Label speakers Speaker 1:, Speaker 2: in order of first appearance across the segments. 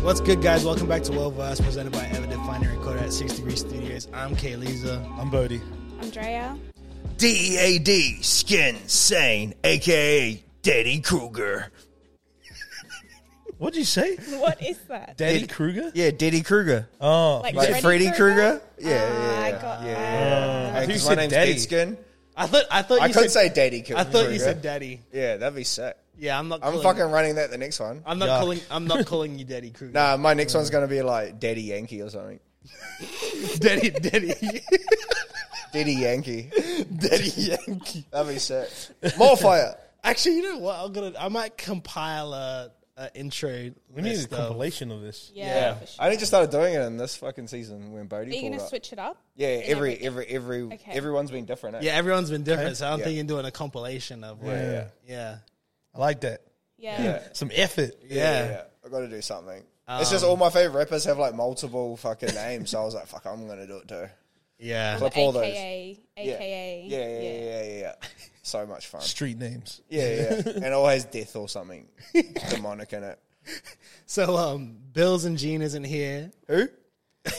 Speaker 1: What's good, guys? Welcome back to Well Vibes, presented by Evident Fine and Recorder at Six Degree Studios. I'm Kay Lisa.
Speaker 2: I'm Bodie.
Speaker 3: Andrea.
Speaker 4: DEAD, E Skin Sane, aka Daddy Kruger.
Speaker 2: What'd you say?
Speaker 3: What is that?
Speaker 2: Daddy Kruger?
Speaker 4: Yeah, Daddy Kruger.
Speaker 2: Oh,
Speaker 3: Like
Speaker 4: Like
Speaker 3: Freddy
Speaker 4: Freddy Kruger?
Speaker 3: Krueger?
Speaker 4: Yeah, yeah,
Speaker 3: Ah, I
Speaker 4: yeah.
Speaker 3: got
Speaker 4: yeah.
Speaker 2: I
Speaker 4: Hey,
Speaker 2: thought you
Speaker 4: 'cause my
Speaker 2: said
Speaker 4: name's
Speaker 2: Daddy.
Speaker 4: Kid Skin.
Speaker 1: I thought I thought
Speaker 4: I
Speaker 1: you said,
Speaker 4: could say Daddy Kruger.
Speaker 1: I thought you said Daddy.
Speaker 4: Yeah, that'd be sick.
Speaker 1: Yeah, I'm not.
Speaker 4: I'm
Speaker 1: calling-
Speaker 4: fucking running that the next one.
Speaker 1: I'm not
Speaker 2: Yuck.
Speaker 1: calling. I'm not calling you Daddy Kruger.
Speaker 4: Nah, my next one's gonna be like Daddy Yankee or something.
Speaker 1: Daddy, Daddy.
Speaker 4: Daddy Yankee. Daddy Yankee. That'd be sick. More fire.
Speaker 1: Actually, you know what? I'm gonna. I might compile a, a intro.
Speaker 2: we need a
Speaker 1: list of-
Speaker 2: compilation of this.
Speaker 3: Yeah.
Speaker 4: Yeah.
Speaker 3: for sure.
Speaker 4: I only just started doing it in this fucking season when Bodie
Speaker 3: Are you
Speaker 4: pulled
Speaker 3: going to
Speaker 4: up.
Speaker 3: switch it up?
Speaker 4: Yeah,
Speaker 3: In
Speaker 4: every every every
Speaker 3: Okay.
Speaker 4: everyone's been different. Eh?
Speaker 1: Yeah, everyone's been different, so I'm
Speaker 4: Yeah.
Speaker 1: thinking doing a compilation of. Like, yeah.
Speaker 2: Yeah.
Speaker 1: Yeah.
Speaker 2: I like that.
Speaker 3: Yeah.
Speaker 2: Some effort.
Speaker 4: yeah, Um, yeah. I got to do something. it's just all my favorite rappers have like multiple fucking names, so I was like, "Fuck, I'm gonna do it too."
Speaker 1: Yeah.
Speaker 4: Flip all those. Yeah.
Speaker 3: AKA.
Speaker 4: Yeah.
Speaker 3: AKA.
Speaker 4: Yeah, yeah, yeah, yeah, yeah, yeah. So much fun.
Speaker 2: Street names.
Speaker 4: Yeah, yeah, yeah. and always death or something demonic in it.
Speaker 1: So, um, Bills and Gene isn't here.
Speaker 4: Who?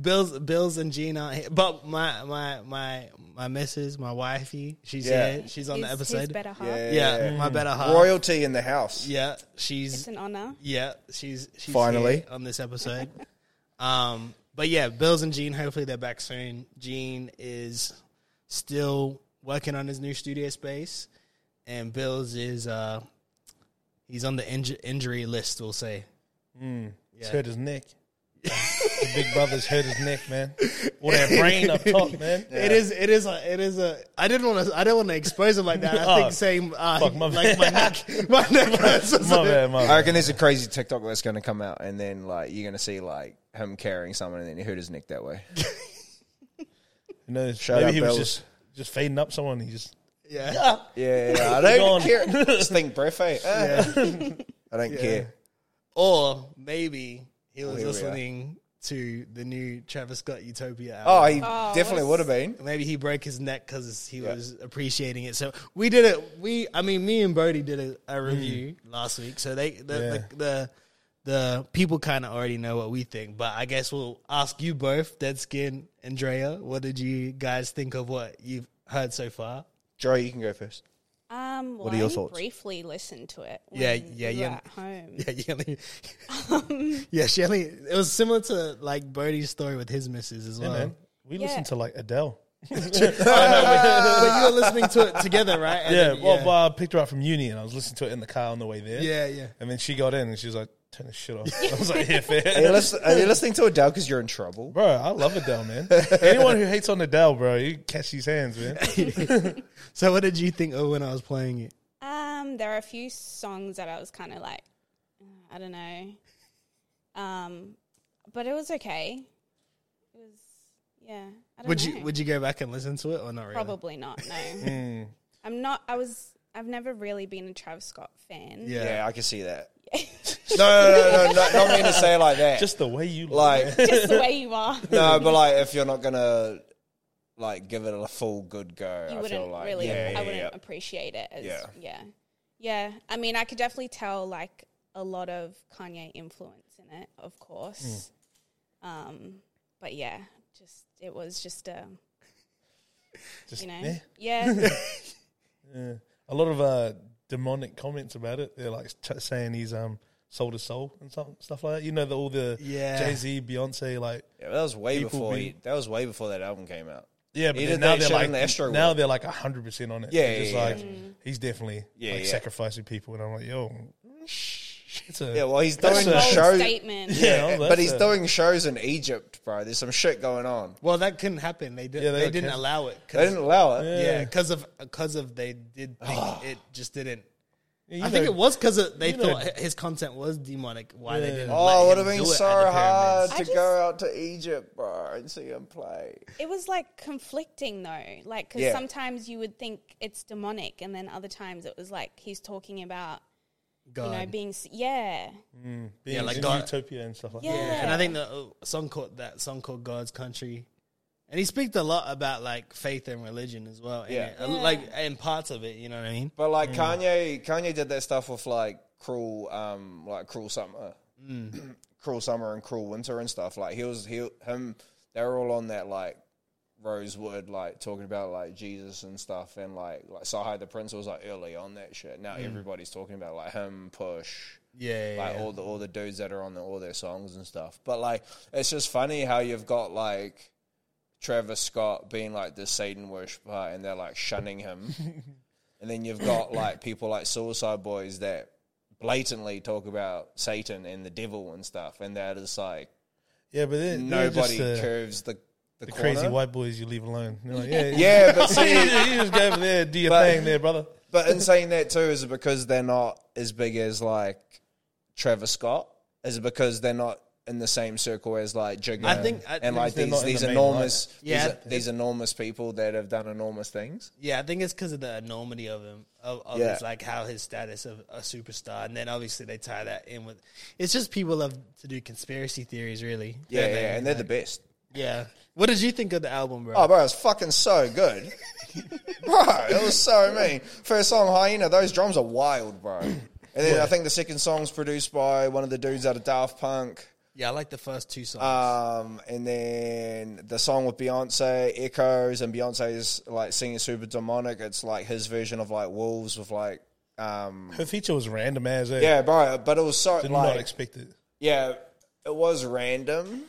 Speaker 1: Bills, Bills and Gene aren't here. But my, my, my, my missus, my wifey, she's
Speaker 4: Yeah.
Speaker 1: here. She's on
Speaker 3: His-
Speaker 1: the
Speaker 3: His
Speaker 1: episode.
Speaker 3: better half.
Speaker 4: Yeah,
Speaker 1: yeah, my better half.
Speaker 4: Royalty in the house.
Speaker 1: Yeah,
Speaker 3: It's
Speaker 1: she's
Speaker 3: an honor.
Speaker 1: yeah, she's she's
Speaker 4: Finally.
Speaker 1: here on this episode. um, but yeah, Bills and Gene. Hopefully they're back soon. Gene is still working on his new studio space, and Bills is uh, he's on the inju- injury list. We'll say.
Speaker 2: It's hurt his neck. the big brother's hurt his neck, man. All that brain up top, man.
Speaker 1: It is. It is. A, it is a. I didn't want to. I didn't want to expose him like that. I
Speaker 2: Oh.
Speaker 1: think same. Uh,
Speaker 2: Fuck, my
Speaker 1: like
Speaker 2: bad.
Speaker 1: my neck. My neck. hurts or
Speaker 2: My
Speaker 1: something.
Speaker 2: bad, my
Speaker 4: I
Speaker 2: bad.
Speaker 4: reckon there's a crazy TikTok that's going to come out, and then like you're going to see like him carrying someone, and then he hurt his neck that way.
Speaker 2: You know,
Speaker 4: Shout
Speaker 2: maybe
Speaker 4: out
Speaker 2: he was
Speaker 4: Bells.
Speaker 2: just, just fading up someone. He just
Speaker 1: Yeah.
Speaker 4: Yeah, yeah. I don't
Speaker 2: Gone.
Speaker 4: even care. Just think breath, eh? Eh. I don't care.
Speaker 1: Or maybe he was
Speaker 4: here we are.
Speaker 1: listening to the new Travis Scott Utopia album.
Speaker 4: Oh, he
Speaker 3: what
Speaker 4: definitely
Speaker 3: a
Speaker 4: would have been.
Speaker 1: maybe he broke his neck because he
Speaker 4: Yeah.
Speaker 1: was appreciating it. So we did it. We, I mean, me and Brody did a, a review last week. So they, the, the, the, the people kind of already know what we think. But I guess we'll ask you both, Dead Skin, Andrea, what did you guys think of what you've heard so far?
Speaker 4: Joe, you can go first.
Speaker 3: Um, well,
Speaker 4: are your
Speaker 3: I
Speaker 4: thoughts?
Speaker 3: briefly listened to it. When
Speaker 1: Yeah, yeah,
Speaker 3: we were
Speaker 1: yeah.
Speaker 3: At home.
Speaker 1: Yeah, you only, yeah, she only. It was similar to like Brody's story with his missus as well. Oh,
Speaker 2: man, we
Speaker 3: Yeah.
Speaker 2: listened to like Adele.
Speaker 1: but you were listening to it together, right? And
Speaker 2: Yeah,
Speaker 1: then-
Speaker 2: well, well, I picked her up from uni and I was listening to it in the car on the way there.
Speaker 1: yeah, yeah.
Speaker 2: And then she got in and she was like, turn this shit off. I was like, yeah, fair.
Speaker 4: Are you, listen, are you listening to Adele because you're in trouble?
Speaker 2: Bro, I love Adele, man. Anyone who hates on Adele, bro, you catch these hands, man.
Speaker 1: So, what did you think of when I was playing it?
Speaker 3: Um, there are a few songs that I was kind of like, uh, I don't know. Um, but it was okay. It was, yeah. I don't
Speaker 1: Would
Speaker 3: know.
Speaker 1: you Would you go back and listen to it or not? Really?
Speaker 3: Probably not. No,
Speaker 4: Mm.
Speaker 3: I'm not. I was. I've never really been a Travis Scott fan.
Speaker 1: Yeah.
Speaker 4: Yeah, I can see that. no, no, no, no, no, not mean to say it like that.
Speaker 2: Just the way you
Speaker 4: like,
Speaker 3: just the way you are.
Speaker 4: no, but like if you're not gonna like give it a full good go,
Speaker 3: You
Speaker 4: I feel
Speaker 3: wouldn't
Speaker 4: like
Speaker 3: really.
Speaker 4: yeah, yeah,
Speaker 3: I wouldn't
Speaker 4: yeah.
Speaker 3: appreciate it. As,
Speaker 4: Yeah.
Speaker 3: yeah. yeah, I mean, I could definitely tell like a lot of Kanye influence in it, of course.
Speaker 4: Mm.
Speaker 3: Um, but yeah, just it was just a
Speaker 2: just,
Speaker 3: you know
Speaker 2: eh.
Speaker 3: yeah.
Speaker 2: Yeah. A lot of uh, demonic comments about it. They're like t- saying he's um soul to soul and some, stuff like that. You know, the, all the
Speaker 1: Yeah.
Speaker 2: Jay Z, Beyonce, like
Speaker 4: Yeah, but that was way
Speaker 2: People
Speaker 4: before.
Speaker 2: be-
Speaker 4: he- that was way before that album came out.
Speaker 2: yeah, but
Speaker 4: He
Speaker 2: then
Speaker 4: did
Speaker 2: now
Speaker 4: that
Speaker 2: they're
Speaker 4: shit
Speaker 2: like
Speaker 4: in the Astro
Speaker 2: now
Speaker 4: World.
Speaker 2: they're like hundred percent on it.
Speaker 4: Yeah,
Speaker 2: They're just
Speaker 4: yeah,
Speaker 2: like
Speaker 4: yeah.
Speaker 3: Mm.
Speaker 2: he's definitely
Speaker 4: Yeah,
Speaker 2: like
Speaker 4: yeah.
Speaker 2: sacrificing people, and I'm like, yo, mm, it's a
Speaker 4: Yeah, well, he's
Speaker 2: That's
Speaker 4: doing
Speaker 2: a-
Speaker 3: Bold
Speaker 4: shows,
Speaker 3: statement.
Speaker 2: yeah, that's
Speaker 4: but he's
Speaker 2: a-
Speaker 4: doing shows in Egypt, bro. There's some shit going on.
Speaker 1: Well, that couldn't happen. They did.
Speaker 2: Yeah,
Speaker 1: they
Speaker 2: they got
Speaker 1: didn't
Speaker 2: canceled.
Speaker 1: allow it.
Speaker 4: They
Speaker 1: 'cause-
Speaker 4: didn't allow it.
Speaker 2: Yeah.
Speaker 1: yeah, because of because of they did think it just didn't.
Speaker 2: you
Speaker 1: I think
Speaker 2: know,
Speaker 1: it was because they
Speaker 2: you know-
Speaker 1: thought his content was demonic. Why they
Speaker 2: Yeah.
Speaker 1: didn't?
Speaker 4: Oh,
Speaker 1: let
Speaker 4: it would
Speaker 1: him
Speaker 4: have been
Speaker 1: do it at
Speaker 4: so
Speaker 1: the
Speaker 4: hard
Speaker 1: pyramids.
Speaker 4: to
Speaker 3: I just-
Speaker 4: go out to Egypt, bro, and see him play.
Speaker 3: It was like conflicting though, like because
Speaker 4: Yeah.
Speaker 3: sometimes you would think it's demonic, and then other times it was like he's talking about you know
Speaker 1: God.
Speaker 3: being s- yeah,
Speaker 2: being
Speaker 1: like
Speaker 2: in
Speaker 1: God-
Speaker 2: utopia and stuff like
Speaker 3: yeah,
Speaker 2: that.
Speaker 1: And I think the uh, song called that song called God's Country, and he speaks a lot about like faith and religion as well.
Speaker 4: Yeah.
Speaker 1: yeah, like in parts of it, you know what I mean?
Speaker 4: But like Kanye, Kanye did that stuff with like cruel, um, like cruel summer. Cruel Summer and Cruel Winter and stuff. Like he was he him they were all on that like Rosewood, like talking about like Jesus and stuff and like like Sahai the Prince was like early on that shit. Now everybody's talking about like him, push
Speaker 1: Yeah, yeah,
Speaker 4: like all the all the dudes that are on the, all their songs and stuff. But like, it's just funny how you've got like Travis Scott being like the Satan worshiper, and they're like shunning him, and then you've got like people like Suicide Boys that blatantly talk about Satan and the devil and stuff, and that is like
Speaker 2: Yeah, but they're, they're
Speaker 4: nobody
Speaker 2: just, uh,
Speaker 4: curves the the,
Speaker 2: the crazy
Speaker 4: corner.
Speaker 2: white boys you leave alone. They're like, yeah,
Speaker 4: Yeah, but see,
Speaker 2: you just- you just go over there, do your
Speaker 4: But-
Speaker 2: thing there, brother.
Speaker 4: But in saying that too, is it because they're not as big as like Trevor Scott? Is it because they're not in the same circle as like Jigga?
Speaker 1: I think- I
Speaker 4: and
Speaker 1: think
Speaker 4: like
Speaker 2: they're
Speaker 4: these
Speaker 2: not in
Speaker 4: these
Speaker 2: the main
Speaker 4: enormous
Speaker 1: Yeah.
Speaker 4: these, these enormous people that have done enormous things.
Speaker 1: yeah. I think it's because of the enormity of him, of, of
Speaker 4: Yeah.
Speaker 1: his like how his status of a superstar, and then obviously they tie that in with. It's just people love to do conspiracy theories, really.
Speaker 4: Yeah,
Speaker 1: Don't they?
Speaker 4: yeah, and they're the best.
Speaker 1: yeah. What did you think of the album, bro?
Speaker 4: Oh, bro, it's fucking so good, bro. It was so mean. First song, Hyena. Those drums are wild, bro. And then I think the second song's produced by one of the dudes out of Daft Punk.
Speaker 1: yeah, I like the first two songs.
Speaker 4: Um, and then the song with Beyonce echoes, and Beyonce's like singing super demonic. It's like his version of like wolves with like, um,
Speaker 2: Her feature was random as eh?
Speaker 4: yeah, bro. But it was so
Speaker 2: Did
Speaker 4: like,
Speaker 2: not expect it.
Speaker 4: yeah, it was random,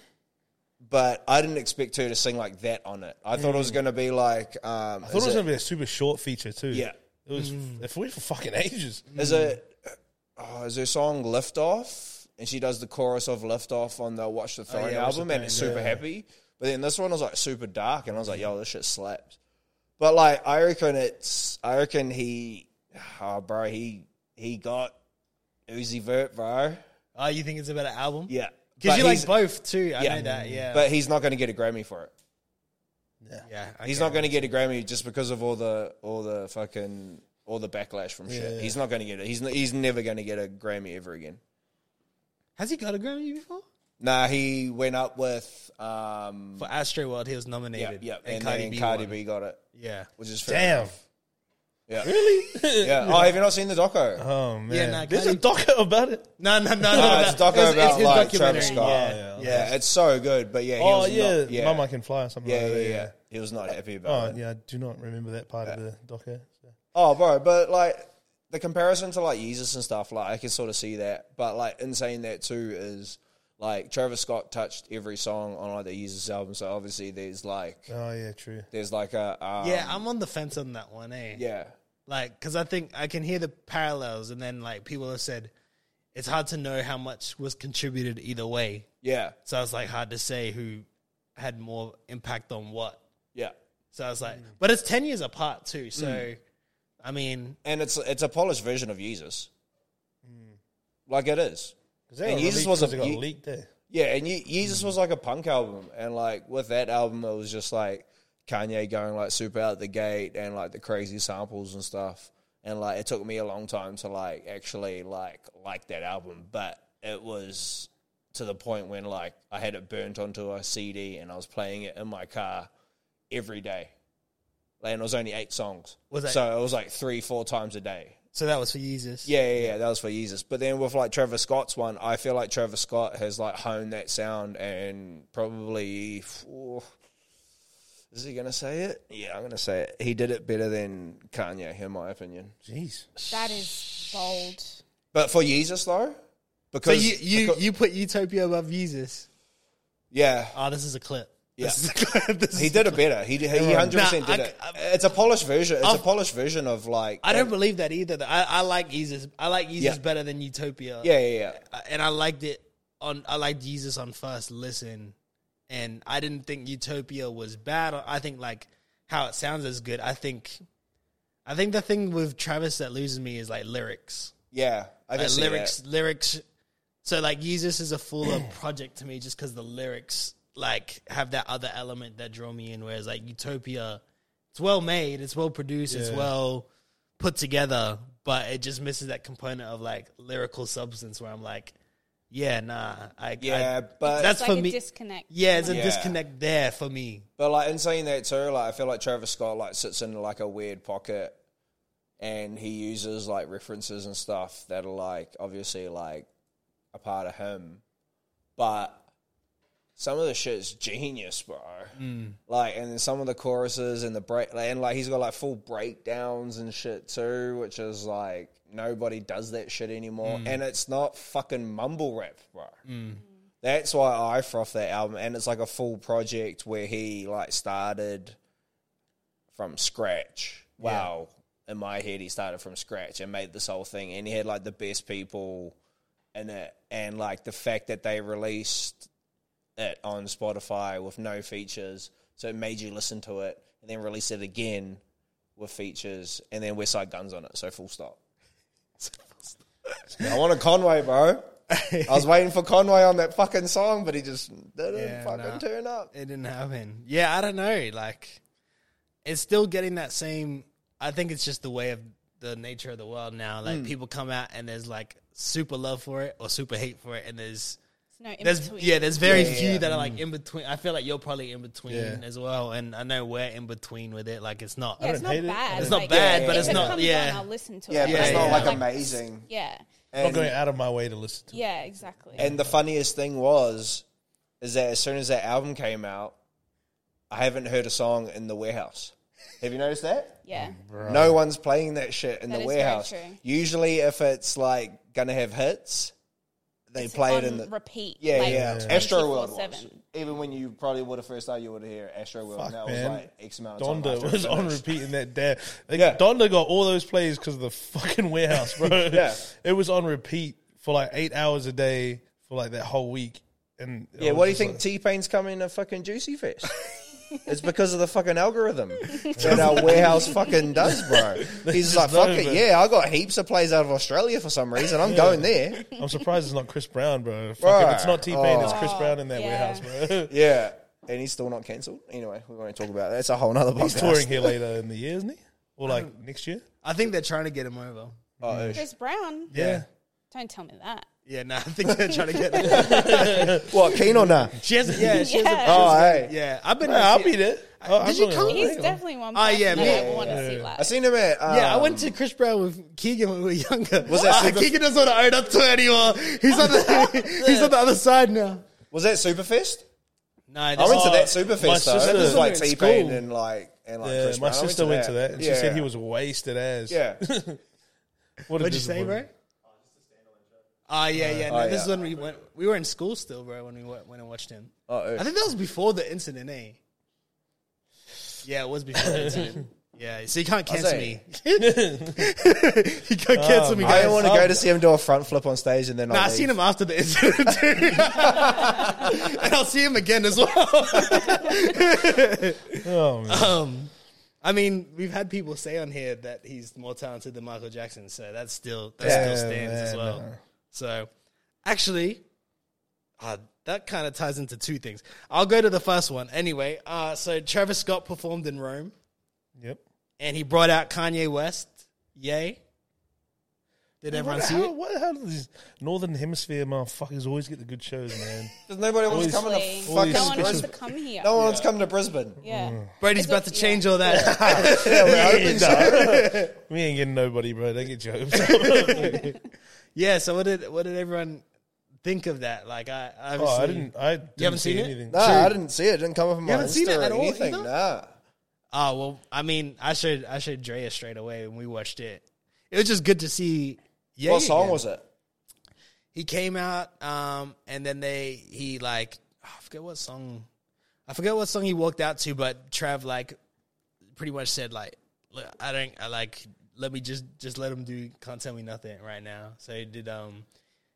Speaker 4: but I didn't expect her to sing like that on it. I thought it was gonna be like, um,
Speaker 2: Mm. I thought it
Speaker 4: is
Speaker 2: was
Speaker 4: it-
Speaker 2: going to be a super short feature too.
Speaker 4: Yeah. Mm.
Speaker 2: it was. It went for fucking ages.
Speaker 4: Is it? Oh, is her song "Lift Off"? And she does the chorus of "Lift Off" on the Watch the Throne
Speaker 1: Oh, yeah, Watch the
Speaker 4: album, and
Speaker 1: Throne,
Speaker 4: it's super happy. But then this one was like super dark, and I was like, "Yo, this shit slaps." But like, I reckon it's. I reckon he, oh, bro, he he got Uzi Vert, bro.
Speaker 1: oh, you think it's about an album?
Speaker 4: Yeah,
Speaker 1: because
Speaker 4: But
Speaker 1: you like
Speaker 4: he's-
Speaker 1: both too. I
Speaker 4: Yeah.
Speaker 1: know that. Yeah,
Speaker 4: But he's not going to get a Grammy for it.
Speaker 1: yeah,
Speaker 4: He's not going to get a Grammy just because of all the all the fucking all the backlash from shit. He's not going to get it. He's n- he's never going to get a Grammy ever again.
Speaker 1: Has he got a Grammy before?
Speaker 4: Nah, he went up with um
Speaker 1: For Astro World, he was
Speaker 4: yeah,
Speaker 1: nominated.
Speaker 4: yeah,
Speaker 1: and,
Speaker 4: and,
Speaker 1: Cardi,
Speaker 4: then
Speaker 1: B
Speaker 4: Cardi
Speaker 1: won.
Speaker 4: B got it,
Speaker 1: Yeah,
Speaker 4: which is fair.
Speaker 2: Damn.
Speaker 4: Yeah.
Speaker 2: Really?
Speaker 4: Yeah. Oh, have you not seen the doco?
Speaker 1: Uh-huh.
Speaker 2: Oh man.
Speaker 1: Yeah, nah,
Speaker 2: There's a
Speaker 1: Cardi-
Speaker 2: doco about it.
Speaker 1: no, no, no, no.
Speaker 4: No,
Speaker 1: no.
Speaker 4: it's a doco
Speaker 1: It's- it's
Speaker 4: about
Speaker 1: his
Speaker 4: like
Speaker 1: documentary,
Speaker 4: Travis Scott.
Speaker 1: Yeah,
Speaker 4: Yeah,
Speaker 1: yeah.
Speaker 4: it's so good. But yeah, he
Speaker 2: Oh
Speaker 4: was
Speaker 2: yeah.
Speaker 4: not, yeah.
Speaker 2: Mama can fly or something.
Speaker 4: yeah,
Speaker 2: like
Speaker 4: yeah,
Speaker 2: that,
Speaker 4: yeah, He was not happy about
Speaker 2: Oh
Speaker 4: it.
Speaker 2: yeah, I do not remember that part of the doco. So.
Speaker 4: Oh, bro, but like the comparison to like Jesus and stuff, like I can sort of see that. But like in saying that too is like Travis Scott touched every song on like the Jesus album, so obviously there's like
Speaker 2: Oh yeah, true.
Speaker 4: there's like a um,
Speaker 1: Yeah, I'm on the fence on that one, eh?
Speaker 4: yeah
Speaker 1: Like, because I think I can hear the parallels, and then like people have said, it's hard to know how much was contributed either way.
Speaker 4: yeah
Speaker 1: So it's like hard to say who had more impact on what.
Speaker 4: yeah.
Speaker 1: So I was like,
Speaker 4: Mm.
Speaker 1: but it's ten years apart too. So, I mean,
Speaker 4: and it's it's a polished version of Jesus. Like it is.
Speaker 2: They
Speaker 4: And
Speaker 2: got
Speaker 4: Jesus
Speaker 2: leaked
Speaker 4: was a
Speaker 2: 'cause they got
Speaker 4: ye-
Speaker 2: leaked there.
Speaker 4: Yeah, and Ye- Jesus was like a punk album, and like with that album, it was just like Kanye going like super out the gate and like the crazy samples and stuff. And like it took me a long time to like actually like like that album, but it was to the point when like I had it burnt onto a CD and I was playing it in my car every day. And it was only eight songs,
Speaker 1: Was that-
Speaker 4: so it was like three, four times a day.
Speaker 1: so that was for Jesus.
Speaker 4: Yeah, yeah, yeah. That was for Jesus. But then with like Trevor Scott's one, I feel like Trevor Scott has like honed that sound and probably. oh, is he gonna say it? Yeah, I'm gonna say it. He did it better than Kanye, in my opinion.
Speaker 2: Jeez.
Speaker 3: That is bold.
Speaker 4: But for Jesus though,
Speaker 1: So
Speaker 4: because
Speaker 1: you you
Speaker 4: because-
Speaker 1: you put Utopia above Jesus.
Speaker 4: yeah,
Speaker 1: Oh, this is a clip. This
Speaker 4: Yeah.
Speaker 1: is a clip. This
Speaker 4: he
Speaker 1: is-
Speaker 4: did it better. He did- he hundred percent
Speaker 1: Nah,
Speaker 4: did
Speaker 1: I-
Speaker 4: it. It's a polished version. It's a
Speaker 1: I've-
Speaker 4: polished version of like.
Speaker 1: I don't believe that either. though. I, I like Jesus. I like Jesus
Speaker 4: Yeah.
Speaker 1: better than Utopia.
Speaker 4: Yeah, yeah, yeah.
Speaker 1: Uh, and I liked it on. I liked Jesus on first listen, and I didn't think Utopia was bad. I think like how it sounds is good. I think, I think the thing with Travis that loses me is like lyrics.
Speaker 4: Yeah, I can
Speaker 1: Like
Speaker 4: see
Speaker 1: lyrics,
Speaker 4: that.
Speaker 1: lyrics. So like Jesus is a fuller project to me just because the lyrics like have that other element that draw me in. Whereas like Utopia, it's well made, it's well produced, it's
Speaker 2: Yeah.
Speaker 1: well put together, but it just misses that component of like lyrical substance where I'm like, yeah, nah, I
Speaker 4: Yeah,
Speaker 1: I-
Speaker 4: but-
Speaker 1: that's
Speaker 3: It's like
Speaker 1: for
Speaker 3: a
Speaker 1: me.
Speaker 3: disconnect.
Speaker 1: yeah, it's a
Speaker 4: Yeah.
Speaker 1: disconnect there for me.
Speaker 4: But like in saying that too, like I feel like Travis Scott like sits in like a weird pocket, and he uses like references and stuff that are like obviously like a part of him, but some of the shit's genius, bro. Like, and then some of the choruses and the break, like, and like he's got like full breakdowns and shit too, which is like nobody does that shit anymore, and it's not fucking mumble rap, bro. That's why I froth that album, and it's like a full project where he like started from scratch. Wow. In my head, he started from scratch and made this whole thing, and he had like the best people in it, and like the fact that they released it on Spotify with no features, so it made you listen to it, and then release it again with features, and then Westside Guns on it, so full stop. I want a Conway, bro. I was waiting for Conway on that fucking song, but he just didn't
Speaker 1: Yeah,
Speaker 4: fucking
Speaker 1: nah.
Speaker 4: turn up.
Speaker 1: It didn't happen. Yeah, I don't know. Like, it's still getting that same. I think it's just the way of the nature of the world now. Like,
Speaker 2: Hmm.
Speaker 1: people come out and there's like super love for it or super hate for it, and there's
Speaker 3: no in
Speaker 1: there's
Speaker 3: between.
Speaker 1: yeah, there's very
Speaker 4: Yeah,
Speaker 1: few
Speaker 4: yeah.
Speaker 1: that are like in between. I feel like you're probably in between
Speaker 2: Hmm. Yeah.
Speaker 1: as well, and I know we're in between with it. Like, it's not.
Speaker 3: Yeah, it's
Speaker 2: don't
Speaker 3: not
Speaker 2: hate it.
Speaker 3: bad.
Speaker 2: It's
Speaker 1: not
Speaker 3: Like,
Speaker 1: bad,
Speaker 4: but
Speaker 3: if
Speaker 4: it's
Speaker 3: it
Speaker 1: not-
Speaker 3: comes
Speaker 1: yeah.
Speaker 3: On, I'll listen to
Speaker 4: Yeah,
Speaker 3: it.
Speaker 4: but it's
Speaker 1: Yeah,
Speaker 4: not
Speaker 1: yeah.
Speaker 4: like
Speaker 1: Like,
Speaker 4: amazing.
Speaker 3: Yeah,
Speaker 2: I'm not
Speaker 4: And,
Speaker 2: going out of my way to listen to. it.
Speaker 3: yeah, exactly.
Speaker 4: and the funniest thing was, is that as soon as that album came out, I haven't heard a song in the warehouse. Have you noticed that?
Speaker 3: yeah,
Speaker 4: No one's playing that shit in
Speaker 3: That
Speaker 4: the
Speaker 3: is very
Speaker 4: warehouse.
Speaker 3: true.
Speaker 4: Usually, if it's like gonna have hits, they
Speaker 3: It's
Speaker 4: play it
Speaker 3: on
Speaker 4: in the
Speaker 3: repeat.
Speaker 4: yeah
Speaker 3: like,
Speaker 4: yeah. Astro World was
Speaker 3: 24/7.
Speaker 4: even when you probably would have first started, you would have heard Astro World.
Speaker 2: Fuck,
Speaker 4: and that
Speaker 2: man.
Speaker 4: was like X amount of time. after
Speaker 2: Donda
Speaker 4: it
Speaker 2: was on
Speaker 4: finished.
Speaker 2: repeat in that day. Like,
Speaker 4: Yeah.
Speaker 2: Donda got all those plays because of the fucking warehouse, bro.
Speaker 4: Yeah.
Speaker 2: It was on repeat for like eight hours a day for like that whole week. And I
Speaker 4: Yeah,
Speaker 2: was
Speaker 4: what do you
Speaker 2: just
Speaker 4: think T Pain's coming to fucking Juicy Fest? it's because of the fucking algorithm that our warehouse fucking does, bro. He's like, fuck
Speaker 2: know,
Speaker 4: it,
Speaker 2: man.
Speaker 4: yeah, I got heaps of plays out of Australia for some reason. I'm going there.
Speaker 2: Like, I'm surprised it's not Chris Brown, bro. Fuck
Speaker 4: Bro.
Speaker 2: If it's not T Pain, it's Chris
Speaker 3: Oh,
Speaker 2: Brown in that
Speaker 3: yeah.
Speaker 2: warehouse, bro.
Speaker 4: Yeah. And he's still not cancelled. Anyway, we won't talk about that. That's a whole nother podcast.
Speaker 2: He's touring here later in the year, isn't he? Or like next year?
Speaker 1: I think they're trying to get him over.
Speaker 4: Oh, sh-
Speaker 3: Chris Brown.
Speaker 2: Yeah.
Speaker 3: Don't tell me that.
Speaker 1: Yeah, no, I think they're trying to get. Him.
Speaker 4: what, keen or nah?
Speaker 1: She has, yeah, she has. A,
Speaker 3: Yeah,
Speaker 4: Oh, hey.
Speaker 1: yeah, I've been.
Speaker 2: Nah, I'll be there. Oh,
Speaker 1: Did you
Speaker 2: going
Speaker 1: come?
Speaker 2: along.
Speaker 3: he's definitely one.
Speaker 1: Oh,
Speaker 3: person
Speaker 1: yeah,
Speaker 3: that
Speaker 1: me-
Speaker 3: I want to see
Speaker 4: I
Speaker 3: live.
Speaker 4: seen him at. Um,
Speaker 1: Yeah, I went to Chris Brown with Keegan when we were younger.
Speaker 4: Was that
Speaker 1: Ah,
Speaker 4: Super-
Speaker 1: Keegan doesn't want to own up to it anymore. He's on the he's on the other side now.
Speaker 4: Was that Superfest?
Speaker 1: No,
Speaker 4: I went to
Speaker 2: Oh,
Speaker 4: that
Speaker 2: my
Speaker 4: Superfest though.
Speaker 2: sister-
Speaker 4: That was like
Speaker 2: It's
Speaker 4: T Pain
Speaker 2: cool.
Speaker 4: and like and like
Speaker 2: Yeah,
Speaker 4: Chris
Speaker 2: my
Speaker 4: Brown. I
Speaker 2: sister went to that, and she
Speaker 4: Yeah.
Speaker 2: said he was wasted as.
Speaker 4: Yeah.
Speaker 2: What
Speaker 1: What'd you say, bro? Ah, yeah, yeah. No,
Speaker 4: Oh,
Speaker 1: this is
Speaker 4: yeah.
Speaker 1: when we went. We were in school still, bro. When we went, went and watched him,
Speaker 4: Oh, oh.
Speaker 1: I think that was before the incident, eh? Yeah, it was before the incident. Yeah, so you can't cancel me. Um,
Speaker 4: say-
Speaker 1: you can't cancel me,
Speaker 4: I
Speaker 1: guys.
Speaker 4: don't want to go to see him do a front flip on stage and then
Speaker 1: Nah,
Speaker 4: I'll
Speaker 1: I
Speaker 4: leave.
Speaker 1: seen him after the incident, too. and I'll see him again as well.
Speaker 2: Oh, man.
Speaker 1: Um, I mean, we've had people say on here that he's more talented than Michael Jackson, so that's still that
Speaker 4: Yeah,
Speaker 1: still stands as
Speaker 2: man,
Speaker 1: well.
Speaker 2: no.
Speaker 1: So, actually, uh, that kind of ties into two things. I'll go to the first one anyway. Uh, so Travis Scott performed in Rome,
Speaker 2: Yep.
Speaker 1: and he brought out Kanye West. Yay! Did everyone
Speaker 2: What,
Speaker 1: see
Speaker 2: how,
Speaker 1: it?
Speaker 2: what, how do these northern hemisphere motherfuckers always get the good shows, man?
Speaker 4: Because nobody wants
Speaker 2: Always-
Speaker 4: to come to
Speaker 3: Like,
Speaker 4: fucking
Speaker 3: no one wants
Speaker 4: Brisbane.
Speaker 3: to come here.
Speaker 4: No one wants to come to Brisbane.
Speaker 3: Yeah.
Speaker 1: Brady's
Speaker 3: It's
Speaker 1: about
Speaker 3: a-
Speaker 1: to change
Speaker 3: yeah.
Speaker 1: all that.
Speaker 4: Yeah, we're open, so-
Speaker 2: we ain't getting nobody, bro. Don't get your hopes up.
Speaker 1: Yeah. So what did what did everyone think of that? Like I obviously
Speaker 2: oh, I didn't. I didn't
Speaker 1: haven't
Speaker 2: see
Speaker 1: seen it?
Speaker 2: anything.
Speaker 4: Nah, I didn't see it. It didn't come up on my
Speaker 1: haven't
Speaker 4: Insta
Speaker 1: seen it at
Speaker 4: or
Speaker 1: all
Speaker 4: anything.
Speaker 1: either?
Speaker 4: Nah.
Speaker 1: Oh well, I mean, I showed I showed Drea straight away when we watched it. It was just good to see. Yeah,
Speaker 4: what song was it?
Speaker 1: He came out, um, and then they he like I forget what song, I forget what song he walked out to, but Trav like pretty much said like "Look, I don't I like let me just just let him do can't tell me nothing right now. So he did um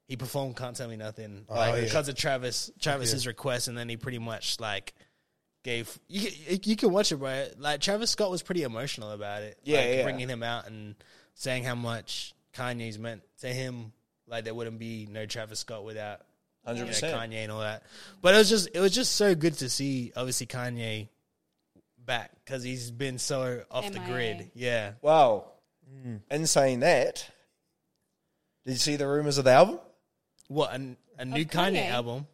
Speaker 1: he performed can't tell me nothing like
Speaker 2: Oh, yeah.
Speaker 1: because of Travis Travis's request, and then he pretty much like gave you c- you can watch it, bro. Like Travis Scott was pretty emotional about it.
Speaker 4: Yeah,
Speaker 1: like,
Speaker 4: yeah.
Speaker 1: bringing him out and saying how much Kanye's meant to him. Like there wouldn't be no Travis Scott without you
Speaker 4: 100%.
Speaker 1: know, Kanye and all that. But it was just it was just so good to see obviously Kanye back because he's been so off the
Speaker 3: MIA.
Speaker 1: grid. Yeah.
Speaker 4: Wow. In saying that, did you see the rumors of the album?
Speaker 1: What a, a new
Speaker 3: Kanye.
Speaker 1: Kanye. album?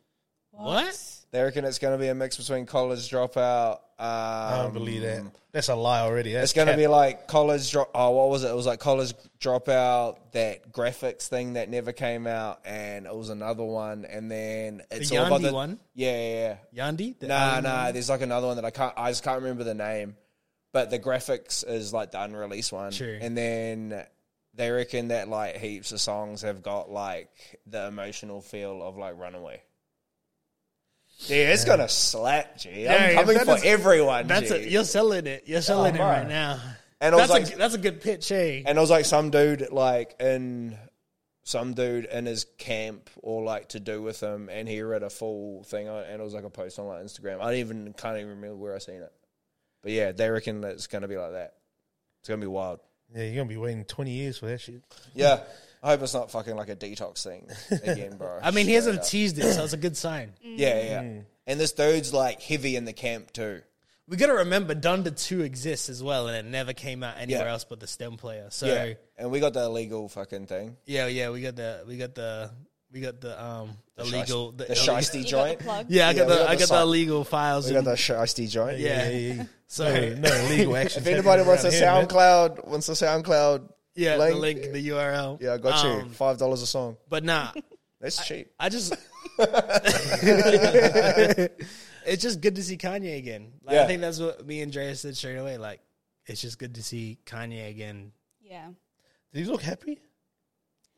Speaker 1: What?
Speaker 4: They reckon it's going to be a mix between College Dropout
Speaker 2: I
Speaker 4: Um,
Speaker 2: don't believe that. That's a lie already. That's
Speaker 4: It's going to
Speaker 2: cap.
Speaker 4: be like college drop. Oh, what was it? It was like college dropout. That graphics thing that never came out, and it was another one. And then it's all about
Speaker 1: Yandi
Speaker 4: the
Speaker 1: one?
Speaker 4: Yeah, yeah, yeah.
Speaker 1: Yandi? The-
Speaker 4: Nah,
Speaker 1: um,
Speaker 4: nah. There's like another one that I can't. I just can't remember the name. But the graphics is like the unreleased one.
Speaker 1: Sure.
Speaker 4: And then they reckon that like heaps of songs have got like the emotional feel of like Runaway. Yeah, it's gonna slap, G. I'm
Speaker 1: Yeah,
Speaker 4: coming
Speaker 1: that
Speaker 4: for
Speaker 1: is-
Speaker 4: everyone.
Speaker 1: That's
Speaker 4: G.
Speaker 1: it. You're selling it. You're selling it
Speaker 4: bro.
Speaker 1: right now.
Speaker 4: Oh, And I was
Speaker 1: That's
Speaker 4: like,
Speaker 1: a that's a good pitch, eh?
Speaker 4: and it was like some dude like in some dude in his camp or like to do with him and he read a full thing on and it was like a post on like Instagram. I don't even can't even remember where I seen it. But yeah, they reckon that it's gonna be like that. It's gonna be wild.
Speaker 2: Yeah, you're gonna be waiting twenty years for that shit.
Speaker 4: Yeah. I hope it's not fucking like a detox thing again, bro.
Speaker 1: I mean, he
Speaker 4: Straight
Speaker 1: hasn't
Speaker 4: up.
Speaker 1: teased it, so it's a good sign.
Speaker 4: Yeah, yeah. And this dude's like heavy in the camp too.
Speaker 1: We got to remember Dunder 2 exists as well, and it never came out anywhere
Speaker 4: Yeah.
Speaker 1: else but the stem player. So
Speaker 4: Yeah.
Speaker 1: yeah.
Speaker 4: And we got the illegal fucking thing.
Speaker 1: yeah, we got the we got the we got the um illegal
Speaker 4: the,
Speaker 1: the,
Speaker 4: the shisty
Speaker 3: You got the
Speaker 4: joint.
Speaker 3: plug.
Speaker 1: yeah, I got
Speaker 4: Yeah, we
Speaker 1: the
Speaker 4: got
Speaker 1: I got
Speaker 4: the
Speaker 1: the
Speaker 4: side-
Speaker 1: illegal files.
Speaker 4: We got
Speaker 1: And,
Speaker 4: the shisty joint.
Speaker 1: yeah. so
Speaker 2: No illegal action.
Speaker 4: If anybody wants a SoundCloud, wants a SoundCloud,
Speaker 1: yeah,
Speaker 4: link,
Speaker 1: the link, the URL.
Speaker 4: yeah, I got
Speaker 1: Um,
Speaker 4: you. Five dollars a song.
Speaker 1: But nah,
Speaker 4: That's cheap.
Speaker 1: I just it's just good to see Kanye again. Like, I
Speaker 4: Yeah.
Speaker 1: think that's what me and Drea said straight away. Like, it's just good to see Kanye again.
Speaker 3: Yeah.
Speaker 2: Did he look happy?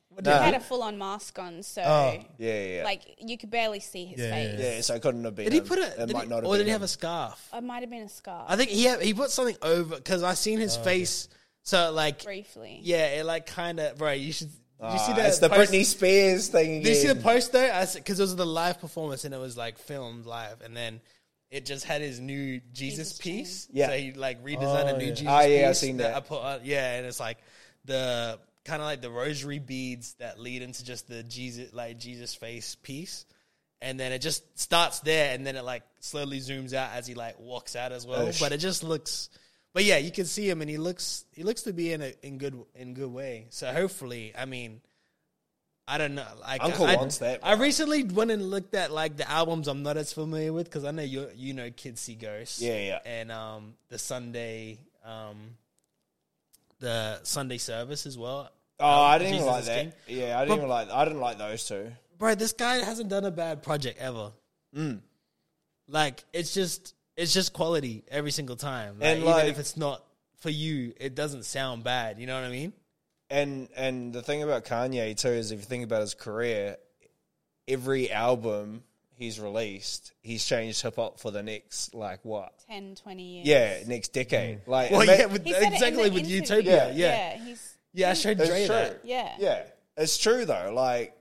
Speaker 1: What
Speaker 4: Nah.
Speaker 3: He had a full on mask on, so
Speaker 2: Oh.
Speaker 4: Yeah, yeah, yeah.
Speaker 3: like you could barely see his
Speaker 2: Yeah,
Speaker 3: face.
Speaker 4: yeah, so it couldn't have been.
Speaker 1: did he
Speaker 4: him.
Speaker 1: put
Speaker 4: It
Speaker 1: a? did
Speaker 4: might
Speaker 1: he-
Speaker 4: not have
Speaker 1: or did
Speaker 4: been
Speaker 1: he have a
Speaker 4: him.
Speaker 1: scarf?
Speaker 3: It might have been a scarf
Speaker 1: I think he had, he put something over because I seen
Speaker 4: Oh,
Speaker 1: his face. So like,
Speaker 3: briefly.
Speaker 1: yeah, it like kind of bro. You should. Did you see
Speaker 4: Ah,
Speaker 1: that?
Speaker 4: It's the
Speaker 1: post-
Speaker 4: Britney Spears thing.
Speaker 1: Did you see the
Speaker 4: again.
Speaker 1: post though? I because it was the live performance and it was like filmed live, and then it just had his new Jesus,
Speaker 3: Jesus
Speaker 1: piece.
Speaker 4: Yeah.
Speaker 1: so he like redesigned
Speaker 2: Oh,
Speaker 1: a new
Speaker 2: yeah.
Speaker 1: Jesus.
Speaker 4: Ah, yeah, I
Speaker 1: piece
Speaker 4: seen that.
Speaker 1: I put on. Yeah, and it's like the kind of like the rosary beads that lead into just the Jesus like Jesus face piece. And then it just starts there, and then it like slowly zooms out as he like walks out as well.
Speaker 4: Ish.
Speaker 1: But it just looks, but yeah, you can see him, and he looks he looks to be in a in good in good way. So hopefully, I mean, I don't know. Like,
Speaker 4: Uncle
Speaker 1: I,
Speaker 4: wants that,
Speaker 1: I recently went and looked at like the albums I'm not as familiar with because I know you you know Kids See Ghosts.
Speaker 4: Yeah, yeah.
Speaker 1: And um, the Sunday um, the Sunday service as well.
Speaker 4: Oh, I didn't even
Speaker 1: Jesus
Speaker 4: like
Speaker 1: is
Speaker 4: that.
Speaker 1: King.
Speaker 4: Yeah, I didn't even like. I didn't like those two.
Speaker 1: Bro, this guy hasn't done a bad project ever.
Speaker 4: Mm.
Speaker 1: Like it's just it's just quality every single time. Like,
Speaker 4: And,
Speaker 1: even
Speaker 4: like-
Speaker 1: if it's not for you, it doesn't sound bad. You know what I mean?
Speaker 4: And and the thing about Kanye too is if you think about his career, every album he's released, he's changed hip hop for the next like what?
Speaker 3: 10, 20 years.
Speaker 4: Yeah, next decade. Like
Speaker 1: Mm. Well,
Speaker 4: ima-
Speaker 1: yeah, with,
Speaker 3: He said it in
Speaker 1: exactly
Speaker 3: the
Speaker 1: with
Speaker 3: interview.
Speaker 1: Utopia. Yeah,
Speaker 4: Yeah.
Speaker 1: yeah,
Speaker 3: he's
Speaker 1: I showed
Speaker 4: It's
Speaker 1: Dre
Speaker 4: true.
Speaker 1: that.
Speaker 3: Yeah.
Speaker 4: Yeah. It's true though. Like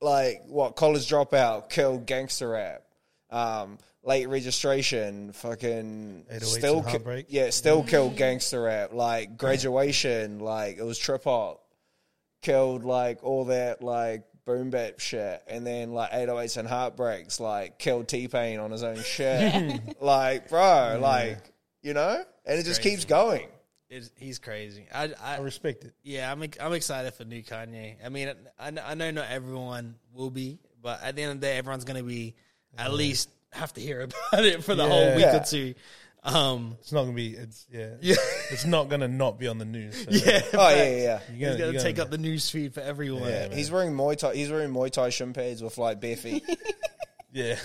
Speaker 4: like what college dropout, killed gangster rap, um, late registration, fucking
Speaker 2: 808s
Speaker 4: still
Speaker 2: and
Speaker 4: ki-
Speaker 2: Heartbreak.
Speaker 4: yeah, still killed gangster rap, like graduation, like it was trip hop, killed like all that like boom bap shit, and then like 808s and heartbreaks, like killed T Pain on his own shit, like bro, like you know, and it just keeps going.
Speaker 1: It's, he's crazy. I,
Speaker 2: I
Speaker 1: I
Speaker 2: respect it.
Speaker 1: yeah, I'm ex- I'm excited for new Kanye. I mean, I, kn- I know not everyone will be, but at the end of the day, everyone's gonna be at least have to hear about it for the whole
Speaker 2: Yeah.
Speaker 1: week
Speaker 4: Yeah.
Speaker 1: or two. Um,
Speaker 2: It's not gonna be. It's yeah.
Speaker 1: yeah,
Speaker 2: It's not gonna not be on the news. So
Speaker 1: yeah.
Speaker 4: Oh yeah, yeah. yeah.
Speaker 2: You're
Speaker 1: He's
Speaker 2: you're
Speaker 1: gonna take up the news feed for everyone.
Speaker 4: Yeah, he's wearing Muay Thai. He's wearing Muay Thai shin pads with like bare feet.
Speaker 2: Yeah.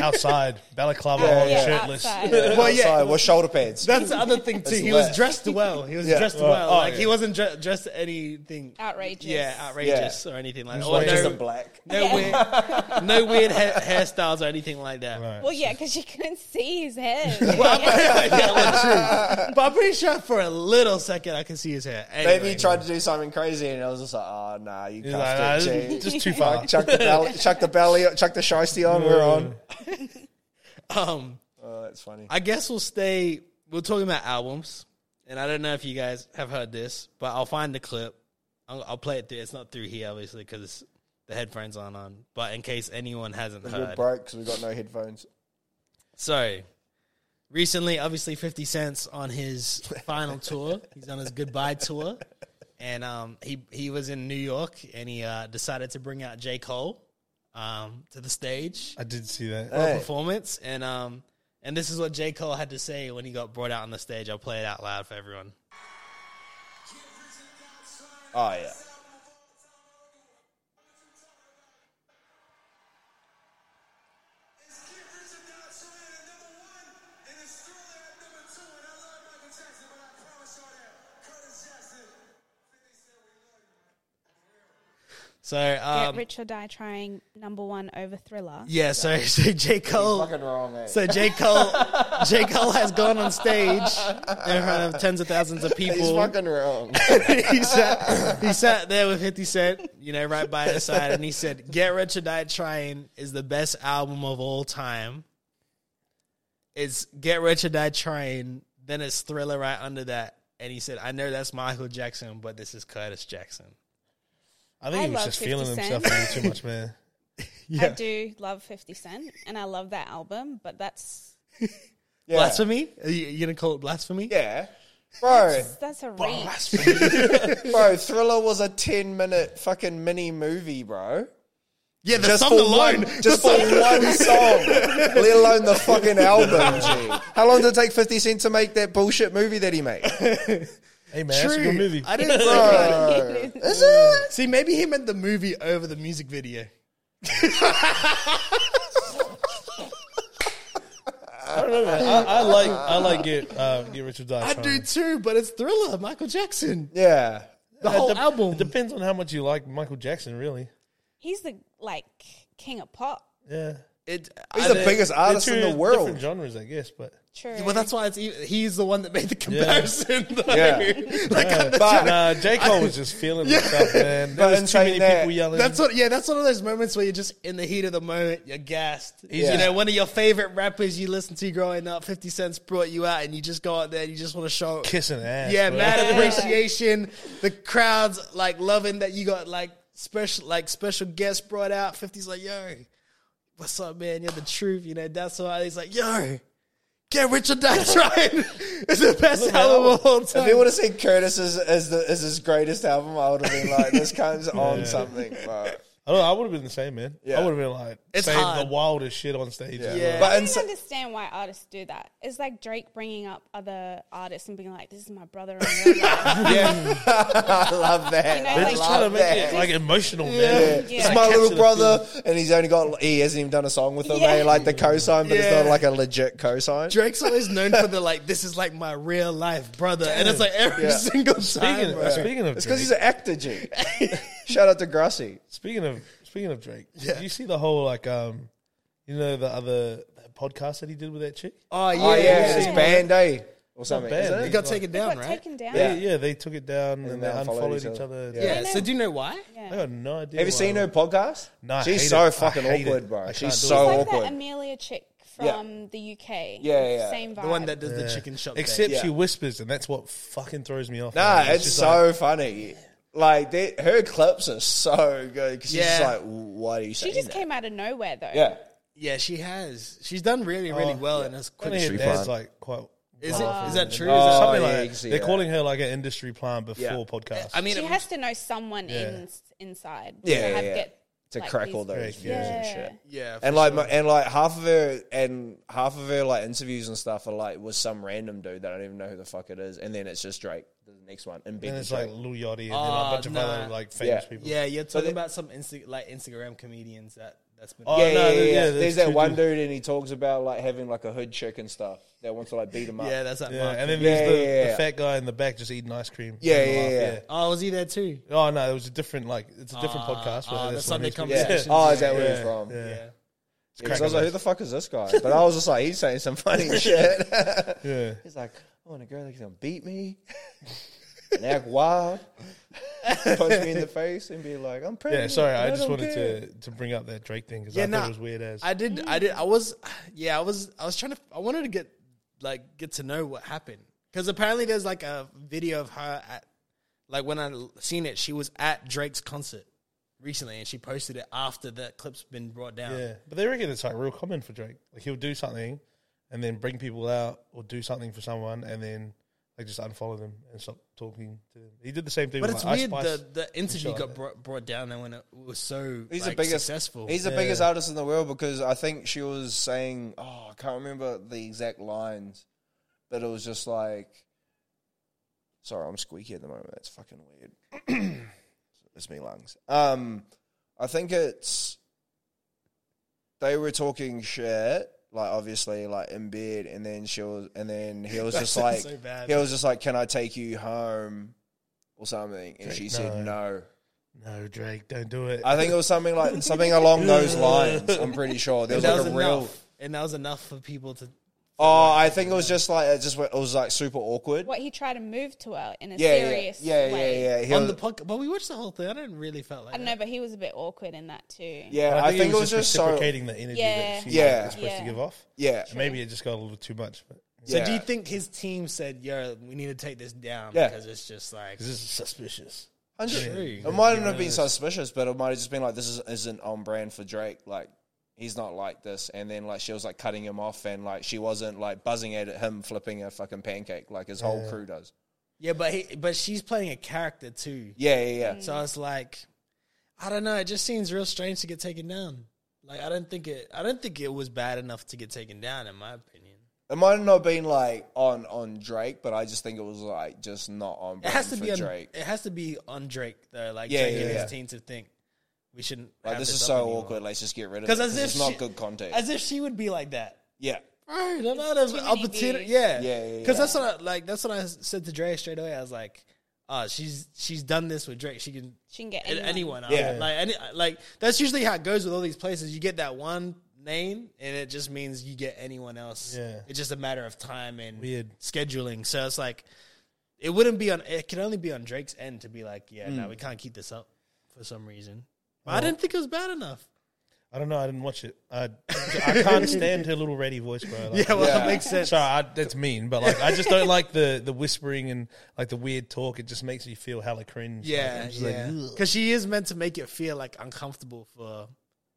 Speaker 2: Outside, balaclava
Speaker 3: Yeah,
Speaker 2: on,
Speaker 3: yeah,
Speaker 2: shirtless.
Speaker 3: outside.
Speaker 1: Well, Oh, yeah.
Speaker 4: Outside with shoulder pads.
Speaker 1: That's the other thing too.
Speaker 4: It's
Speaker 1: He
Speaker 4: wet.
Speaker 1: was dressed well. He was
Speaker 4: Yeah.
Speaker 1: dressed
Speaker 2: Oh,
Speaker 1: well.
Speaker 2: oh,
Speaker 1: like he
Speaker 2: yeah.
Speaker 1: wasn't dre- dressed anything.
Speaker 3: Outrageous.
Speaker 1: Yeah, outrageous or anything like that. Or
Speaker 2: like
Speaker 1: no,
Speaker 4: Just a black.
Speaker 1: no weird, no weird ha- hairstyles or anything like that.
Speaker 2: Right.
Speaker 3: Well, yeah, because you couldn't see his head.
Speaker 1: but I'm pretty sure for a little second I can see his hair. Anyway,
Speaker 4: Maybe he tried to do something crazy, and I was just like, "Oh nah, you
Speaker 2: He's like, nah,
Speaker 4: can't do
Speaker 2: this
Speaker 4: it."
Speaker 2: is
Speaker 4: G."
Speaker 2: just too far.
Speaker 4: Like, chuck the belly, chuck the belly, chuck the shiesty on. We're on.
Speaker 1: Um,
Speaker 4: Oh, that's funny.
Speaker 1: I guess we'll stay. We're talking about albums, and I don't know if you guys have heard this, but I'll find the clip. I'll, I'll play it through. It's not through here, obviously, because the headphones aren't on. But in case anyone hasn't
Speaker 4: We're
Speaker 1: heard,
Speaker 4: broke because we got no headphones.
Speaker 1: So, recently, obviously, Fifty Cent's on his final tour. He's on his goodbye tour, and um, he he was in New York, and he uh, decided to bring out J Cole um, to the stage
Speaker 2: I did see that.
Speaker 1: for a
Speaker 4: Hey.
Speaker 1: performance, and um, And this is what J. Cole had to say when he got brought out on the stage. I'll play it out loud for everyone.
Speaker 4: Oh yeah.
Speaker 1: So,
Speaker 3: Get
Speaker 1: um,
Speaker 3: Rich or Die trying number one over Thriller.
Speaker 1: yeah, so, so J. Cole.
Speaker 4: Fucking wrong, eh?
Speaker 1: So J. Cole, J. Cole has gone on stage in front of tens of thousands of people.
Speaker 4: He's fucking wrong.
Speaker 1: he sat he sat there with 50 Cent, you know, right by his side, and he said, Get Rich or Die Trying is the best album of all time. It's Get Rich or Die Trying, then it's Thriller right under that. And he said, I know that's Michael Jackson, but this is Curtis Jackson.
Speaker 2: I think
Speaker 3: I
Speaker 2: he was
Speaker 3: love
Speaker 2: just
Speaker 3: 50
Speaker 2: feeling
Speaker 3: Cent.
Speaker 2: himself a little too much, man.
Speaker 3: I do love 50 Cent and I love that album, but that's
Speaker 4: Yeah.
Speaker 1: Blasphemy? Are you, you going to call it blasphemy?
Speaker 4: Yeah. Bro,
Speaker 3: that's a reach.
Speaker 4: bro, Thriller was a 10 minute fucking mini movie, bro.
Speaker 1: yeah the
Speaker 4: Just
Speaker 1: song
Speaker 4: for
Speaker 1: alone.
Speaker 4: one, just for one song, let alone the fucking album. G. How long did it take Fifty Cent to make that bullshit movie that he made?
Speaker 2: Hey, man, that's a good movie.
Speaker 1: I didn't think about it. See, maybe he meant the movie over the music video.
Speaker 2: I don't know, man. I, I like, I like get, uh, get Rich or Die.
Speaker 1: I
Speaker 2: Trying.
Speaker 1: do too, but it's Thriller, Michael Jackson.
Speaker 4: Yeah,
Speaker 1: The whole
Speaker 2: Dep-
Speaker 1: album.
Speaker 2: It depends on how much you like Michael Jackson, really.
Speaker 3: He's the like king of pop.
Speaker 2: Yeah,
Speaker 1: It-
Speaker 4: he's
Speaker 1: I
Speaker 4: the
Speaker 1: don't-
Speaker 4: biggest artist in
Speaker 2: They're two
Speaker 4: the world.
Speaker 2: Different genres, I guess, but
Speaker 3: True.
Speaker 1: Well, that's why it's e- he's the one that made the comparison. though.
Speaker 4: Yeah.
Speaker 1: like I'm the
Speaker 4: But-
Speaker 1: joke.
Speaker 2: nah, J Cole was just feeling himself, man.
Speaker 4: But
Speaker 2: There
Speaker 4: in
Speaker 2: was too many
Speaker 4: saying that,
Speaker 2: people yelling.
Speaker 1: that's what. Yeah, that's one of those moments where you're just in the heat of the moment. You're gassed.
Speaker 4: Yeah.
Speaker 1: You know, one of your favorite rappers you listened to growing up, Fifty Cent's brought you out, and you just go out there and you just want to show.
Speaker 2: kissing ass.
Speaker 1: yeah,
Speaker 2: bro.
Speaker 1: mad appreciation. The crowds like loving that you got like special, like special guests brought out. 50's like, yo, what's up, man? You're the truth. You know, that's why he's like, yo, get rich or die trying. it's the best album of all
Speaker 4: If they
Speaker 1: time.
Speaker 4: would have said Curtis is, is, the, is his greatest album, I would have been like, this cunt's on something. Bro.
Speaker 2: I, don't know, I would have been the same, man.
Speaker 4: Yeah.
Speaker 2: I would have been like
Speaker 1: It's
Speaker 2: saying
Speaker 1: hard.
Speaker 2: the wildest shit on stage.
Speaker 4: Yeah.
Speaker 1: Yeah.
Speaker 3: I
Speaker 4: But in,
Speaker 3: don't
Speaker 4: s-
Speaker 3: understand why artists do that. It's like Drake bringing up other artists and being like, "This is my brother." in real life."
Speaker 4: I love that.
Speaker 3: You know,
Speaker 4: I
Speaker 2: They're
Speaker 3: like-
Speaker 2: just trying to
Speaker 4: love
Speaker 2: make
Speaker 4: that.
Speaker 2: it like emotional, man.
Speaker 3: Yeah.
Speaker 4: It's
Speaker 3: Like,
Speaker 4: my
Speaker 2: catch
Speaker 4: little
Speaker 2: it.
Speaker 4: brother, and he's only got he hasn't even done a song with him.
Speaker 3: Yeah.
Speaker 4: eh? like the cosign, but it's
Speaker 1: Yeah.
Speaker 4: not like a legit cosign.
Speaker 1: Drake's always known for the like, this is like my real life brother, and it's like every
Speaker 4: Yeah.
Speaker 1: single time.
Speaker 2: Speaking
Speaker 1: bro.
Speaker 2: of, speaking of Drake,
Speaker 4: It's because he's an actor, G. Shout out to Grassi.
Speaker 2: speaking of speaking of Drake,
Speaker 1: Yeah.
Speaker 2: you see the whole like um, you know the other podcast that he did with that chick.
Speaker 1: oh yeah,
Speaker 4: Oh yeah,
Speaker 1: yeah.
Speaker 4: it's banned, eh? Or something.
Speaker 2: banned,
Speaker 4: isn't it?
Speaker 1: it got taken down,
Speaker 3: got
Speaker 1: right?
Speaker 3: taken down.
Speaker 4: Yeah.
Speaker 2: Yeah, yeah, they took it down and, they
Speaker 4: they unfollowed
Speaker 2: unfollowed
Speaker 4: each
Speaker 2: each
Speaker 4: other.
Speaker 2: other.
Speaker 4: Yeah.
Speaker 1: yeah. So do you know why?
Speaker 2: I got no idea.
Speaker 4: Have you
Speaker 2: why
Speaker 4: seen
Speaker 2: I
Speaker 4: her
Speaker 2: would-
Speaker 4: podcast?
Speaker 2: No, I hate
Speaker 4: she's so
Speaker 2: it. I
Speaker 4: fucking
Speaker 2: hate it.
Speaker 4: awkward,
Speaker 2: I
Speaker 4: bro.
Speaker 2: can't
Speaker 4: She's
Speaker 2: do it.
Speaker 4: so
Speaker 3: It's like that
Speaker 4: awkward.
Speaker 3: Amelia chick from
Speaker 4: Yeah.
Speaker 3: the UK.
Speaker 4: Yeah, yeah, yeah.
Speaker 3: Same vibe.
Speaker 1: The one that does the
Speaker 2: Yeah.
Speaker 1: chicken shop. thing.
Speaker 2: Except she
Speaker 4: Yeah.
Speaker 2: whispers, and that's what fucking throws me off.
Speaker 4: Nah,
Speaker 2: man.
Speaker 4: it's
Speaker 2: just
Speaker 4: so funny. Like they, her clips are so good because she's just
Speaker 1: Yeah.
Speaker 4: like, "Why do you say
Speaker 3: she just
Speaker 4: that?"
Speaker 3: came out of nowhere though.
Speaker 4: yeah,
Speaker 1: yeah, she has. She's done really, really
Speaker 2: Oh,
Speaker 1: well in this
Speaker 2: Like,
Speaker 1: quick.
Speaker 2: I think her
Speaker 4: Industry
Speaker 2: dad's
Speaker 4: plant.
Speaker 2: like quite.
Speaker 1: Is it? Is that true?
Speaker 4: Oh,
Speaker 1: is that
Speaker 2: Something
Speaker 4: yeah, you
Speaker 2: like
Speaker 4: can see
Speaker 2: they're
Speaker 4: that.
Speaker 2: calling her like an industry plant before podcast.
Speaker 1: I mean,
Speaker 3: She
Speaker 1: it-
Speaker 3: has to know someone in, inside. to
Speaker 4: Yeah, yeah,
Speaker 3: have
Speaker 4: yeah.
Speaker 3: Get,
Speaker 4: to
Speaker 3: like,
Speaker 4: crack
Speaker 3: these-
Speaker 4: all those
Speaker 2: Correct,
Speaker 4: views
Speaker 2: yeah.
Speaker 4: and
Speaker 3: Yeah.
Speaker 4: shit.
Speaker 1: yeah, for
Speaker 4: And like, my, and like half of her and half of her like interviews and stuff are like with some random dude that I don't even know who the fuck it is, and then it's just Drake, the next one, and,
Speaker 2: and
Speaker 4: Becky
Speaker 2: it's like
Speaker 4: Drake.
Speaker 2: Lil Yachty and then a bunch of
Speaker 1: Oh, nah.
Speaker 2: other like famous
Speaker 4: Yeah.
Speaker 2: people.
Speaker 1: Yeah, you're talking
Speaker 4: they-
Speaker 1: about some Insta- like Instagram comedians that that's been.
Speaker 2: Oh,
Speaker 4: yeah,
Speaker 2: no,
Speaker 4: yeah, yeah,
Speaker 2: yeah,
Speaker 4: yeah.
Speaker 2: there's
Speaker 4: There's that
Speaker 2: two
Speaker 4: one
Speaker 2: dudes.
Speaker 4: dude, and he talks about like having like a hood chick and stuff that wants to like beat him up.
Speaker 1: yeah, that's that.
Speaker 2: Yeah,
Speaker 1: Mark.
Speaker 2: and then
Speaker 4: Yeah,
Speaker 2: there's the,
Speaker 4: yeah, yeah.
Speaker 2: the fat guy in the back just eating ice cream.
Speaker 4: Yeah,
Speaker 2: having a
Speaker 4: yeah,
Speaker 2: laugh,
Speaker 4: yeah.
Speaker 1: oh, was he there too?
Speaker 2: Oh no, it was a different like it's a different podcast. where
Speaker 1: ah,
Speaker 2: that's
Speaker 1: the Sunday
Speaker 2: one
Speaker 1: Yeah.
Speaker 4: Yeah.
Speaker 2: he's-
Speaker 1: Conversation.
Speaker 4: Oh, is that
Speaker 1: Yeah.
Speaker 4: where he's
Speaker 2: Yeah.
Speaker 4: from?
Speaker 2: Yeah.
Speaker 1: Yeah.
Speaker 4: Because I was like, who the fuck is this guy? But I was just like, he's saying some funny shit.
Speaker 2: Yeah.
Speaker 4: he's like, I want a girl that's gonna beat me and act wild, punch me in the face, and be like, I'm
Speaker 2: Yeah,
Speaker 4: pregnant.
Speaker 2: sorry,
Speaker 4: and
Speaker 2: I just
Speaker 4: don't
Speaker 2: wanted
Speaker 4: care."
Speaker 2: to, to bring up that Drake thing because
Speaker 1: Yeah,
Speaker 2: I thought
Speaker 1: nah,
Speaker 2: it was weird as.
Speaker 1: I did. I did. I was. Yeah, I was. I was trying to. I wanted to get like get to know what happened because apparently there's like a video of her at like when I l- seen it, she was at Drake's concert recently, and she posted it after that clip's been brought down.
Speaker 2: yeah, but they reckon it's like real common for Drake. Like he'll do something and then bring people out or do something for someone and then they just unfollow them and stop talking to them. He did the same thing.
Speaker 1: But
Speaker 2: with
Speaker 1: it's
Speaker 2: like,
Speaker 1: weird
Speaker 2: Ice Spice.
Speaker 1: the, the interview
Speaker 2: like
Speaker 1: got
Speaker 2: that.
Speaker 1: brought, brought down and when it was so
Speaker 4: He's
Speaker 1: like,
Speaker 4: the biggest.
Speaker 1: successful.
Speaker 4: He's the biggest artist in the world because I think she was saying, "Oh, I can't remember the exact lines, but it was just like, sorry, I'm squeaky at the moment. That's fucking weird. it's me lungs. Um, I think it's they were talking shit, like obviously, like in bed, and then she was, and then he was
Speaker 1: That
Speaker 4: just like,
Speaker 1: sounds so bad.
Speaker 4: he was just like, "Can I take you home?" or something, and she said no.
Speaker 2: No, Drake, don't do it.
Speaker 4: I think it was something like something along those lines. I'm pretty sure there was
Speaker 1: that
Speaker 4: like
Speaker 1: was
Speaker 4: a
Speaker 1: enough,
Speaker 4: real.
Speaker 1: and that was enough for people to.
Speaker 4: Oh, I think it was just like it just went- it was like super awkward.
Speaker 3: What he tried to move to her in a
Speaker 4: Yeah, yeah,
Speaker 3: serious
Speaker 4: yeah, yeah,
Speaker 3: way.
Speaker 4: yeah. He
Speaker 1: on
Speaker 4: was-
Speaker 1: the podcast, but we watched the whole thing. I didn't really felt like
Speaker 3: I don't know, but he was a bit awkward in that too.
Speaker 4: yeah, I think it was just so.
Speaker 2: reciprocating the energy
Speaker 3: Yeah.
Speaker 2: that she
Speaker 4: Yeah.
Speaker 2: was supposed to
Speaker 3: Yeah.
Speaker 2: give off.
Speaker 4: Yeah,
Speaker 2: And maybe it just got a little too much. But
Speaker 1: So do
Speaker 4: yeah.
Speaker 1: you think his team said, "Yo, we need to take this down
Speaker 4: Yeah.
Speaker 1: because it's just like
Speaker 2: this is suspicious.
Speaker 4: Hundred-
Speaker 1: True.
Speaker 4: It mightn't have been suspicious, but it might have just been like this is, isn't on brand for Drake. Like he's not like this. And then like she was like cutting him off, and like she wasn't like buzzing at him flipping a fucking pancake like his whole crew does.
Speaker 1: yeah?" But he, but she's playing a character too,
Speaker 4: Yeah, yeah, yeah.
Speaker 1: so it's like, I don't know. It just seems real strange to get taken down. Like I don't think it. I don't think it was bad enough to get taken down, in my opinion.
Speaker 4: It might have not been like on on Drake, but I just think it was like just not on
Speaker 1: It
Speaker 4: brand
Speaker 1: has to
Speaker 4: for
Speaker 1: be on.
Speaker 4: Drake.
Speaker 1: It has to be on Drake though. Like
Speaker 4: Yeah,
Speaker 1: Drake
Speaker 4: yeah,
Speaker 1: and
Speaker 4: yeah.
Speaker 1: his team to think we shouldn't.
Speaker 4: Like
Speaker 1: have
Speaker 4: this, is
Speaker 1: up
Speaker 4: so
Speaker 1: anymore.
Speaker 4: awkward. Let's just get rid of it.
Speaker 1: Because
Speaker 4: 'cause
Speaker 1: as if
Speaker 4: it's not
Speaker 1: she-
Speaker 4: good content.
Speaker 1: As if she would be like that.
Speaker 4: yeah,
Speaker 1: Right, a lot of
Speaker 3: too many
Speaker 1: opportunity.
Speaker 3: views.
Speaker 1: Yeah,
Speaker 4: Yeah, yeah,
Speaker 1: Because
Speaker 4: yeah.
Speaker 1: that's what I like. That's what I said to Dre straight away. I was like, "Oh, she's she's done this with Drake. She can
Speaker 3: She can get
Speaker 1: anyone.
Speaker 3: anyone.
Speaker 1: anyone
Speaker 4: Yeah.
Speaker 1: yeah, like any, like that's usually how it goes with all these places. You get that one name, and it just means you get anyone else.
Speaker 2: Yeah.
Speaker 1: it's just a matter of time and
Speaker 2: Weird.
Speaker 1: scheduling. So it's like it wouldn't be on. It can only be on Drake's end to be like, "Yeah, no, we can't keep this up for some reason." But I didn't think it was bad enough.
Speaker 2: I don't know. I didn't watch it. I, I can't stand her little ratty voice, bro. Like,
Speaker 1: Yeah, well,
Speaker 4: Yeah.
Speaker 1: that makes sense.
Speaker 2: Sorry, I, that's mean, but like I just don't like the the whispering and like the weird talk. It just makes you feel hella cringe. Like,
Speaker 1: Yeah,
Speaker 2: I'm just like,
Speaker 1: yeah. Because
Speaker 2: "Ugh."
Speaker 1: she is meant to make it feel like uncomfortable for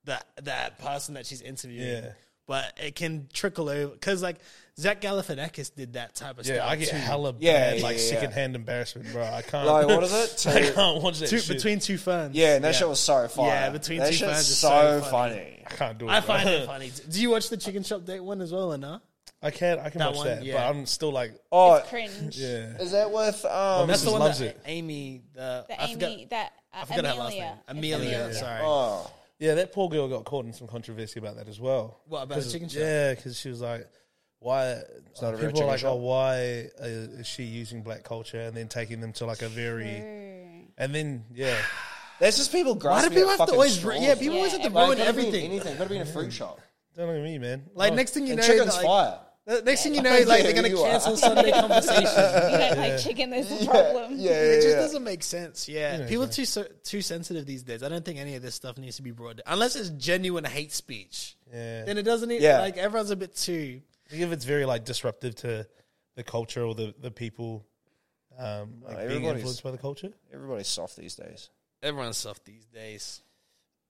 Speaker 1: that that person that she's interviewing.
Speaker 2: Yeah.
Speaker 1: But it can trickle over because like Zach Galifianakis did that type of
Speaker 2: yeah,
Speaker 1: stuff
Speaker 2: I get
Speaker 1: too.
Speaker 2: hella
Speaker 4: Yeah,
Speaker 2: bad, like
Speaker 4: yeah, yeah.
Speaker 2: secondhand embarrassment, bro. I can't.
Speaker 4: like what is it? Two-
Speaker 2: I can't watch that
Speaker 1: Two-
Speaker 2: shit.
Speaker 1: between two ferns.
Speaker 4: yeah, and that shit was so funny.
Speaker 1: Yeah, between
Speaker 4: that
Speaker 1: two
Speaker 4: shit's
Speaker 1: fans is
Speaker 4: so
Speaker 1: so
Speaker 4: funny.
Speaker 2: I can't do it.
Speaker 1: I
Speaker 2: bro.
Speaker 1: find it funny. Do you watch the Chicken Shop Date one as well or not?
Speaker 2: I can. I can
Speaker 1: That
Speaker 2: watch
Speaker 1: one,
Speaker 2: that,
Speaker 1: yeah.
Speaker 2: but I'm still like,
Speaker 4: Oh,
Speaker 3: It's cringe.
Speaker 2: yeah.
Speaker 4: is that with
Speaker 1: That's
Speaker 2: That's
Speaker 4: um?
Speaker 2: Just
Speaker 1: the one
Speaker 2: loves
Speaker 1: that
Speaker 2: it.
Speaker 1: Amy. The,
Speaker 3: The
Speaker 1: I
Speaker 3: Amy
Speaker 1: forgot,
Speaker 3: that uh,
Speaker 1: I forgot her
Speaker 3: Amelia.
Speaker 1: last name.
Speaker 3: It's
Speaker 1: Amelia. Sorry.
Speaker 4: oh,
Speaker 2: Yeah, that poor girl got caught in some controversy about that as well.
Speaker 1: What, about
Speaker 2: 'Cause-
Speaker 1: the chicken shop?
Speaker 2: Yeah, because she was like, "Why?"
Speaker 4: not a real
Speaker 2: people
Speaker 4: chicken
Speaker 2: are like,
Speaker 4: shop.
Speaker 2: "Oh, why uh, is she using black culture and then taking them to like a very
Speaker 3: True.
Speaker 2: and then yeah,
Speaker 4: that's just people
Speaker 1: Why do
Speaker 4: grasping.
Speaker 1: people
Speaker 4: at
Speaker 1: have to
Speaker 4: fucking
Speaker 1: always?
Speaker 4: straws,
Speaker 1: Yeah, people
Speaker 4: man.
Speaker 1: always have to
Speaker 3: Yeah.
Speaker 1: ruin
Speaker 4: Like, could've been
Speaker 1: everything.
Speaker 4: Anything could have been a fruit shop.
Speaker 2: don't know me, man.
Speaker 1: Like
Speaker 2: Oh,
Speaker 1: next thing you
Speaker 4: And
Speaker 1: know,
Speaker 4: chicken's
Speaker 1: like,
Speaker 4: fire.
Speaker 1: the next thing you know, like they're gonna
Speaker 4: You are.
Speaker 1: cancel Sunday conversation.
Speaker 3: You don't like chicken, there's a problem.
Speaker 4: Yeah, yeah,
Speaker 1: It just
Speaker 4: yeah.
Speaker 1: doesn't make sense. Yeah, people are too so, too sensitive these days. I don't think any of this stuff needs to be brought down. unless it's genuine hate speech.
Speaker 2: Yeah.
Speaker 1: Then it doesn't. Even,
Speaker 4: Yeah.
Speaker 1: like everyone's a bit too.
Speaker 2: Like, if it's very like disruptive to the culture or the the people, um, like being
Speaker 4: Oh, everybody's-
Speaker 2: influenced by the culture.
Speaker 4: Everybody's soft these days.
Speaker 1: Everyone's soft these days.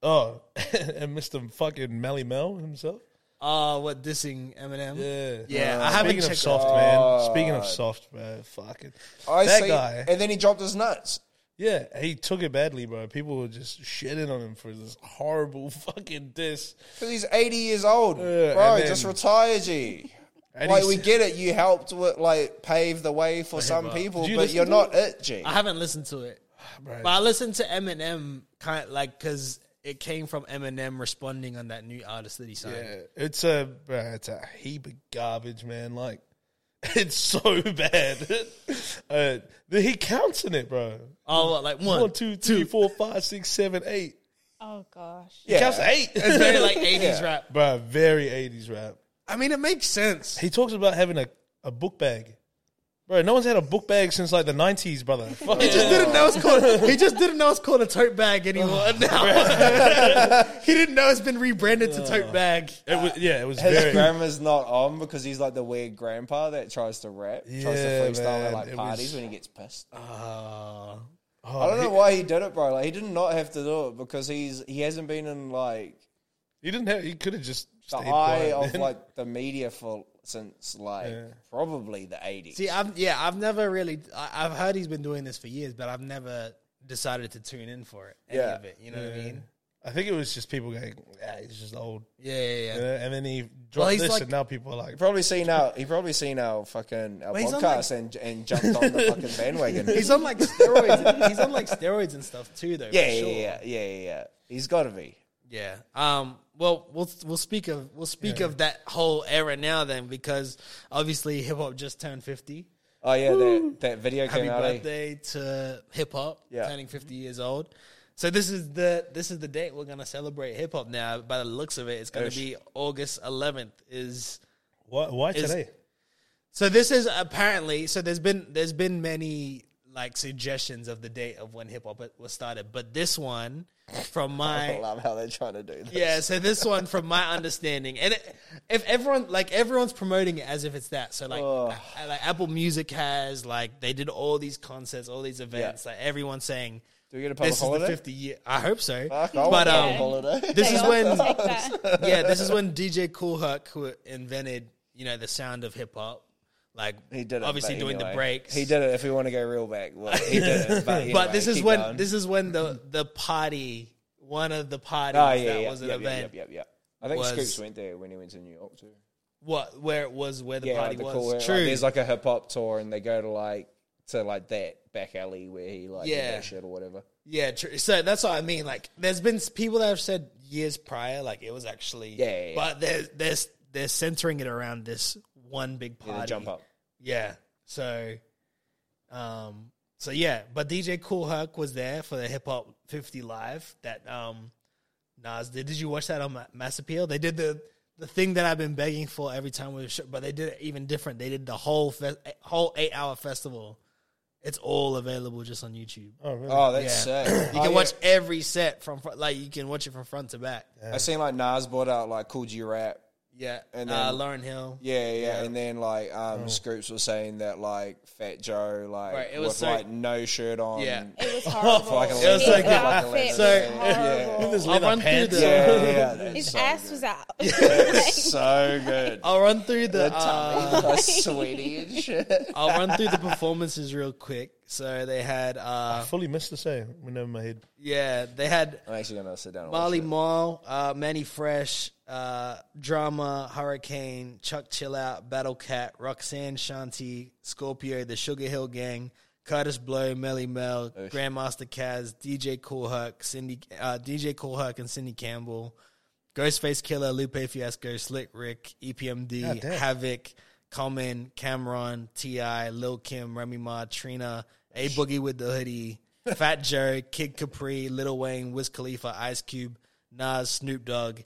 Speaker 2: Oh, and Mr. Fucking Melly Mel himself.
Speaker 1: Oh, what dissing Eminem?
Speaker 2: Yeah,
Speaker 1: Yeah, I haven't
Speaker 2: Speaking of
Speaker 1: checked.
Speaker 2: soft,
Speaker 1: out-
Speaker 2: man. Speaking of soft, man. Fucking
Speaker 4: I
Speaker 2: that
Speaker 4: see,
Speaker 2: guy.
Speaker 4: and then he dropped his nuts.
Speaker 2: Yeah, he took it badly, bro. People were just shitting on him for this horrible fucking diss.
Speaker 4: Because he's 80 years old. Bro,
Speaker 2: and then-
Speaker 4: just retire, G.
Speaker 2: And
Speaker 4: like,
Speaker 2: he
Speaker 4: we
Speaker 2: said-
Speaker 4: get it. You helped, with, like, pave the way for some people,
Speaker 2: Did you
Speaker 4: but
Speaker 2: listen
Speaker 4: you're
Speaker 2: to
Speaker 4: not it, G.
Speaker 2: Ah,
Speaker 1: I haven't listened to it,
Speaker 2: Bro,
Speaker 1: but I listened to Eminem kind of like because it came from Eminem responding on that new artist that he signed.
Speaker 2: yeah, it's a bro, it's a heap of garbage, man. Like it's so bad. uh, the- he counts in it, bro.
Speaker 1: Oh, what, like one,
Speaker 2: One, two, three, four, five, six, seven, eight.
Speaker 3: Oh gosh.
Speaker 2: He counts eight.
Speaker 1: It's very like eighties rap.
Speaker 2: bro, very eighties rap.
Speaker 1: I mean, it makes sense.
Speaker 2: He talks about having a, a book bag. Bro, no one's had a book bag since like the nineties, brother. Fuck.
Speaker 1: He just didn't know it's called. He just didn't know it's called a tote bag anymore.
Speaker 4: Oh.
Speaker 1: Now he didn't know it's been rebranded to tote bag.
Speaker 2: It was, yeah, it was
Speaker 4: His
Speaker 2: very
Speaker 4: grandma's not on because he's like the weird grandpa that tries to rap, tries to
Speaker 2: Yeah,
Speaker 4: freestyle
Speaker 2: man,
Speaker 4: at like
Speaker 2: it was-
Speaker 4: parties
Speaker 2: Ah,
Speaker 4: when he gets pissed.
Speaker 1: Uh,
Speaker 4: I don't know why he did it, bro. Like he did not have to do it because he's he hasn't been in like
Speaker 2: He didn't have. He could have just
Speaker 4: the
Speaker 2: stayed
Speaker 4: eye
Speaker 2: quiet.
Speaker 4: of
Speaker 2: then.
Speaker 4: like the media for since like probably the eighties.
Speaker 1: see, I've yeah, I've never really. I, I've heard he's been doing this for years, but I've never decided to tune in for it. Any
Speaker 4: Yeah.
Speaker 1: of it, you know what I mean?
Speaker 2: I think it was just people going, yeah, he's just old.
Speaker 1: Yeah, yeah,
Speaker 2: You
Speaker 1: yeah.
Speaker 2: know? And then he dropped
Speaker 1: Well, he's
Speaker 2: this,
Speaker 1: like-
Speaker 2: and now people are like,
Speaker 4: He probably seen our he probably seen our fucking our
Speaker 1: Well, he's on,
Speaker 4: podcast and and jumped on the fucking bandwagon.
Speaker 1: He's on like steroids. he's on like steroids and stuff too, though.
Speaker 4: yeah,
Speaker 1: for sure.
Speaker 4: yeah, yeah, yeah, yeah, yeah. He's got to be.
Speaker 1: Yeah. Um. Well, we'll we'll speak of we'll speak of that whole era now then because obviously hip hop just turned fifty.
Speaker 4: Oh yeah, that that video
Speaker 1: Happy
Speaker 4: came out. eh?
Speaker 1: birthday to hip hop
Speaker 4: Yeah.
Speaker 1: turning fifty years old. So this is the this is the date we're gonna celebrate hip hop now. By the looks of it, it's gonna
Speaker 4: Ish.
Speaker 1: be August eleventh. Is
Speaker 2: why, why
Speaker 1: Is-
Speaker 2: today?
Speaker 1: so this is apparently so there's been there's been many like suggestions of the date of when hip hop was started, but this one from my
Speaker 4: I love how they're trying to do this.
Speaker 1: Yeah, so this one, from my understanding, and it, if everyone like everyone's promoting it as if it's that, so like uh, like Apple Music has like they did all these concerts, all these events, like everyone's saying
Speaker 4: Do we get a public
Speaker 1: this is the
Speaker 4: holiday?
Speaker 1: fifty year. I hope so,
Speaker 4: Fuck, I
Speaker 1: but
Speaker 4: want a public
Speaker 1: um,
Speaker 4: holiday.
Speaker 1: this
Speaker 3: They
Speaker 1: is
Speaker 3: all
Speaker 1: when
Speaker 3: take that.
Speaker 1: yeah, this is when DJ Cool Herc who invented you know the sound of hip hop, like
Speaker 4: he did it,
Speaker 1: obviously
Speaker 4: but
Speaker 1: doing the
Speaker 4: anyway.
Speaker 1: breaks.
Speaker 4: He did it. If we want to go real back, well, he did it. But,
Speaker 1: but
Speaker 4: anyway,
Speaker 1: this is
Speaker 4: keep
Speaker 1: when
Speaker 4: going.
Speaker 1: this is when the the party one of the parties
Speaker 4: Oh, yeah,
Speaker 1: that
Speaker 4: yeah,
Speaker 1: was an
Speaker 4: yeah, yeah,
Speaker 1: event.
Speaker 4: yeah, yeah, yeah. I think
Speaker 1: was-
Speaker 4: Scoops went there when he went to New York too.
Speaker 1: What where it was where the
Speaker 4: yeah,
Speaker 1: party
Speaker 4: the
Speaker 1: was
Speaker 4: cool.
Speaker 1: true.
Speaker 4: Like, there's like a hip hop tour, and they go to like to like that back alley where he like did
Speaker 1: Yeah.
Speaker 4: that shit or whatever.
Speaker 1: Yeah, true. So that's what I mean. Like, there's been s- people that have said years prior, like it was actually,
Speaker 4: Yeah, yeah, yeah.
Speaker 1: but there's there's they're centering it around this one big
Speaker 4: Yeah,
Speaker 1: party.
Speaker 4: the jump up.
Speaker 1: Yeah. So, um, so yeah, but DJ Cool Herc was there for the Hip Hop 50 Live that um Nas did. Did you watch that on Ma- Mass Appeal? They did the the thing that I've been begging for every time we show, but they did it even different. They did the whole fe- eh, whole eight hour festival. It's all available just on YouTube.
Speaker 2: Oh, really?
Speaker 4: Oh, that's
Speaker 1: Yeah.
Speaker 4: sick.
Speaker 1: You can watch every set from fr- like you can watch it from front to back.
Speaker 4: I seen like Nas brought out like Cool G Rap.
Speaker 1: Yeah,
Speaker 4: And
Speaker 1: uh,
Speaker 4: then-
Speaker 1: Lauren Hill.
Speaker 4: Yeah, yeah, and then like um, Scoops was saying that like Fat Joe like
Speaker 1: Mm. Right, it was
Speaker 4: was
Speaker 1: so-
Speaker 4: like no shirt on.
Speaker 1: Yeah.
Speaker 3: It was horrible.
Speaker 4: like a
Speaker 3: His
Speaker 4: leather-
Speaker 1: was like
Speaker 4: like a
Speaker 3: outfit
Speaker 4: leather
Speaker 3: was
Speaker 1: thing.
Speaker 3: horrible.
Speaker 2: His
Speaker 1: I'll
Speaker 2: leather
Speaker 1: run through
Speaker 2: pants.
Speaker 1: the.
Speaker 4: Yeah, yeah, yeah. that's
Speaker 3: His
Speaker 4: so
Speaker 3: ass
Speaker 4: good.
Speaker 3: was out.
Speaker 4: That's so good.
Speaker 1: I'll run through the. uh,
Speaker 4: Tummy, like, sweaty and shit.
Speaker 1: I'll run through the performances real quick. So they had,
Speaker 2: I
Speaker 1: uh,
Speaker 2: fully missed the same. Went over my head.
Speaker 1: yeah, they had
Speaker 4: I'm actually gonna sit down. and watch
Speaker 1: Molly
Speaker 4: it.
Speaker 1: Mall, uh, Manny Fresh, uh, Drama, Hurricane, Chuck Chill Out, Battle Cat, Roxanne Shanti, Scorpio, The Sugar Hill Gang, Curtis Blow, Melly Mel, Grandmaster Caz, DJ Cool Herc, Cindy, uh, DJ Cool Herc and Cindy Campbell, Ghostface Killer, Lupe Fiasco, Slick Rick, E EPMD,
Speaker 2: God damn.
Speaker 1: Havoc, Common, Cameron, T.I., Lil Kim, Remy Ma, Trina, A Boogie with the Hoodie, Fat Joe, Kid Capri, Lil Wayne, Wiz Khalifa, Ice Cube, Nas, Snoop Dogg,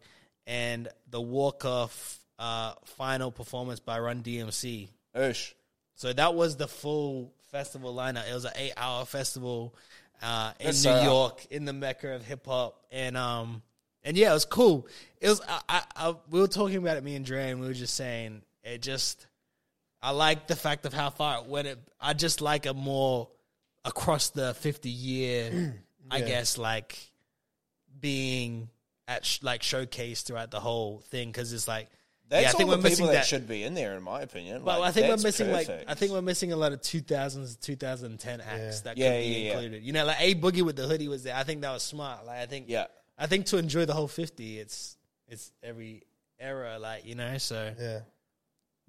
Speaker 1: and the walk off uh, final performance by Run DMC.
Speaker 4: Ish.
Speaker 1: So that was the full festival lineup. It was an eight hour festival uh, in
Speaker 4: That's
Speaker 1: New
Speaker 4: so-
Speaker 1: York, in the mecca of hip hop, and um and yeah, it was cool. It was I, I, I we were talking about it, me and Dre, and we were just saying it just. I like the fact of how far it went. It, I just like a more across the fifty year, I guess, like being at sh- like showcased throughout the whole thing because it's like
Speaker 4: That's
Speaker 1: yeah, I think
Speaker 4: all
Speaker 1: we're
Speaker 4: the
Speaker 1: missing
Speaker 4: people that,
Speaker 1: that
Speaker 4: should be in there, in my opinion.
Speaker 1: but
Speaker 4: Like,
Speaker 1: I think we're
Speaker 4: that's
Speaker 1: missing like
Speaker 4: perfect.
Speaker 1: I think we're missing a lot of 2000s 2010 acts that
Speaker 4: Yeah,
Speaker 1: could be
Speaker 4: yeah, yeah.
Speaker 1: included. You know, like A Boogie with the hoodie was there. I think that was smart. Like I think
Speaker 4: Yeah.
Speaker 1: I think to enjoy the whole 50, it's it's every era like, you know, so
Speaker 2: Yeah.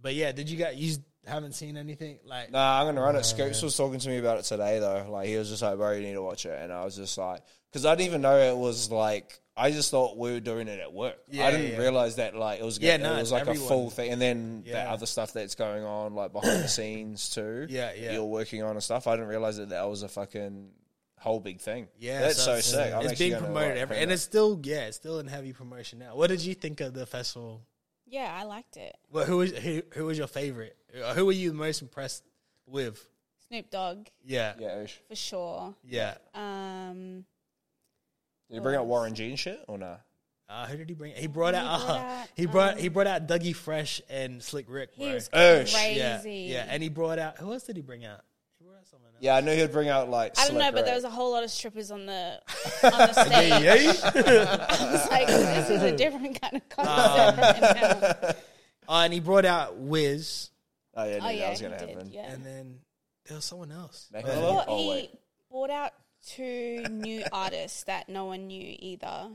Speaker 1: but yeah, did you guys you haven't seen anything like
Speaker 4: Nah, I'm gonna run it. Scoops was talking to me about it today though. Like he was just like, "Bro, you need to watch it," and I was just like, "Cause I didn't even know it was like." I just thought we were doing it at work.
Speaker 1: Yeah,
Speaker 4: I didn't
Speaker 1: yeah.
Speaker 4: realize that like it was
Speaker 1: Yeah,
Speaker 4: yeah,
Speaker 1: no,
Speaker 4: it was like
Speaker 1: everyone-
Speaker 4: a full thing, and then
Speaker 1: Yeah.
Speaker 4: the other stuff that's going on like behind the scenes too.
Speaker 1: Yeah, yeah.
Speaker 4: that You're working on and stuff. I didn't realize that that was a fucking whole big thing.
Speaker 1: yeah,
Speaker 4: that's so,
Speaker 1: it's-
Speaker 4: sick. I'm
Speaker 1: it's
Speaker 4: actually
Speaker 1: being
Speaker 4: gonna,
Speaker 1: promoted
Speaker 4: like,
Speaker 1: every,
Speaker 4: print
Speaker 1: and
Speaker 4: it.
Speaker 1: it's still yeah, it's still in heavy promotion now. What did you think of the festival?
Speaker 3: yeah, I liked it.
Speaker 1: Well, who was who, who was your favorite? Who were you most impressed with?
Speaker 3: Snoop Dogg
Speaker 1: Yeah. Yeah.
Speaker 4: yeah. ish.
Speaker 3: for sure.
Speaker 1: yeah.
Speaker 3: Um,
Speaker 4: Did you bring out Warren G and shit or nah?
Speaker 1: Uh, who did he bring? He brought out.
Speaker 3: brought
Speaker 1: uh,
Speaker 3: out,
Speaker 1: he brought
Speaker 3: um,
Speaker 1: he brought out Dougie Fresh and Slick Rick.
Speaker 3: he
Speaker 1: bro.
Speaker 3: was
Speaker 4: Oh,
Speaker 3: crazy.
Speaker 4: sh-
Speaker 1: yeah, yeah, and he brought out. Who else did he bring out? He brought out someone else.
Speaker 4: Yeah, I knew he'd bring out like.
Speaker 3: I don't know,
Speaker 4: Slick
Speaker 3: but there was
Speaker 4: Rick.
Speaker 3: a whole lot of strippers on the on the stage. I was like, this is a different kind of
Speaker 1: Ah.
Speaker 3: concert. than hell.
Speaker 1: Uh, and he brought out Wiz,
Speaker 4: Oh yeah, no,
Speaker 3: oh yeah,
Speaker 4: that was gonna
Speaker 3: he did.
Speaker 4: happen.
Speaker 3: Yeah.
Speaker 1: and then there was someone else.
Speaker 4: Mac
Speaker 3: I
Speaker 4: Miller?
Speaker 3: thought
Speaker 4: Oh,
Speaker 3: he
Speaker 4: wait.
Speaker 3: brought out two new artists that no one knew either.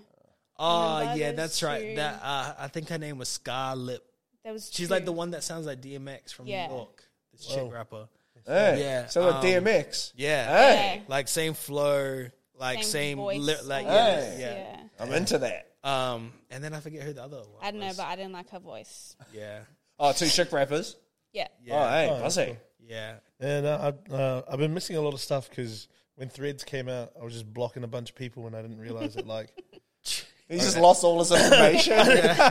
Speaker 1: Oh
Speaker 3: Remember
Speaker 1: yeah,
Speaker 3: those
Speaker 1: that's right.
Speaker 3: two?
Speaker 1: That uh, I think her name was Scarlett.
Speaker 3: There was
Speaker 1: She's like
Speaker 3: two.
Speaker 1: the one that sounds like DMX from
Speaker 3: Yeah.
Speaker 1: New York. This
Speaker 2: Whoa.
Speaker 1: chick rapper.
Speaker 4: Hey,
Speaker 1: Yeah,
Speaker 4: So with
Speaker 1: um,
Speaker 4: DMX.
Speaker 1: Yeah,
Speaker 4: Hey.
Speaker 3: Yeah.
Speaker 1: like same flow, like same,
Speaker 3: voice,
Speaker 1: li- like
Speaker 3: all
Speaker 1: yeah,
Speaker 3: that.
Speaker 1: yeah.
Speaker 4: I'm into that.
Speaker 1: Um, and then I forget who the other one.
Speaker 3: I don't know,
Speaker 1: was.
Speaker 3: but I didn't like her voice.
Speaker 1: yeah,
Speaker 4: Oh, two chick rappers.
Speaker 3: Yeah.
Speaker 4: Oh,
Speaker 1: yeah,
Speaker 4: hey,
Speaker 2: Oh, that's
Speaker 4: buzzy.
Speaker 2: cool.
Speaker 1: yeah.
Speaker 2: And uh, I, uh, I've been missing a lot of stuff because when Threads came out, I was just blocking a bunch of people and I didn't realize it. Like,
Speaker 4: He just lost all his information.
Speaker 2: I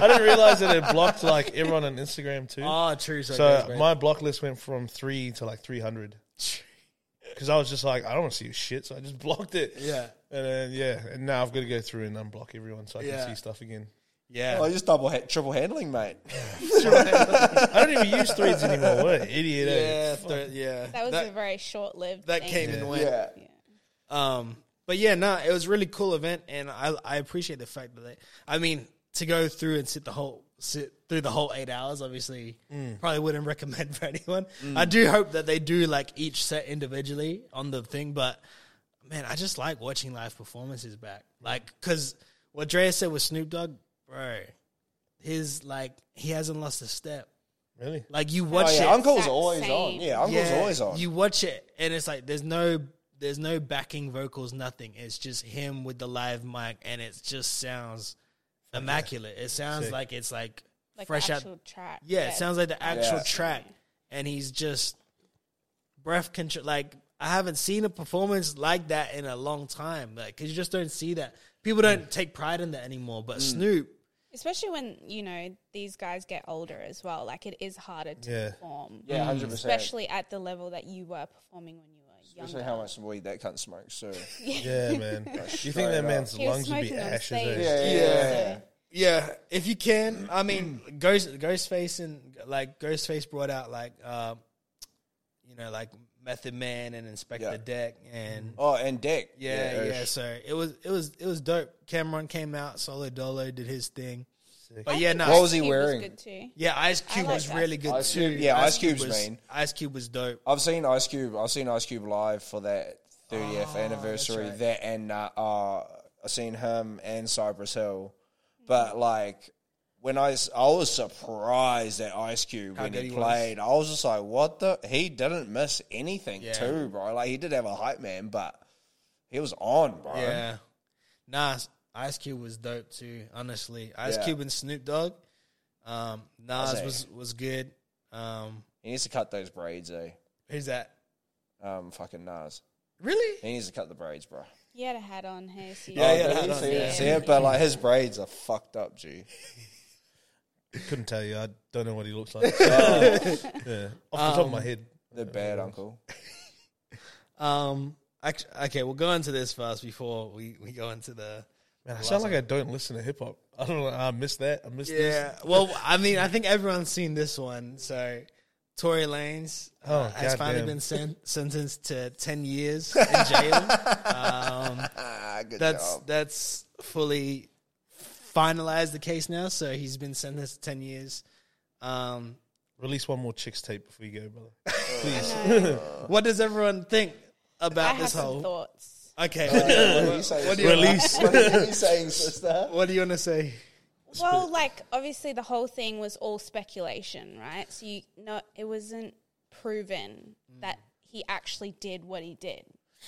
Speaker 2: didn't realize that it blocked like everyone on Instagram too.
Speaker 1: Oh, true. So, it
Speaker 2: so
Speaker 1: goes back.
Speaker 2: my block list went from three to like three hundred because I was just like, I don't want to see your shit, so I just blocked it.
Speaker 1: Yeah.
Speaker 2: And then yeah, and now I've got to go through and unblock everyone so I
Speaker 1: Yeah.
Speaker 2: can see stuff again.
Speaker 1: yeah,
Speaker 4: oh, just double, ha- triple handling, mate.
Speaker 2: I don't even use Threads anymore. What an idiot! eh?
Speaker 1: yeah, thir- yeah.
Speaker 3: That was
Speaker 1: that,
Speaker 3: a very short lived
Speaker 1: that came and went.
Speaker 4: Yeah.
Speaker 1: Um, but yeah, no, it was a really cool event, and I I appreciate the fact that they, I mean to go through and sit the whole sit through the whole eight hours. Obviously,
Speaker 4: Mm.
Speaker 1: probably wouldn't recommend for anyone. I do hope that they do like each set individually on the thing, but man, I just like watching live performances back. Like, cause what Drea said with Snoop Dogg, bro, his like he hasn't lost a step.
Speaker 2: Really?
Speaker 1: Like you
Speaker 4: Oh,
Speaker 1: watch it,
Speaker 4: yeah. Uncle's
Speaker 3: That
Speaker 4: always on.
Speaker 3: same.
Speaker 4: Yeah, Uncle's
Speaker 1: yeah,
Speaker 4: always on.
Speaker 1: You watch it and it's like there's no there's no backing vocals, nothing. It's just him with the live mic and it just sounds immaculate. It sounds
Speaker 2: Sick.
Speaker 1: like it's like,
Speaker 3: Like
Speaker 1: fresh out
Speaker 3: Fresh actual track.
Speaker 1: Yeah, it sounds like the actual
Speaker 4: Yeah.
Speaker 1: track. And he's just breath control like I haven't seen a performance like that in a long time. Like cuz you just don't see that. People
Speaker 4: Mm.
Speaker 1: don't take pride in that anymore, but Snoop
Speaker 3: Especially when, you know, these guys get older as well. Like it is harder to
Speaker 2: Yeah.
Speaker 3: perform.
Speaker 1: Mm.
Speaker 4: yeah, hundred percent.
Speaker 3: Especially at the level that you were performing when you were
Speaker 4: Especially
Speaker 3: younger.
Speaker 4: how much weed that cunt smokes. So yeah,
Speaker 2: Yeah, man. You
Speaker 4: straight
Speaker 2: think that
Speaker 4: up.
Speaker 2: man's
Speaker 3: He was
Speaker 2: lungs would be
Speaker 3: smoking on
Speaker 2: ashes?
Speaker 3: stage.
Speaker 2: eh?
Speaker 4: yeah, yeah.
Speaker 1: Yeah, if you can, I mean, Ghost Ghostface and like Ghostface brought out like, um, you know, like Method Man and Inspector
Speaker 4: Yeah.
Speaker 1: Deck, and
Speaker 4: Oh, and Dick.
Speaker 1: yeah, yeah,
Speaker 4: Ursh.
Speaker 1: So it was, it was, it was dope. Cameron came out, Solo Dolo did his thing, but
Speaker 3: I
Speaker 1: yeah,
Speaker 3: think
Speaker 1: no,
Speaker 4: What was he
Speaker 3: Cube
Speaker 4: wearing?
Speaker 3: good too.
Speaker 1: yeah, Ice Cube
Speaker 3: like
Speaker 1: was
Speaker 3: that.
Speaker 1: really good
Speaker 4: Ice
Speaker 1: too.
Speaker 4: Cube- yeah, Ice Cube's
Speaker 1: was,
Speaker 4: main.
Speaker 1: Ice Cube was dope.
Speaker 4: I've seen Ice Cube. I've seen Ice Cube live for that 30th anniversary.
Speaker 1: Ah, right.
Speaker 4: That and uh, uh, I've seen him and Cypress Hill.
Speaker 1: Mm-hmm.
Speaker 4: But like when I, s- I was surprised at Ice Cube when
Speaker 1: good
Speaker 4: he
Speaker 1: he
Speaker 4: played. I was just like, what the? He didn't miss anything
Speaker 1: Yeah.
Speaker 4: too, bro. Like he did have a hype man, but he was on, bro.
Speaker 1: Yeah, nah, Ice Cube was dope too. Honestly, Ice
Speaker 4: Yeah.
Speaker 1: Cube and Snoop Dogg, um, Nas
Speaker 4: Isaiah.
Speaker 1: was was good. Um,
Speaker 4: He needs to cut those braids, eh?
Speaker 1: who's that?
Speaker 4: Um, fucking Nas.
Speaker 1: Really?
Speaker 4: He needs to cut the braids, bro.
Speaker 3: He had a hat on here. So
Speaker 1: Yeah, yeah,
Speaker 4: Like,
Speaker 1: no,
Speaker 4: you
Speaker 1: no,
Speaker 4: see,
Speaker 1: yeah.
Speaker 4: it, see it, but like his braids are fucked up, G.
Speaker 2: Couldn't tell you. I don't know what he looks like. Oh. yeah. Off the top of my head.
Speaker 4: They're bad, Uncle.
Speaker 1: Um. Actually, okay, we'll go into this first before we, we go into the.
Speaker 2: Man, I sound like I don't listen to hip hop. I don't know. I missed that. I missed this.
Speaker 1: Yeah. Well, I mean, I think everyone's seen this one. So, Tory Lanez uh,
Speaker 2: Oh,
Speaker 1: has finally
Speaker 2: goddamn.
Speaker 1: been sen- sentenced to ten years in jail.
Speaker 4: Ah, good
Speaker 1: that's
Speaker 4: job.
Speaker 1: that's fully finalized the case now. So he's been sentenced to ten years. Um,
Speaker 2: Release one more chicks tape before you go, brother.
Speaker 1: what does everyone think
Speaker 3: I
Speaker 1: about
Speaker 3: have
Speaker 1: this
Speaker 3: some
Speaker 1: whole?
Speaker 3: thoughts.
Speaker 1: Okay.
Speaker 4: What are you saying,
Speaker 1: what do you-
Speaker 2: Release.
Speaker 4: sister? What are you saying, sister?
Speaker 1: what do you want to say?
Speaker 3: Well, like obviously the whole thing was all speculation, right? So you no, it wasn't proven
Speaker 1: Mm.
Speaker 3: that he actually did what he did,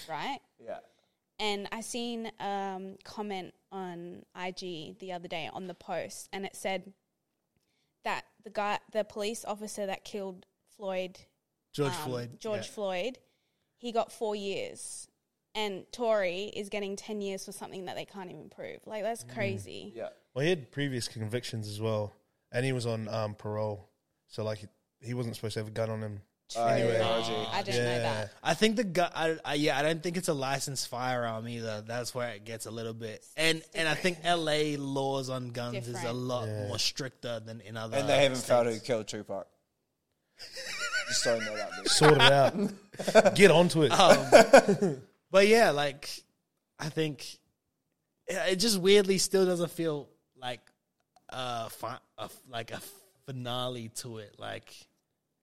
Speaker 3: right?
Speaker 4: Yeah.
Speaker 3: And I seen um comment on IG the other day on the post, and it said that the guy, the police officer that killed Floyd,
Speaker 1: George
Speaker 3: um,
Speaker 1: Floyd.
Speaker 3: George
Speaker 1: Yeah.
Speaker 3: Floyd, he got four years, and Tory is getting ten years for something that they can't even prove. Like that's
Speaker 2: Mm.
Speaker 3: crazy.
Speaker 4: Yeah.
Speaker 2: Well, he had previous convictions as well, and he was on um, parole, so like he, he wasn't supposed to have a gun on him.
Speaker 4: Anyway.
Speaker 3: I didn't know that.
Speaker 1: I think the gun. I, I, yeah, I don't think it's a licensed firearm either. That's where it gets a little bit, and and I think LA laws on guns is a
Speaker 3: Different.
Speaker 1: lot more stricter than in other.
Speaker 4: And they haven't found who
Speaker 1: states.
Speaker 4: killed Tupac. Just throwing that out there.
Speaker 2: Sort it out. Get onto it.
Speaker 1: Um, But yeah, like I think it it just weirdly still doesn't feel like uh fi- a, like a finale to it. Like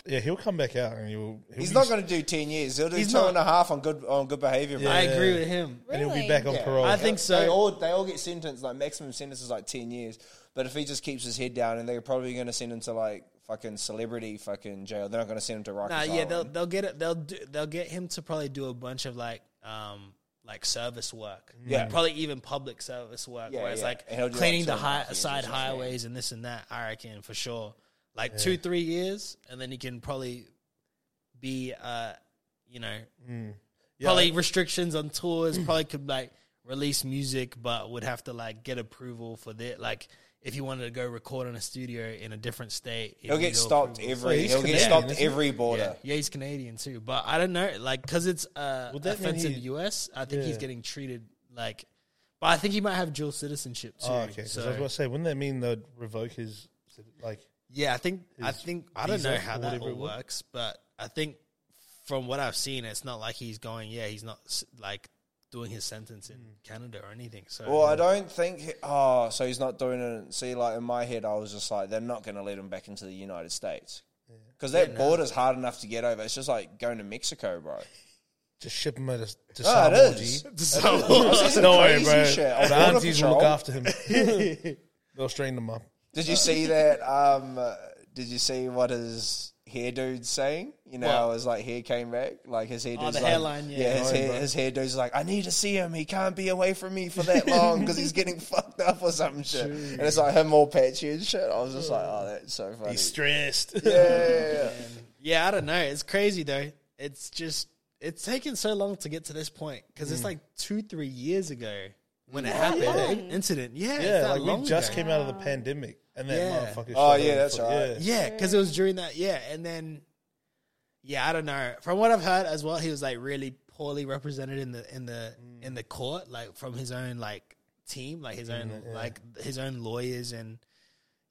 Speaker 2: yeah, he'll come back out and he'll. he'll
Speaker 4: He's
Speaker 2: be-
Speaker 4: not going to do ten years. He'll do two
Speaker 1: He's
Speaker 4: and a half
Speaker 1: not.
Speaker 4: on good on good behavior. bro.
Speaker 1: I agree with him.
Speaker 2: and he'll be
Speaker 3: Really?
Speaker 2: back on
Speaker 4: Yeah.
Speaker 2: parole.
Speaker 1: I think so.
Speaker 4: They all they all get sentenced like maximum sentence is like ten years. But if he just keeps his head down, and they're probably going to send him to like fucking celebrity fucking jail. They're not going to send him to Rikers
Speaker 1: Nah, yeah,
Speaker 4: Island.
Speaker 1: they'll they'll get it. They'll do, they'll get him to probably do a bunch of like um like service work. Like,
Speaker 4: Yeah.
Speaker 1: probably even public service work
Speaker 4: Yeah,
Speaker 1: where it's
Speaker 4: yeah.
Speaker 1: like
Speaker 4: And he'll do, like,
Speaker 1: cleaning the
Speaker 4: certain
Speaker 1: high,
Speaker 4: things
Speaker 1: side
Speaker 4: and stuff, yeah.
Speaker 1: highways and this and that. I reckon for sure, like two three years, and then he can probably be uh you know
Speaker 4: Mm.
Speaker 1: probably restrictions on tours. probably could like release music, but would have to like get approval for that. Like if you wanted to go record in a studio in a different state,
Speaker 4: He'll get stopped
Speaker 2: Wait,
Speaker 4: every
Speaker 2: he's
Speaker 4: he'll get
Speaker 2: Canadian,
Speaker 4: stopped
Speaker 2: isn't he?
Speaker 4: every border.
Speaker 1: Yeah. yeah, he's Canadian too, but I don't know, like, because it's uh,
Speaker 2: Would that mean
Speaker 1: offense in
Speaker 2: he-
Speaker 1: the US. I think he's
Speaker 2: Yeah.
Speaker 1: getting treated like, but I think he might have dual citizenship too.
Speaker 2: Oh, okay. 'Cause I was
Speaker 1: so
Speaker 2: going to say, wouldn't that mean they'd revoke his like?
Speaker 1: yeah, I think I
Speaker 2: his
Speaker 1: think I don't
Speaker 2: visa
Speaker 1: know how
Speaker 2: or
Speaker 1: that
Speaker 2: whatever
Speaker 1: all
Speaker 2: it was?
Speaker 1: works, but I think from what I've seen, it's not like he's going. Yeah, he's not s- like doing his sentence in
Speaker 2: Mm.
Speaker 1: Canada or anything. So
Speaker 4: Well, I don't think. He, oh, so he's not doing it. See, like in my head, I was just like, they're not going to let him back into the United States because that border's hard enough to get over. It's just like going to Mexico, bro.
Speaker 2: Just ship him to, to
Speaker 4: Oh,
Speaker 2: Samoa,
Speaker 4: it is.
Speaker 2: G.
Speaker 1: So-
Speaker 4: This is
Speaker 2: Don't worry,
Speaker 4: crazy
Speaker 2: bro.
Speaker 4: shit. On
Speaker 2: The
Speaker 4: Border
Speaker 2: aunties will look
Speaker 4: Patrol.
Speaker 2: after him. They'll strain him up.
Speaker 4: Did you see that? Um, uh, did you see what his hair dude's saying? You know, how his like hair came back, like his hair.
Speaker 1: Oh,
Speaker 4: dude's
Speaker 1: the
Speaker 4: like,
Speaker 1: hairline, yeah.
Speaker 4: his
Speaker 2: Right,
Speaker 4: hair,
Speaker 2: bro.
Speaker 4: his hair dude's like, I need to see him. He can't be away from me for that long because he's getting fucked up or some shit. And it's like him all patchy and shit. I was just like, oh, that's so funny.
Speaker 2: stressed.
Speaker 4: yeah, yeah, yeah.
Speaker 1: yeah, I don't know. It's crazy though. It's just it's taken so long to get to this point because
Speaker 2: Mm.
Speaker 1: it's like two three years ago when it happened.
Speaker 3: long.
Speaker 1: The incident, yeah, it's
Speaker 2: Yeah,
Speaker 1: that
Speaker 2: like
Speaker 1: long
Speaker 2: we just
Speaker 1: ago.
Speaker 2: came out of the pandemic, and that
Speaker 1: Yeah.
Speaker 2: motherfucker.
Speaker 4: Oh,
Speaker 2: shot
Speaker 4: yeah,
Speaker 2: him
Speaker 4: that's
Speaker 2: for-
Speaker 4: right.
Speaker 2: Yeah.
Speaker 1: Yeah, because it was during that. Yeah, and then, yeah, I don't know. From what I've heard as well, he was like really poorly represented in the in the in the court, like from his own like team, like his own
Speaker 4: Mm,
Speaker 1: like his own lawyers, and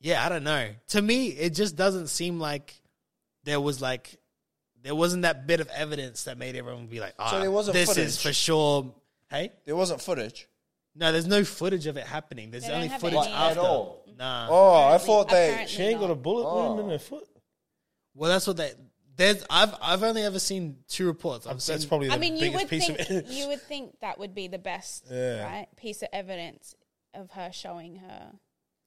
Speaker 1: yeah, I don't know. To me, it just doesn't seem like there was like there wasn't that bit of evidence that made everyone be like, ah,
Speaker 4: there wasn't
Speaker 1: this
Speaker 4: footage?
Speaker 1: is for sure. Hey,
Speaker 4: There wasn't footage.
Speaker 1: no, there's no footage of it happening. There's
Speaker 3: They don't
Speaker 1: only
Speaker 3: have
Speaker 1: footage
Speaker 3: any. Like, at
Speaker 1: after.
Speaker 4: all?
Speaker 1: Nah.
Speaker 4: Oh, I thought they.
Speaker 3: Apparently
Speaker 2: She ain't got a
Speaker 3: not.
Speaker 2: bullet
Speaker 4: Oh.
Speaker 2: wound in her foot.
Speaker 1: Well, that's what they. There's I've I've only ever seen two reports. I've
Speaker 2: That's
Speaker 1: seen-
Speaker 2: probably the
Speaker 3: I mean, you
Speaker 2: biggest
Speaker 3: would
Speaker 2: piece
Speaker 3: think
Speaker 2: of
Speaker 3: you would think that would be the best
Speaker 2: Yeah.
Speaker 3: right piece of evidence of her showing her.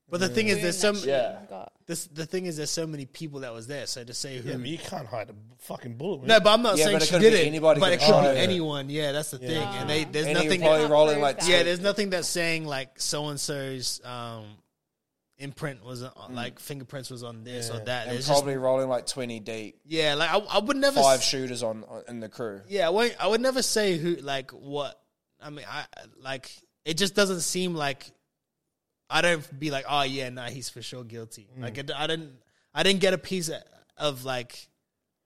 Speaker 1: But the thing is, there's some.
Speaker 4: she- Yeah.
Speaker 3: Got.
Speaker 1: This the thing is, there's so many people that was there. So to say who.
Speaker 2: Yeah, but you can't hide a fucking bullet.
Speaker 1: no, but I'm not
Speaker 4: Yeah,
Speaker 1: saying
Speaker 4: but it
Speaker 1: she
Speaker 4: could
Speaker 1: did
Speaker 4: be
Speaker 1: it.
Speaker 4: anybody
Speaker 1: But it
Speaker 4: could
Speaker 1: could be
Speaker 4: shot her.
Speaker 1: anyone. Yeah, that's the thing. And they there's
Speaker 4: And he
Speaker 1: nothing.
Speaker 4: probably
Speaker 3: Can't
Speaker 4: rolling
Speaker 3: prove
Speaker 4: like
Speaker 3: that.
Speaker 1: yeah, there's nothing that's saying like so and so's um imprint was on,
Speaker 2: Hmm.
Speaker 1: like fingerprints was on this or that.
Speaker 4: and
Speaker 1: There's just,
Speaker 4: probably rolling like twenty deep.
Speaker 1: yeah, like I, I would never.
Speaker 4: Five
Speaker 1: s-
Speaker 4: shooters on on- in the crew.
Speaker 1: Yeah, I, won't, I would never say who, like, what. I mean, I like it just doesn't seem like I don't be like, oh yeah, nah, he's for sure guilty.
Speaker 2: Mm.
Speaker 1: Like, it, I didn't, I didn't get a piece of, of like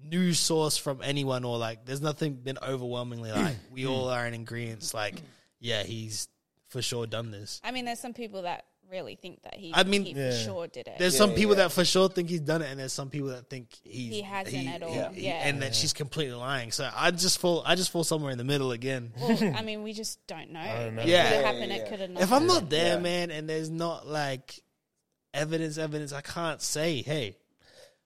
Speaker 1: news source from anyone or like, there's nothing been overwhelmingly like we all are in agreement. Like, yeah, he's for sure done this.
Speaker 3: I mean, there's some people that really think that he.
Speaker 1: I mean-
Speaker 3: he
Speaker 2: Yeah.
Speaker 3: for sure did it.
Speaker 1: There's some people that for sure think he's done it, and there's some people that think he's,
Speaker 3: He hasn't at all,
Speaker 1: he-
Speaker 3: yeah.
Speaker 1: and that she's completely lying. So I just fall, I just fall somewhere in the middle again.
Speaker 3: Well, I mean, we just don't know.
Speaker 2: don't know.
Speaker 3: It
Speaker 1: Yeah.
Speaker 3: could have
Speaker 1: Yeah,
Speaker 3: happened.
Speaker 4: yeah.
Speaker 3: It could have not.
Speaker 1: if I'm not there,
Speaker 4: Yeah.
Speaker 1: man, and there's not like evidence, evidence, I can't say, hey,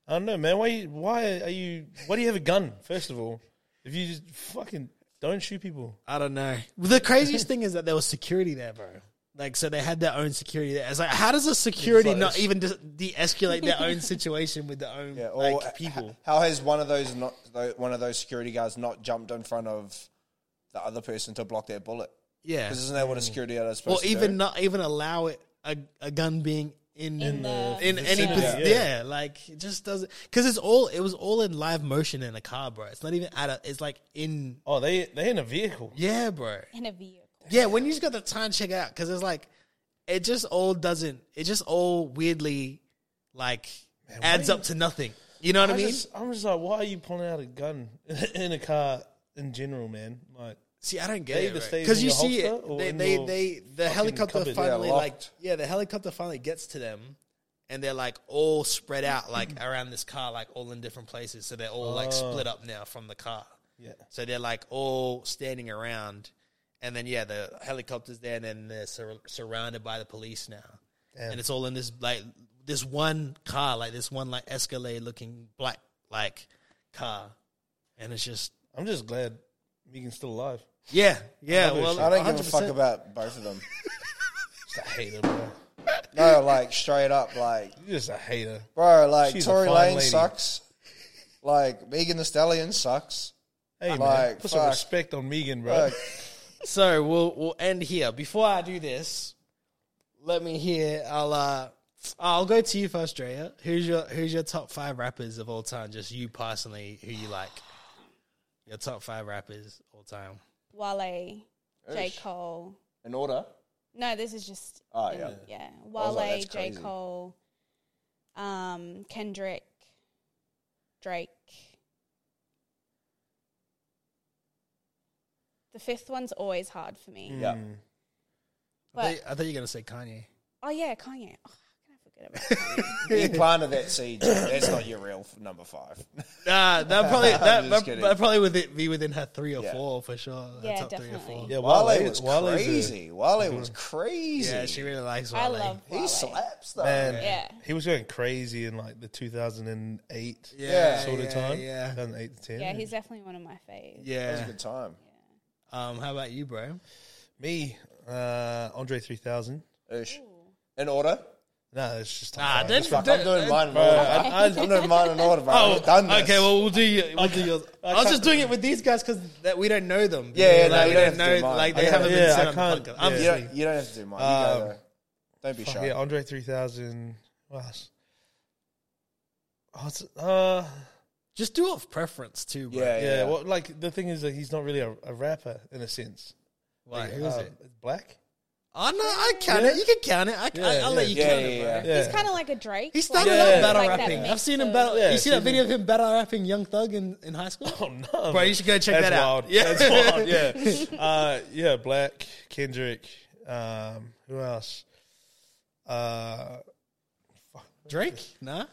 Speaker 2: I don't know, man. Why? you- Why are you? Why do you have a gun? First of all, if you just fucking don't shoot people.
Speaker 1: I don't know. The craziest thing is that there was security there, bro. Like, so they had their own security there. It's like, how does the security
Speaker 2: like
Speaker 1: not
Speaker 2: this.
Speaker 1: even de- escalate their own situation with their own
Speaker 4: Yeah, or
Speaker 1: like people?
Speaker 4: How has one of those not tho- one of those security guards not jumped in front of the other person to block their bullet?
Speaker 1: Yeah,
Speaker 4: Because isn't that what a security guard is
Speaker 1: or
Speaker 4: supposed to
Speaker 1: Mm. even
Speaker 4: do?
Speaker 1: not even allow it a, a gun being in in,
Speaker 3: the-
Speaker 1: any
Speaker 3: Yeah.
Speaker 1: pos- yeah.
Speaker 2: Yeah.
Speaker 1: like it just doesn't because it's all it was all in live motion in a car, bro. It's not even at a. It's like in
Speaker 2: Oh, they they in a vehicle.
Speaker 1: yeah, bro.
Speaker 3: in a vehicle.
Speaker 1: Yeah, when you just got the time check out, because it's like it just all doesn't. It just all weirdly like adds up to nothing. You know what I, mean?
Speaker 2: just, I'm just like, why are you pulling out a gun in a car in general, man? Like,
Speaker 1: see, I don't
Speaker 2: they
Speaker 1: get
Speaker 2: either
Speaker 1: it
Speaker 2: stays in
Speaker 1: because you
Speaker 2: your
Speaker 1: see
Speaker 2: holster
Speaker 1: it.
Speaker 2: or
Speaker 1: They
Speaker 2: in
Speaker 1: they,
Speaker 2: your
Speaker 1: they the
Speaker 2: fucking
Speaker 1: helicopter
Speaker 2: cupboard. Yeah,
Speaker 1: finally like
Speaker 4: locked.
Speaker 1: yeah the helicopter finally gets to them. And they're like all spread out like around this car, like all in different places. So they're all like split up now from the car.
Speaker 2: Oh. yeah,
Speaker 1: So they're like all standing around, and then yeah, the helicopter's there, and then they're sur- surrounded by the police now, and it's all in this like this one car, like this one like Escalade looking black like car, and it's just
Speaker 2: I'm just glad Megan's still alive.
Speaker 1: yeah, yeah.
Speaker 2: love it.
Speaker 1: Well,
Speaker 2: I
Speaker 4: I don't give a
Speaker 1: 100%.
Speaker 4: fuck about both of them.
Speaker 2: Just a hater, bro.
Speaker 4: No, like straight up, like
Speaker 2: You're just a hater.
Speaker 4: bro, like
Speaker 2: She's a
Speaker 4: Tory
Speaker 2: fine
Speaker 4: Lane
Speaker 2: lady.
Speaker 4: sucks. Like Megan the Stallion sucks.
Speaker 2: Hey man,
Speaker 4: Like,
Speaker 2: put some
Speaker 4: fuck.
Speaker 2: respect on Megan, bro.
Speaker 4: Like,
Speaker 1: So we'll we'll end here. Before I do this, let me hear. I'll uh, I'll go to you first, Drea. Who's your Who's your top five rappers of all time? Just you personally, who you like? Your top five rappers all time.
Speaker 3: Wale, J.
Speaker 4: Ish.
Speaker 3: Cole.
Speaker 4: in order.
Speaker 3: No, this is just
Speaker 4: Oh,
Speaker 3: in-
Speaker 4: yeah.
Speaker 3: yeah.
Speaker 4: was
Speaker 3: Wale,
Speaker 4: like, that's
Speaker 3: J.
Speaker 4: crazy.
Speaker 3: Cole, um, Kendrick, Drake. The fifth one's always hard for me.
Speaker 4: Yeah.
Speaker 2: Mm.
Speaker 1: I
Speaker 3: But
Speaker 1: thought, I thought you were gonna say Kanye.
Speaker 3: oh yeah, Kanye. Oh, how can I forget about Kanye?
Speaker 4: You planted that seed. Jack. That's not your real f- number five.
Speaker 1: Nah, that probably
Speaker 4: I'm
Speaker 1: that,
Speaker 4: just
Speaker 1: that,
Speaker 4: kidding.
Speaker 1: that probably would be within her three or
Speaker 4: Yeah.
Speaker 1: four for sure. her
Speaker 3: Yeah,
Speaker 1: top three or
Speaker 3: definitely.
Speaker 1: four.
Speaker 2: Yeah,
Speaker 4: Wale,
Speaker 2: Wale,
Speaker 4: was
Speaker 2: Wale's a-
Speaker 4: crazy. Wale was crazy.
Speaker 1: Yeah, she really likes Wale.
Speaker 3: I love
Speaker 4: he
Speaker 3: Wale.
Speaker 4: slaps though.
Speaker 2: man.
Speaker 3: Yeah.
Speaker 2: He was going crazy in like the 2008
Speaker 1: yeah,
Speaker 2: sort
Speaker 1: yeah,
Speaker 2: of time.
Speaker 1: Yeah,
Speaker 2: 2008 to 10.
Speaker 3: Yeah, he's definitely one of my faves.
Speaker 4: That was a
Speaker 1: yeah.
Speaker 4: good time.
Speaker 1: Um, how about you, bro?
Speaker 2: Me, uh, Andre 3000.
Speaker 4: Ish. In order.
Speaker 2: No, it's just
Speaker 1: Nah,
Speaker 2: top five.
Speaker 1: then-
Speaker 4: Fuck,
Speaker 1: Dude,
Speaker 4: I'm doing mine in
Speaker 2: Bro,
Speaker 4: order.
Speaker 2: I, I,
Speaker 4: I'm doing mine in order, bro. We've done this.
Speaker 1: Oh, okay. Well, we'll do your. We'll do yours. I was just doing it with these guys because we don't know them.
Speaker 4: Yeah, yeah,
Speaker 1: You know,
Speaker 4: no,
Speaker 1: like,
Speaker 4: you
Speaker 1: we don't
Speaker 4: don't have to do
Speaker 1: know.
Speaker 4: mine.
Speaker 1: Like they
Speaker 4: I
Speaker 1: haven't
Speaker 2: can't-
Speaker 1: been
Speaker 2: yeah,
Speaker 1: said
Speaker 2: I
Speaker 1: on the
Speaker 2: can't-
Speaker 1: podcast. I'm
Speaker 2: yeah.
Speaker 4: you,
Speaker 1: just
Speaker 4: don't, you don't have to do mine. You go
Speaker 2: Um,
Speaker 4: there. Don't be
Speaker 2: fuck,
Speaker 4: shy.
Speaker 2: yeah, Andre 3000. What else? Oh, it's, uh,
Speaker 1: just do off preference too, bro.
Speaker 4: Yeah,
Speaker 2: yeah,
Speaker 4: yeah.
Speaker 2: Well, like the thing is that he's not really a, a rapper in a sense.
Speaker 1: Like,
Speaker 2: Like,
Speaker 1: who is
Speaker 2: uh,
Speaker 1: it?
Speaker 2: It's black.
Speaker 1: Oh no, I count it. You can count it. I, I, I'll let you
Speaker 4: yeah,
Speaker 1: count
Speaker 4: yeah,
Speaker 1: it, bro.
Speaker 4: yeah.
Speaker 2: Yeah.
Speaker 3: He's kind of like a Drake.
Speaker 1: He started
Speaker 3: like,
Speaker 2: Yeah.
Speaker 1: out
Speaker 2: Yeah.
Speaker 1: battle
Speaker 3: like that
Speaker 1: rapping. I've
Speaker 3: mix
Speaker 1: seen him
Speaker 3: of-
Speaker 1: battle.
Speaker 2: Yeah,
Speaker 1: you see that
Speaker 2: he's
Speaker 1: video of him battle rapping Young Thug in, in high school?
Speaker 2: Oh no,
Speaker 1: Bro, you should go check
Speaker 2: That's
Speaker 1: that out.
Speaker 2: wild.
Speaker 1: Yeah.
Speaker 2: That's wild. Yeah, uh, yeah. Black Kendrick. Um, who else? Uh,
Speaker 1: Drake? Nah.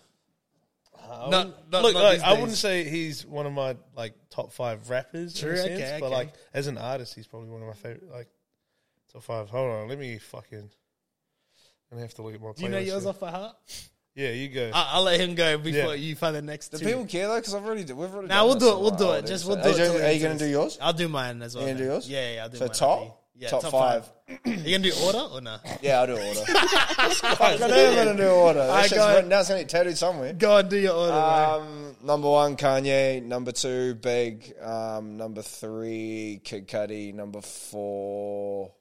Speaker 2: I
Speaker 1: No,
Speaker 2: wouldn't-
Speaker 1: no,
Speaker 2: look,
Speaker 1: not
Speaker 2: like,
Speaker 1: these
Speaker 2: I wouldn't
Speaker 1: days.
Speaker 2: say he's one of my like top five rappers.
Speaker 1: True,
Speaker 2: in a
Speaker 1: okay,
Speaker 2: sense, but
Speaker 1: okay.
Speaker 2: like as an artist, he's probably one of my favorite. Like top five. Hold on, let me fucking. I'm gonna have to look at my.
Speaker 1: Do you know
Speaker 2: playlist
Speaker 1: yours
Speaker 2: here.
Speaker 1: off Ah, by heart?
Speaker 2: Yeah, you go.
Speaker 1: I, I'll let him go before
Speaker 2: Yeah.
Speaker 1: you find the next
Speaker 4: Do
Speaker 1: two.
Speaker 4: people care though? Because I've already, we've already.
Speaker 1: Nah,
Speaker 4: done
Speaker 1: we'll
Speaker 4: this
Speaker 1: do it,
Speaker 4: in a
Speaker 1: we'll do
Speaker 4: while,
Speaker 1: it, just
Speaker 4: dude.
Speaker 1: we'll
Speaker 4: So-
Speaker 1: do it
Speaker 4: Are you-
Speaker 1: till
Speaker 4: Are
Speaker 1: we
Speaker 4: you
Speaker 1: get to
Speaker 4: going to do yours?
Speaker 1: I'll do mine as well.
Speaker 4: You gonna
Speaker 1: then.
Speaker 4: do yours?
Speaker 1: Yeah, yeah, I'll do
Speaker 4: So
Speaker 1: mine.
Speaker 4: top?
Speaker 1: Yeah,
Speaker 4: Top
Speaker 1: you gonna do order or no?
Speaker 4: Yeah, I'll do order. I'm going to do order. That
Speaker 1: Alright,
Speaker 4: shit's
Speaker 1: go ahead.
Speaker 4: written down. It's going to get tattooed somewhere.
Speaker 1: Go and do your order. bro.
Speaker 4: Um, number one, Kanye. Number two, Big. Um, number three, Kid Cudi. Number four.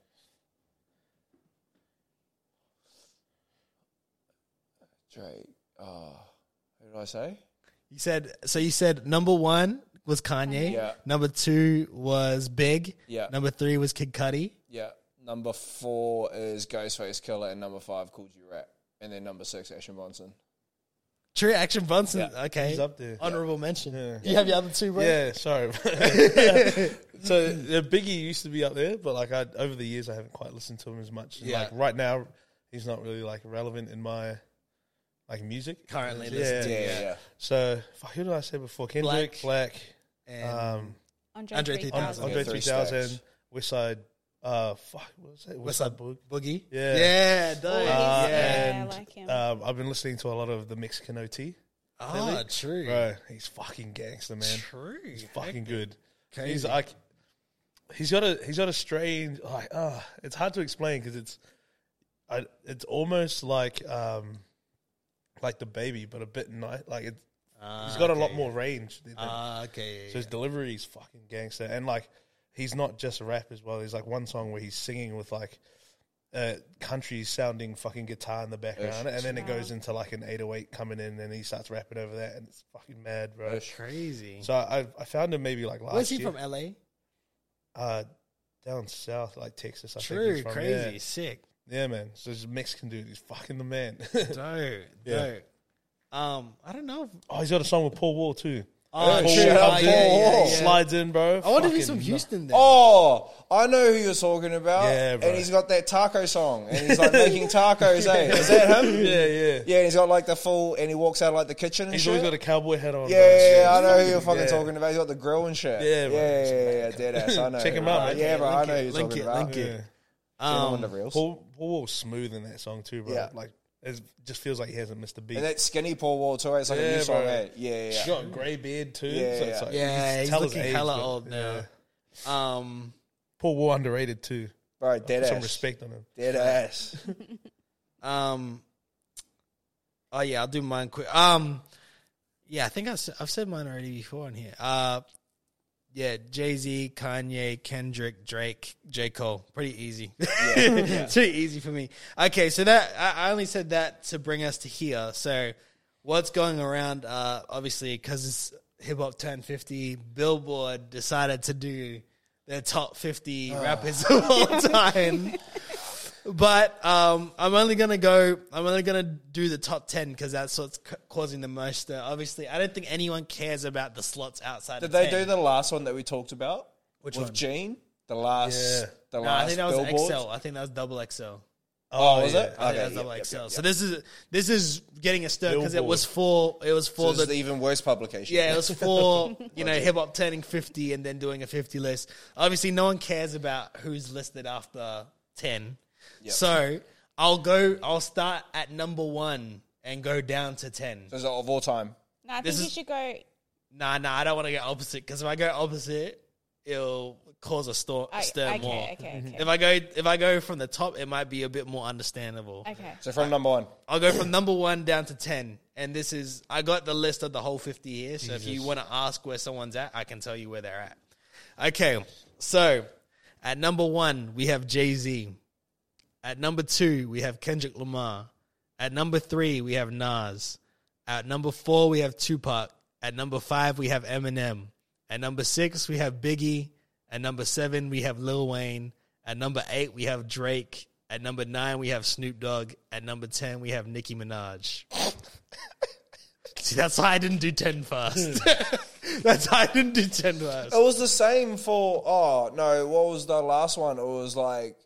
Speaker 4: Drake. Oh, who did I say?
Speaker 1: you said so. You said number one was Kanye.
Speaker 4: Yeah.
Speaker 1: Number two was Big.
Speaker 4: Yeah.
Speaker 1: Number three was Kid Cudi.
Speaker 4: Yeah. Number four is Ghostface Killer, and number five, Cool G Rap. And then number six, Ashton Bronson.
Speaker 1: True Action Bronson.
Speaker 4: Yeah.
Speaker 1: Okay.
Speaker 2: He's up there.
Speaker 1: Honorable mention.
Speaker 2: Yeah.
Speaker 1: You have your other two, bro.
Speaker 2: Yeah, sorry. so the Biggie used to be up there, but like I over the years I haven't quite listened to him as much. And,
Speaker 1: Yeah.
Speaker 2: Like right now, he's not really like relevant in my like music
Speaker 1: Currently
Speaker 2: Yeah.
Speaker 1: listened
Speaker 4: Yeah,
Speaker 1: to.
Speaker 4: yeah, yeah.
Speaker 2: So fuck, who did I say before? Kendrick,
Speaker 1: Black.
Speaker 2: Black,
Speaker 1: And
Speaker 2: um,
Speaker 3: Andre,
Speaker 1: Andre
Speaker 3: 3000.
Speaker 1: 3000.
Speaker 2: Andre
Speaker 4: three
Speaker 2: three thousand,
Speaker 4: stacks.
Speaker 2: Westside. Uh, fuck, what was that?
Speaker 1: what's up,
Speaker 2: Westside Boog.
Speaker 1: Boogie?
Speaker 2: Yeah.
Speaker 1: Yeah. Dope.
Speaker 3: Oh,
Speaker 1: yeah.
Speaker 2: Uh,
Speaker 3: yeah, I
Speaker 2: and
Speaker 3: like him.
Speaker 2: um, I've been listening to a lot of the Mexican OT.
Speaker 1: Ah, true.
Speaker 2: Bro, he's fucking gangster, man.
Speaker 1: True.
Speaker 2: He's fucking good.
Speaker 1: Crazy.
Speaker 2: He's like, he's got a he's got a strange like. ah, it's hard to explain because it's, I, it's almost like um, like the baby, but a bit nice. Like it,
Speaker 1: Ah,
Speaker 2: he's got a lot
Speaker 1: okay.
Speaker 2: more range. Than him.
Speaker 1: Ah, okay.
Speaker 2: so his delivery is fucking gangster, and like he's not just a rap as well. There's like one song where he's singing with like. Uh, country sounding fucking guitar in the background, and then it goes into like an 808 coming in, and he starts rapping over that, and it's fucking mad, bro.
Speaker 1: Crazy.
Speaker 2: So I, I found him maybe like last
Speaker 1: Where's he
Speaker 2: year.
Speaker 1: from? LA.
Speaker 2: Uh, down south, like Texas. I think
Speaker 1: True.
Speaker 2: he's from.
Speaker 1: Crazy. Sick.
Speaker 2: Yeah, yeah man. So this Mexican dude, he's fucking the man.
Speaker 1: Dope.
Speaker 2: Yeah.
Speaker 1: Dope. Um, I don't know. If,
Speaker 2: oh, he's got a song with Paul Wall too.
Speaker 1: Oh,
Speaker 2: Paul
Speaker 1: true. Oh,
Speaker 2: Wall comes
Speaker 1: yeah,
Speaker 2: in,
Speaker 1: yeah, yeah.
Speaker 2: slides in, bro.
Speaker 1: I wonder if he's
Speaker 2: Fucking
Speaker 1: from Houston. Then.
Speaker 4: Oh, I know who you're talking about.
Speaker 2: Yeah, bro.
Speaker 4: And he's got that taco song, and he's like making tacos. eh? is that him?
Speaker 2: nut- Yeah, yeah.
Speaker 4: Yeah, and he's got like the full, and he walks out of, like the kitchen. And
Speaker 2: He's
Speaker 4: shit.
Speaker 2: always got a cowboy hat on.
Speaker 4: yeah,
Speaker 2: bro.
Speaker 4: yeah, yeah, I know who you're fucking
Speaker 2: Yeah.
Speaker 4: talking about. He's got the grill and shit.
Speaker 2: Yeah, bro.
Speaker 4: yeah, yeah, yeah, yeah, dead ass. I know.
Speaker 2: Check him out,
Speaker 4: Uh,
Speaker 2: man.
Speaker 4: Yeah, bro, I
Speaker 1: Link
Speaker 4: know
Speaker 1: it,
Speaker 4: who you're
Speaker 1: link
Speaker 4: talking
Speaker 1: it,
Speaker 4: about.
Speaker 1: link it.
Speaker 2: Yeah.
Speaker 4: Seen him on
Speaker 1: Um,
Speaker 4: the reels.
Speaker 2: Paul, Paul Wall's smooth in that song too, bro.
Speaker 4: Yeah.
Speaker 2: Like It just feels like he hasn't missed a beat.
Speaker 4: And that skinny Paul Walter, it's like a
Speaker 2: Yeah,
Speaker 4: new song,
Speaker 2: bro.
Speaker 4: eh? Yeah, yeah.
Speaker 2: He's got a grey beard too.
Speaker 4: Yeah,
Speaker 2: so it's
Speaker 4: yeah.
Speaker 2: like,
Speaker 1: Yeah, he's,
Speaker 2: tell his
Speaker 1: looking
Speaker 2: age,
Speaker 1: hella
Speaker 2: but-
Speaker 1: old now.
Speaker 2: yeah.
Speaker 1: Um,
Speaker 2: Paul Wall underrated too.
Speaker 4: Bro, dead
Speaker 2: Some
Speaker 4: ass.
Speaker 2: respect on him.
Speaker 4: Dead ass.
Speaker 1: um, oh yeah, I'll do mine quick. Um, yeah, I think I've s- I've said mine already before on here. Uh, yeah, Jay Z, Kanye, Kendrick, Drake, J Cole, pretty easy. pretty easy for me. Okay, so that I, I only said that to bring us to here. So what's going around? Uh, obviously, because it's hip hop turned fifty, Billboard decided to do their top fifty
Speaker 4: Ah.
Speaker 1: rappers of all time. But um, I'm only gonna go. I'm only gonna do the top ten because that's what's ca- causing the most. Uh, obviously, I don't think anyone cares about the slots outside.
Speaker 4: Did
Speaker 1: of
Speaker 4: they
Speaker 1: 10.
Speaker 4: do the last one that we talked about? Which With
Speaker 1: one?
Speaker 4: Gene? The last,
Speaker 2: Yeah.
Speaker 4: the
Speaker 1: No, I
Speaker 4: last
Speaker 1: think that was
Speaker 4: billboard?
Speaker 1: XL. I think that was double XL.
Speaker 4: Oh, was it?
Speaker 1: I think that was
Speaker 4: yeah,
Speaker 1: double
Speaker 4: yeah,
Speaker 1: XL.
Speaker 4: yeah,
Speaker 1: So
Speaker 4: yeah.
Speaker 1: this is this is getting a stir because it
Speaker 2: Billboard.
Speaker 1: was for it was
Speaker 4: So
Speaker 1: for
Speaker 4: this is
Speaker 1: the
Speaker 4: the even worse publication.
Speaker 1: yeah it was for you know hip hop turning fifty and then doing a fifty list. Obviously, no one cares about who's listed after ten. So I'll go. I'll start at number one and go down to ten.
Speaker 4: So it's of all time.
Speaker 3: No, I
Speaker 1: This
Speaker 3: think you
Speaker 1: is-
Speaker 3: should go.
Speaker 1: Nah, nah, I don't want to go opposite because if I go opposite, it'll cause a stor-
Speaker 3: I,
Speaker 1: stir
Speaker 3: okay,
Speaker 1: more.
Speaker 3: okay, okay,
Speaker 1: If I go if I go from the top, it might be a bit more understandable.
Speaker 3: okay.
Speaker 4: So from number one.
Speaker 1: I'll go from number one down to ten, and this is I got the list of the whole fifty here. So if you want to ask where someone's at, I can tell you where they're at. Okay, so at number one we have Jay Z. At number two we have Kendrick Lamar. At number three we have Nas. At number four we have Tupac. At number five we have Eminem. At number six we have Biggie. At number seven we have Lil Wayne. At number eight we have Drake. At number nine we have Snoop Dogg. At number ten we have Nicki Minaj. See, that's why I didn't do ten first. that's why I didn't do ten first.
Speaker 4: It was the same for oh no, what was the last one? It was like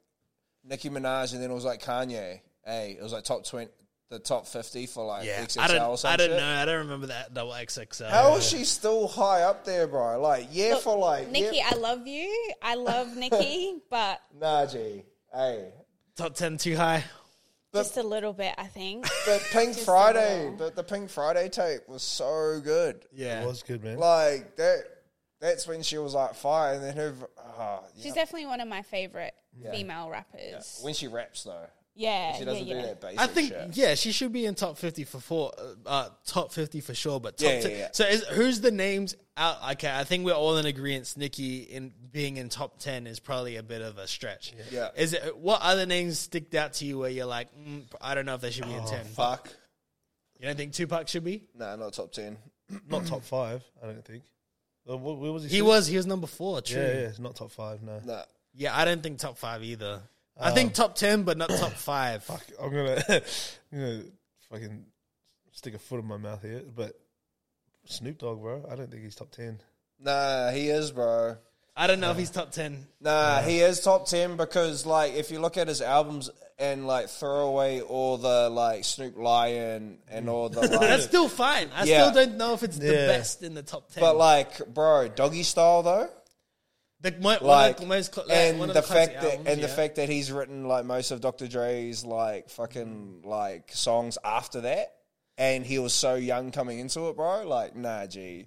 Speaker 4: Nicki Minaj, and then it was like Kanye. Hey, it was like top twenty, the top fifty for like
Speaker 1: Yeah,
Speaker 4: XXL
Speaker 1: I
Speaker 4: or
Speaker 1: don't.
Speaker 4: some
Speaker 1: I don't
Speaker 4: shit.
Speaker 1: know. I don't remember that double XXL.
Speaker 4: How is she still high up there, bro? Like yeah,
Speaker 3: Look,
Speaker 4: for like
Speaker 3: Nikki,
Speaker 4: yeah,
Speaker 3: I love you. I love Nikki, but
Speaker 4: nah, G. Hey,
Speaker 1: Top ten too high.
Speaker 3: just a little bit, I think.
Speaker 4: but Pink
Speaker 3: Just
Speaker 4: Friday,
Speaker 3: little.
Speaker 4: but the Pink Friday tape was so good.
Speaker 1: Yeah.
Speaker 2: It was good, man.
Speaker 4: Like that. That's when she was like fire, and then her. ah, yeah.
Speaker 3: She's definitely one of my favorite female rappers.
Speaker 4: When she raps though,
Speaker 3: Yeah,
Speaker 4: she
Speaker 3: yeah,
Speaker 4: doesn't do
Speaker 3: yeah.
Speaker 4: that basic
Speaker 1: I think
Speaker 4: shit.
Speaker 1: yeah, she should be in top fifty for four, uh, uh, top fifty for sure. But top
Speaker 4: Yeah, yeah,
Speaker 1: 10
Speaker 4: yeah.
Speaker 1: so is, who's the names out? Okay, I think we're all in agreement. Nikki in being in top ten is probably a bit of a stretch.
Speaker 4: Yeah.
Speaker 1: Is it what other names sticked out to you where you're like, mm, I don't know if they should be
Speaker 2: Oh,
Speaker 1: in ten?
Speaker 4: Fuck.
Speaker 1: You don't think Tupac should be?
Speaker 4: Nah, not top ten.
Speaker 2: Not top five, I don't think. Uh, wh- Where was he?
Speaker 1: He was he was number four.
Speaker 2: Yeah,
Speaker 1: True.
Speaker 2: yeah,
Speaker 1: Yeah,
Speaker 2: it's not top five. No,
Speaker 4: Nah.
Speaker 1: I don't think top five either. I think top ten, but not top five.
Speaker 2: Oh. fuck. I'm gonna, I'm gonna fucking stick a foot in my mouth here. But Snoop Dogg, bro, I don't think he's top ten.
Speaker 4: Nah, he is, bro.
Speaker 1: I don't know if he's top ten.
Speaker 4: Nah, he is top ten because, like, if you look at his albums and like throw away all the like Snoop Lion and all the
Speaker 1: That's
Speaker 4: like,
Speaker 1: still fine. I
Speaker 4: Yeah.
Speaker 1: still don't know if it's the
Speaker 2: Yeah.
Speaker 1: best in the top ten.
Speaker 4: but like, bro, Doggy Style though,
Speaker 1: The, mo- one
Speaker 4: like,
Speaker 1: of the most cl- like,
Speaker 4: and
Speaker 1: one
Speaker 4: the,
Speaker 1: of the,
Speaker 4: fact
Speaker 1: classic
Speaker 4: that
Speaker 1: albums,
Speaker 4: and the
Speaker 1: yeah.
Speaker 4: fact that he's written like most of Dr. Dre's like fucking
Speaker 1: Mm.
Speaker 4: like songs after that, and he was so young coming into it, bro. Like, nah, gee.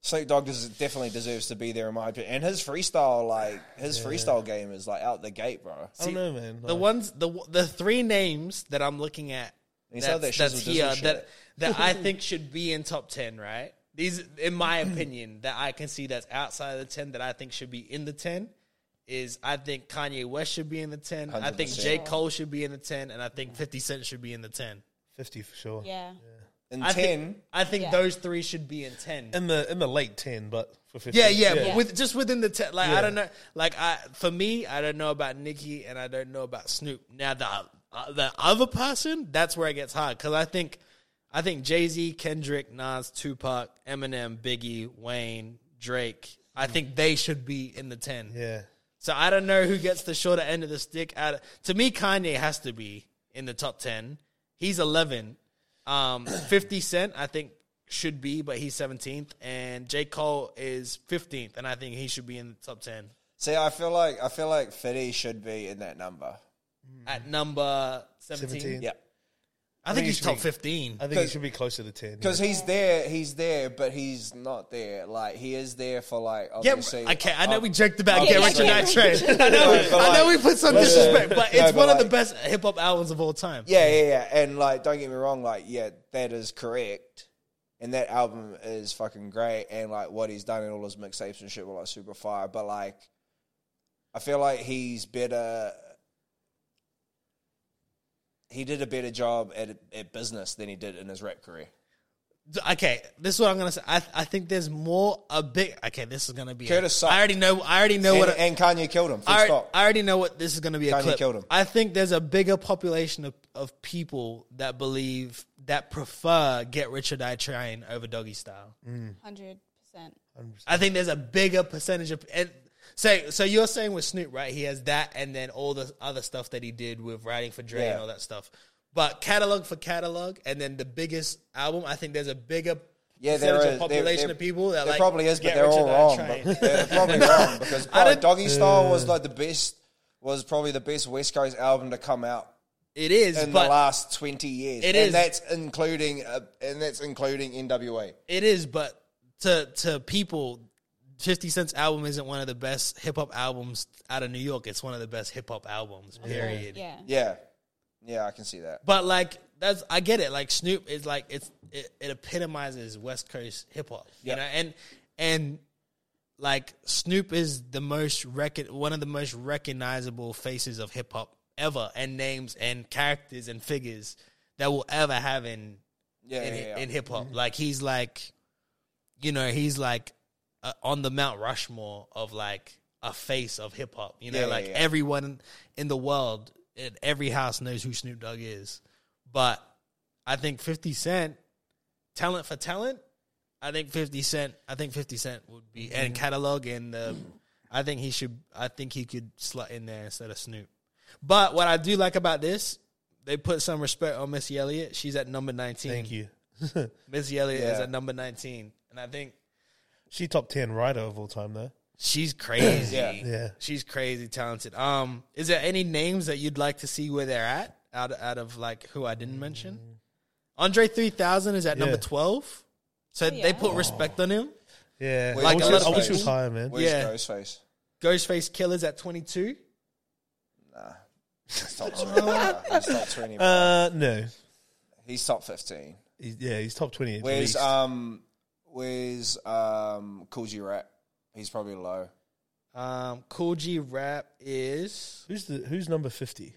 Speaker 4: Snoop Dogg des- definitely deserves to be there in my opinion, and his freestyle, like his freestyle game, is like out the gate, bro.
Speaker 2: I don't know, man.
Speaker 1: the
Speaker 2: Like,
Speaker 1: ones the the three names that I'm looking at
Speaker 4: He's
Speaker 1: that's,
Speaker 4: out there
Speaker 1: that's
Speaker 4: shizzle dizzle
Speaker 1: here
Speaker 4: shit.
Speaker 1: that that I think should be in top ten, right? These, in my opinion, that I can see that's outside of the ten that I think should be in the ten is I think Kanye West should be in the ten. I think
Speaker 4: 100%.
Speaker 1: J Cole should be in the ten, and I think Fifty Cent should be in the ten.
Speaker 2: fifty for sure.
Speaker 3: Yeah.
Speaker 4: In
Speaker 1: I
Speaker 4: ten,
Speaker 1: think I think
Speaker 3: Yeah.
Speaker 1: those three should be in ten.
Speaker 2: In the in the late ten, but for fifty.
Speaker 1: Yeah, yeah,
Speaker 3: Yeah.
Speaker 1: but with just within the te- like I
Speaker 2: Yeah.
Speaker 1: don't know, like I for me I don't know about Nicki and I don't know about Snoop. Now the uh, the other person that's where it gets hard because I think I think Jay Z, Kendrick, Nas, Tupac, Eminem, Biggie, Wayne, Drake. I think they should be in the ten.
Speaker 2: yeah.
Speaker 1: So I don't know who gets the shorter end of the stick. Out of, to me, Kanye has to be in the top ten. He's eleven. Um, Fifty Cent, I think, should be, but he's seventeenth, and J Cole is fifteenth, and I think he should be in the top ten
Speaker 4: See, I feel like I feel like Fitty should be in that number.
Speaker 1: at number
Speaker 2: 17.
Speaker 1: seventeen.
Speaker 4: Yep.
Speaker 1: I think
Speaker 2: he
Speaker 1: he's
Speaker 2: should
Speaker 1: top
Speaker 2: be-
Speaker 1: fifteen.
Speaker 2: I think he
Speaker 4: 'Cause-
Speaker 2: should be closer to ten.
Speaker 4: Because he's there, he's there, but he's not there. Like he is there for like
Speaker 1: Yeah,
Speaker 4: obviously.
Speaker 1: I can't. I know we joked about Get
Speaker 3: Yeah, yeah,
Speaker 1: Rich or
Speaker 3: yeah.
Speaker 1: Die Trying. I know,
Speaker 4: But, but
Speaker 1: I know we
Speaker 4: like-
Speaker 1: put some
Speaker 4: but, uh,
Speaker 1: disrespect, but
Speaker 4: no,
Speaker 1: it's
Speaker 4: but
Speaker 1: one of the
Speaker 4: like-
Speaker 1: best hip hop albums of all time.
Speaker 4: Yeah, yeah, yeah. And like, don't get me wrong, like, yeah, that is correct. And that album is fucking great. And like what he's done in all his mixtapes and shit were like super fire. But like I feel like he's better he did a better job at at business than he did in his rap career.
Speaker 1: Okay, this is what I'm gonna say. I, I think there's more a big. Okay, this is gonna be. a-
Speaker 4: Curtis sucked.
Speaker 1: I already know. I already know
Speaker 4: And,
Speaker 1: what.
Speaker 4: and Kanye killed him. Full
Speaker 1: I,
Speaker 4: stop.
Speaker 1: I already know what this is going to be a
Speaker 4: Kanye
Speaker 1: clip.
Speaker 4: killed him.
Speaker 1: I think there's a bigger population of, of people that believe that prefer Get Rich or Die Trying over Doggy Style.
Speaker 3: hundred percent.
Speaker 1: I think there's a bigger percentage of and say so you're saying with Snoop right he has that and then all the other stuff that he did with writing for Dre and
Speaker 4: Yeah.
Speaker 1: all that stuff. But catalog for catalog and then the biggest album I think there's a bigger
Speaker 4: yeah, there
Speaker 1: percentage
Speaker 4: is
Speaker 1: of population
Speaker 4: there-
Speaker 1: of people that
Speaker 4: there
Speaker 1: like
Speaker 4: probably is, but
Speaker 1: Get
Speaker 4: they're
Speaker 1: Rich or
Speaker 4: all
Speaker 1: Die
Speaker 4: wrong.
Speaker 1: Trying.
Speaker 4: But they're probably wrong because
Speaker 1: I
Speaker 4: bro,
Speaker 1: don't-
Speaker 4: Doggy Style was like the best, was probably the best West Coast album to come out
Speaker 1: it is,
Speaker 4: in the
Speaker 1: but
Speaker 4: last 20 years.
Speaker 1: It
Speaker 4: and
Speaker 1: is.
Speaker 4: that's including uh, and that's including NWA.
Speaker 1: It is, but to to people, Fifty Cent's album isn't one of the best hip hop albums out of New York. It's one of the best hip hop albums. Period.
Speaker 3: Yeah.
Speaker 4: Yeah. Yeah, I can see that.
Speaker 1: But like that's I get it. Like Snoop is like it's it, it epitomizes West Coast hip hop.
Speaker 4: Yeah.
Speaker 1: You know, and and like Snoop is the most recon one of the most recognizable faces of hip hop ever, and names and characters and figures that will ever have in
Speaker 4: Yeah,
Speaker 1: in,
Speaker 4: yeah, yeah. Mm-hmm.
Speaker 1: in hip hop. Like he's like, you know, he's like uh, on the Mount Rushmore of like a face of hip hop. You know,
Speaker 4: Yeah, yeah,
Speaker 1: like
Speaker 4: yeah.
Speaker 1: everyone in the world, in every house knows who Snoop Dogg is. But I think Fifty Cent, talent for talent, I think Fifty Cent, I think Fifty Cent would be and
Speaker 4: Mm-hmm.
Speaker 1: catalog and the. I think he should. I think he could slut in there instead of Snoop. But what I do like about this, they put some respect on Missy Elliott. She's at number nineteen.
Speaker 2: Thank you.
Speaker 1: Missy Elliott is
Speaker 4: Yeah.
Speaker 1: at number 19. And I think
Speaker 2: she top ten writer of all time though.
Speaker 1: she's crazy.
Speaker 4: Yeah.
Speaker 2: Yeah.
Speaker 1: She's crazy talented. Um, is there any names that you'd like to see where they're at out of, out of like who I didn't mention?
Speaker 4: Mm.
Speaker 1: Andre 3000 is at number
Speaker 2: Yeah.
Speaker 1: 12. So
Speaker 3: yeah.
Speaker 1: they put respect on him.
Speaker 2: Yeah.
Speaker 4: Where's
Speaker 2: I
Speaker 1: Like
Speaker 2: wish
Speaker 1: a
Speaker 2: it-
Speaker 1: lot of
Speaker 2: I wish it was
Speaker 1: people-
Speaker 2: higher, man.
Speaker 4: Where's
Speaker 1: Yeah.
Speaker 4: Ghostface?
Speaker 1: Ghostface Killer's at 22.
Speaker 4: He's top 20. bro. he's top 20. bro.
Speaker 2: Uh no.
Speaker 4: he's top 15.
Speaker 2: He's- yeah, he's top twenty at
Speaker 4: Where's
Speaker 2: least.
Speaker 4: um where's um Cool G Rap? He's probably low.
Speaker 1: Um, cool G Rap is
Speaker 2: who's the who's number fifty?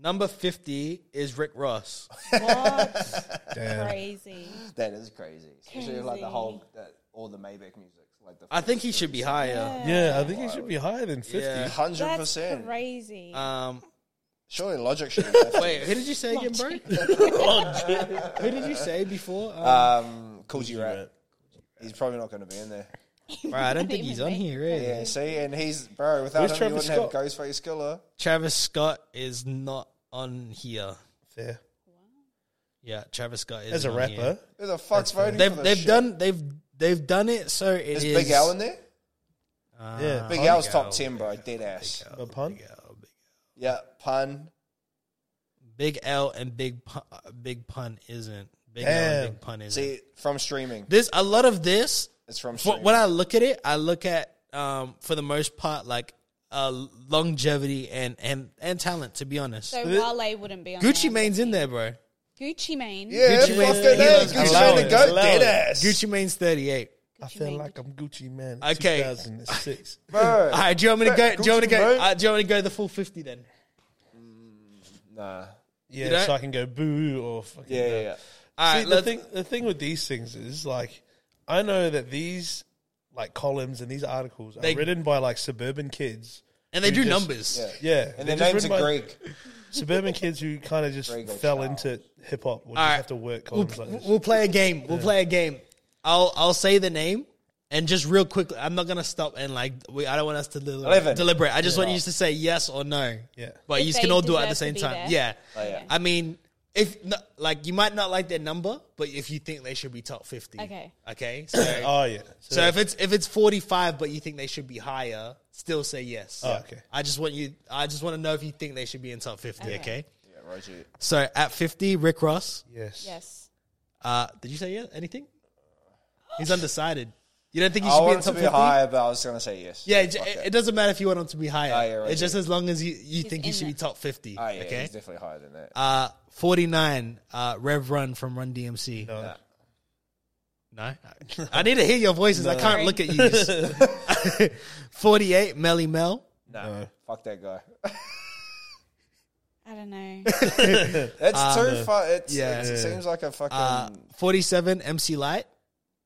Speaker 1: number 50 is Rick Ross.
Speaker 3: What?
Speaker 2: Damn.
Speaker 3: Crazy.
Speaker 4: That is crazy. Especially like the
Speaker 3: Crazy.
Speaker 4: whole that, all the Maybach music. Like the
Speaker 1: I think he should be higher.
Speaker 2: Yeah, I think he should be higher than fifty.
Speaker 1: Yeah.
Speaker 4: hundred
Speaker 3: That's
Speaker 4: percent. Uh,
Speaker 3: crazy.
Speaker 1: Um,
Speaker 4: Surely Logic should be. 50.
Speaker 1: wait, who did you say again, bro? who did you say before? Um,
Speaker 4: Um, Cool G Rap. He's probably not going to be in there.
Speaker 1: bro, I don't think he's on here. eh? Really.
Speaker 4: Yeah, see, and he's bro. Without
Speaker 2: Where's
Speaker 4: him, you
Speaker 2: Travis
Speaker 4: wouldn't have Ghostface Killer.
Speaker 1: Travis Scott is not on here.
Speaker 2: Fair.
Speaker 1: Yeah, Travis Scott is
Speaker 2: As a
Speaker 1: on
Speaker 2: rapper.
Speaker 1: Here.
Speaker 4: Who the fuck's voting?
Speaker 1: They've
Speaker 4: for this
Speaker 1: they've
Speaker 4: shit?
Speaker 1: done they've they've done it. So it
Speaker 4: Is
Speaker 1: is
Speaker 4: Big L in there?
Speaker 1: Uh,
Speaker 2: Yeah.
Speaker 4: Big
Speaker 1: Big
Speaker 4: Al's
Speaker 1: Al,
Speaker 4: top ten, bro. Dead ass.
Speaker 2: A pun?
Speaker 1: Big L, Big-
Speaker 4: Yeah, pun.
Speaker 1: Big L and Big Pun, Big Pun isn't. Big L
Speaker 2: Damn.
Speaker 1: and Big Pun isn't.
Speaker 4: See, from streaming.
Speaker 1: This a lot of this.
Speaker 4: It's from
Speaker 1: For,
Speaker 4: streaming.
Speaker 1: when I look at it, I look at um for the most part like uh longevity and and and talent. To be honest,
Speaker 3: So Wale wouldn't be on
Speaker 1: Gucci
Speaker 3: there.
Speaker 1: Mane's in there, bro.
Speaker 3: Gucci Mane.
Speaker 4: yeah,
Speaker 1: Gucci
Speaker 4: fucking
Speaker 1: Mane's-
Speaker 4: A.
Speaker 1: he was
Speaker 4: Gucci
Speaker 2: allowed
Speaker 4: Mane the
Speaker 2: it,
Speaker 4: goat.
Speaker 2: allowed it.
Speaker 4: Dead ass.
Speaker 1: Gucci Mane's thirty eight.
Speaker 2: I
Speaker 3: Gucci
Speaker 2: feel
Speaker 3: Mane.
Speaker 2: like I'm Gucci Man.
Speaker 1: Okay.
Speaker 2: Okay. 2006.
Speaker 4: Bro.
Speaker 1: All right, do you want me to go? Do you want me to go?
Speaker 4: Gucci Mane?
Speaker 1: Uh, do you want me to go the full fifty then?
Speaker 4: Nah.
Speaker 2: yeah,
Speaker 1: don't-
Speaker 2: so I can go boo or fucking.
Speaker 4: Yeah,
Speaker 2: uh,
Speaker 4: yeah, yeah.
Speaker 1: All
Speaker 2: See,
Speaker 1: right,
Speaker 2: the
Speaker 1: let's-
Speaker 2: thing the thing with these things is like I know that these like columns and these articles are
Speaker 1: They-
Speaker 2: written by like suburban kids.
Speaker 1: and they
Speaker 2: who
Speaker 1: do
Speaker 2: just-
Speaker 1: numbers.
Speaker 4: yeah.
Speaker 2: Yeah,
Speaker 4: And
Speaker 2: they're
Speaker 4: their
Speaker 2: just
Speaker 4: names
Speaker 2: written
Speaker 4: are
Speaker 2: by
Speaker 4: Greek.
Speaker 2: Suburban kids who kind of just
Speaker 4: Greg or
Speaker 2: fell
Speaker 4: Charles.
Speaker 2: into hip hop
Speaker 1: All
Speaker 2: would just
Speaker 1: right.
Speaker 2: have to work
Speaker 1: We'll,
Speaker 2: columns like this.
Speaker 1: we'll play a game. We'll play a game. I'll I'll say the name and just real quickly. I'm not gonna stop and like we. I don't want us to deliberate.
Speaker 4: Eleven.
Speaker 1: deliberate. I just want you to say yes or no.
Speaker 2: Yeah.
Speaker 1: but
Speaker 3: If
Speaker 1: you
Speaker 3: they
Speaker 1: can all do it at the
Speaker 3: deserve to
Speaker 1: same
Speaker 3: be
Speaker 1: time.
Speaker 3: there.
Speaker 1: Yeah.
Speaker 4: Oh, yeah.
Speaker 1: I mean, if not, like you might not like their number, but if you think they should be top fifty,
Speaker 3: Okay.
Speaker 1: okay. So,
Speaker 2: Oh yeah. So,
Speaker 1: so if it's if it's forty five, but you think they should be higher, still say yes.
Speaker 2: Oh, okay.
Speaker 1: I just want you. I just want to know if you think they should be in top fifty. Okay.
Speaker 3: Okay.
Speaker 4: Yeah, Roger.
Speaker 1: So at 50, Rick Ross.
Speaker 2: Yes.
Speaker 3: Yes.
Speaker 1: Uh, did you say yeah? Anything? He's undecided. You don't think he
Speaker 4: I
Speaker 1: should be in
Speaker 4: wanted to
Speaker 1: top
Speaker 4: be
Speaker 1: 50?
Speaker 4: higher, but I was going to say yes.
Speaker 1: Yeah, it,
Speaker 4: Fuck
Speaker 1: it, it doesn't matter if you want him to be higher.
Speaker 4: Ah, yeah, right,
Speaker 1: it's just
Speaker 4: yeah.
Speaker 1: as long as you, you think you
Speaker 3: in
Speaker 1: should be
Speaker 3: it.
Speaker 1: top 50.
Speaker 4: Oh, yeah,
Speaker 1: okay.
Speaker 4: he's definitely higher than that.
Speaker 1: Uh, 49, uh, Rev Run from Run DMC.
Speaker 2: No.
Speaker 1: No? I- I need to hear your voices. I can't look at you. 48, Melly Mel.
Speaker 4: Nah,
Speaker 1: uh,
Speaker 4: fuck that guy.
Speaker 3: I don't know.
Speaker 4: It's too far. It's,
Speaker 1: uh, yeah.
Speaker 4: it's, it seems like a fucking.
Speaker 1: Uh, 47, MC Light.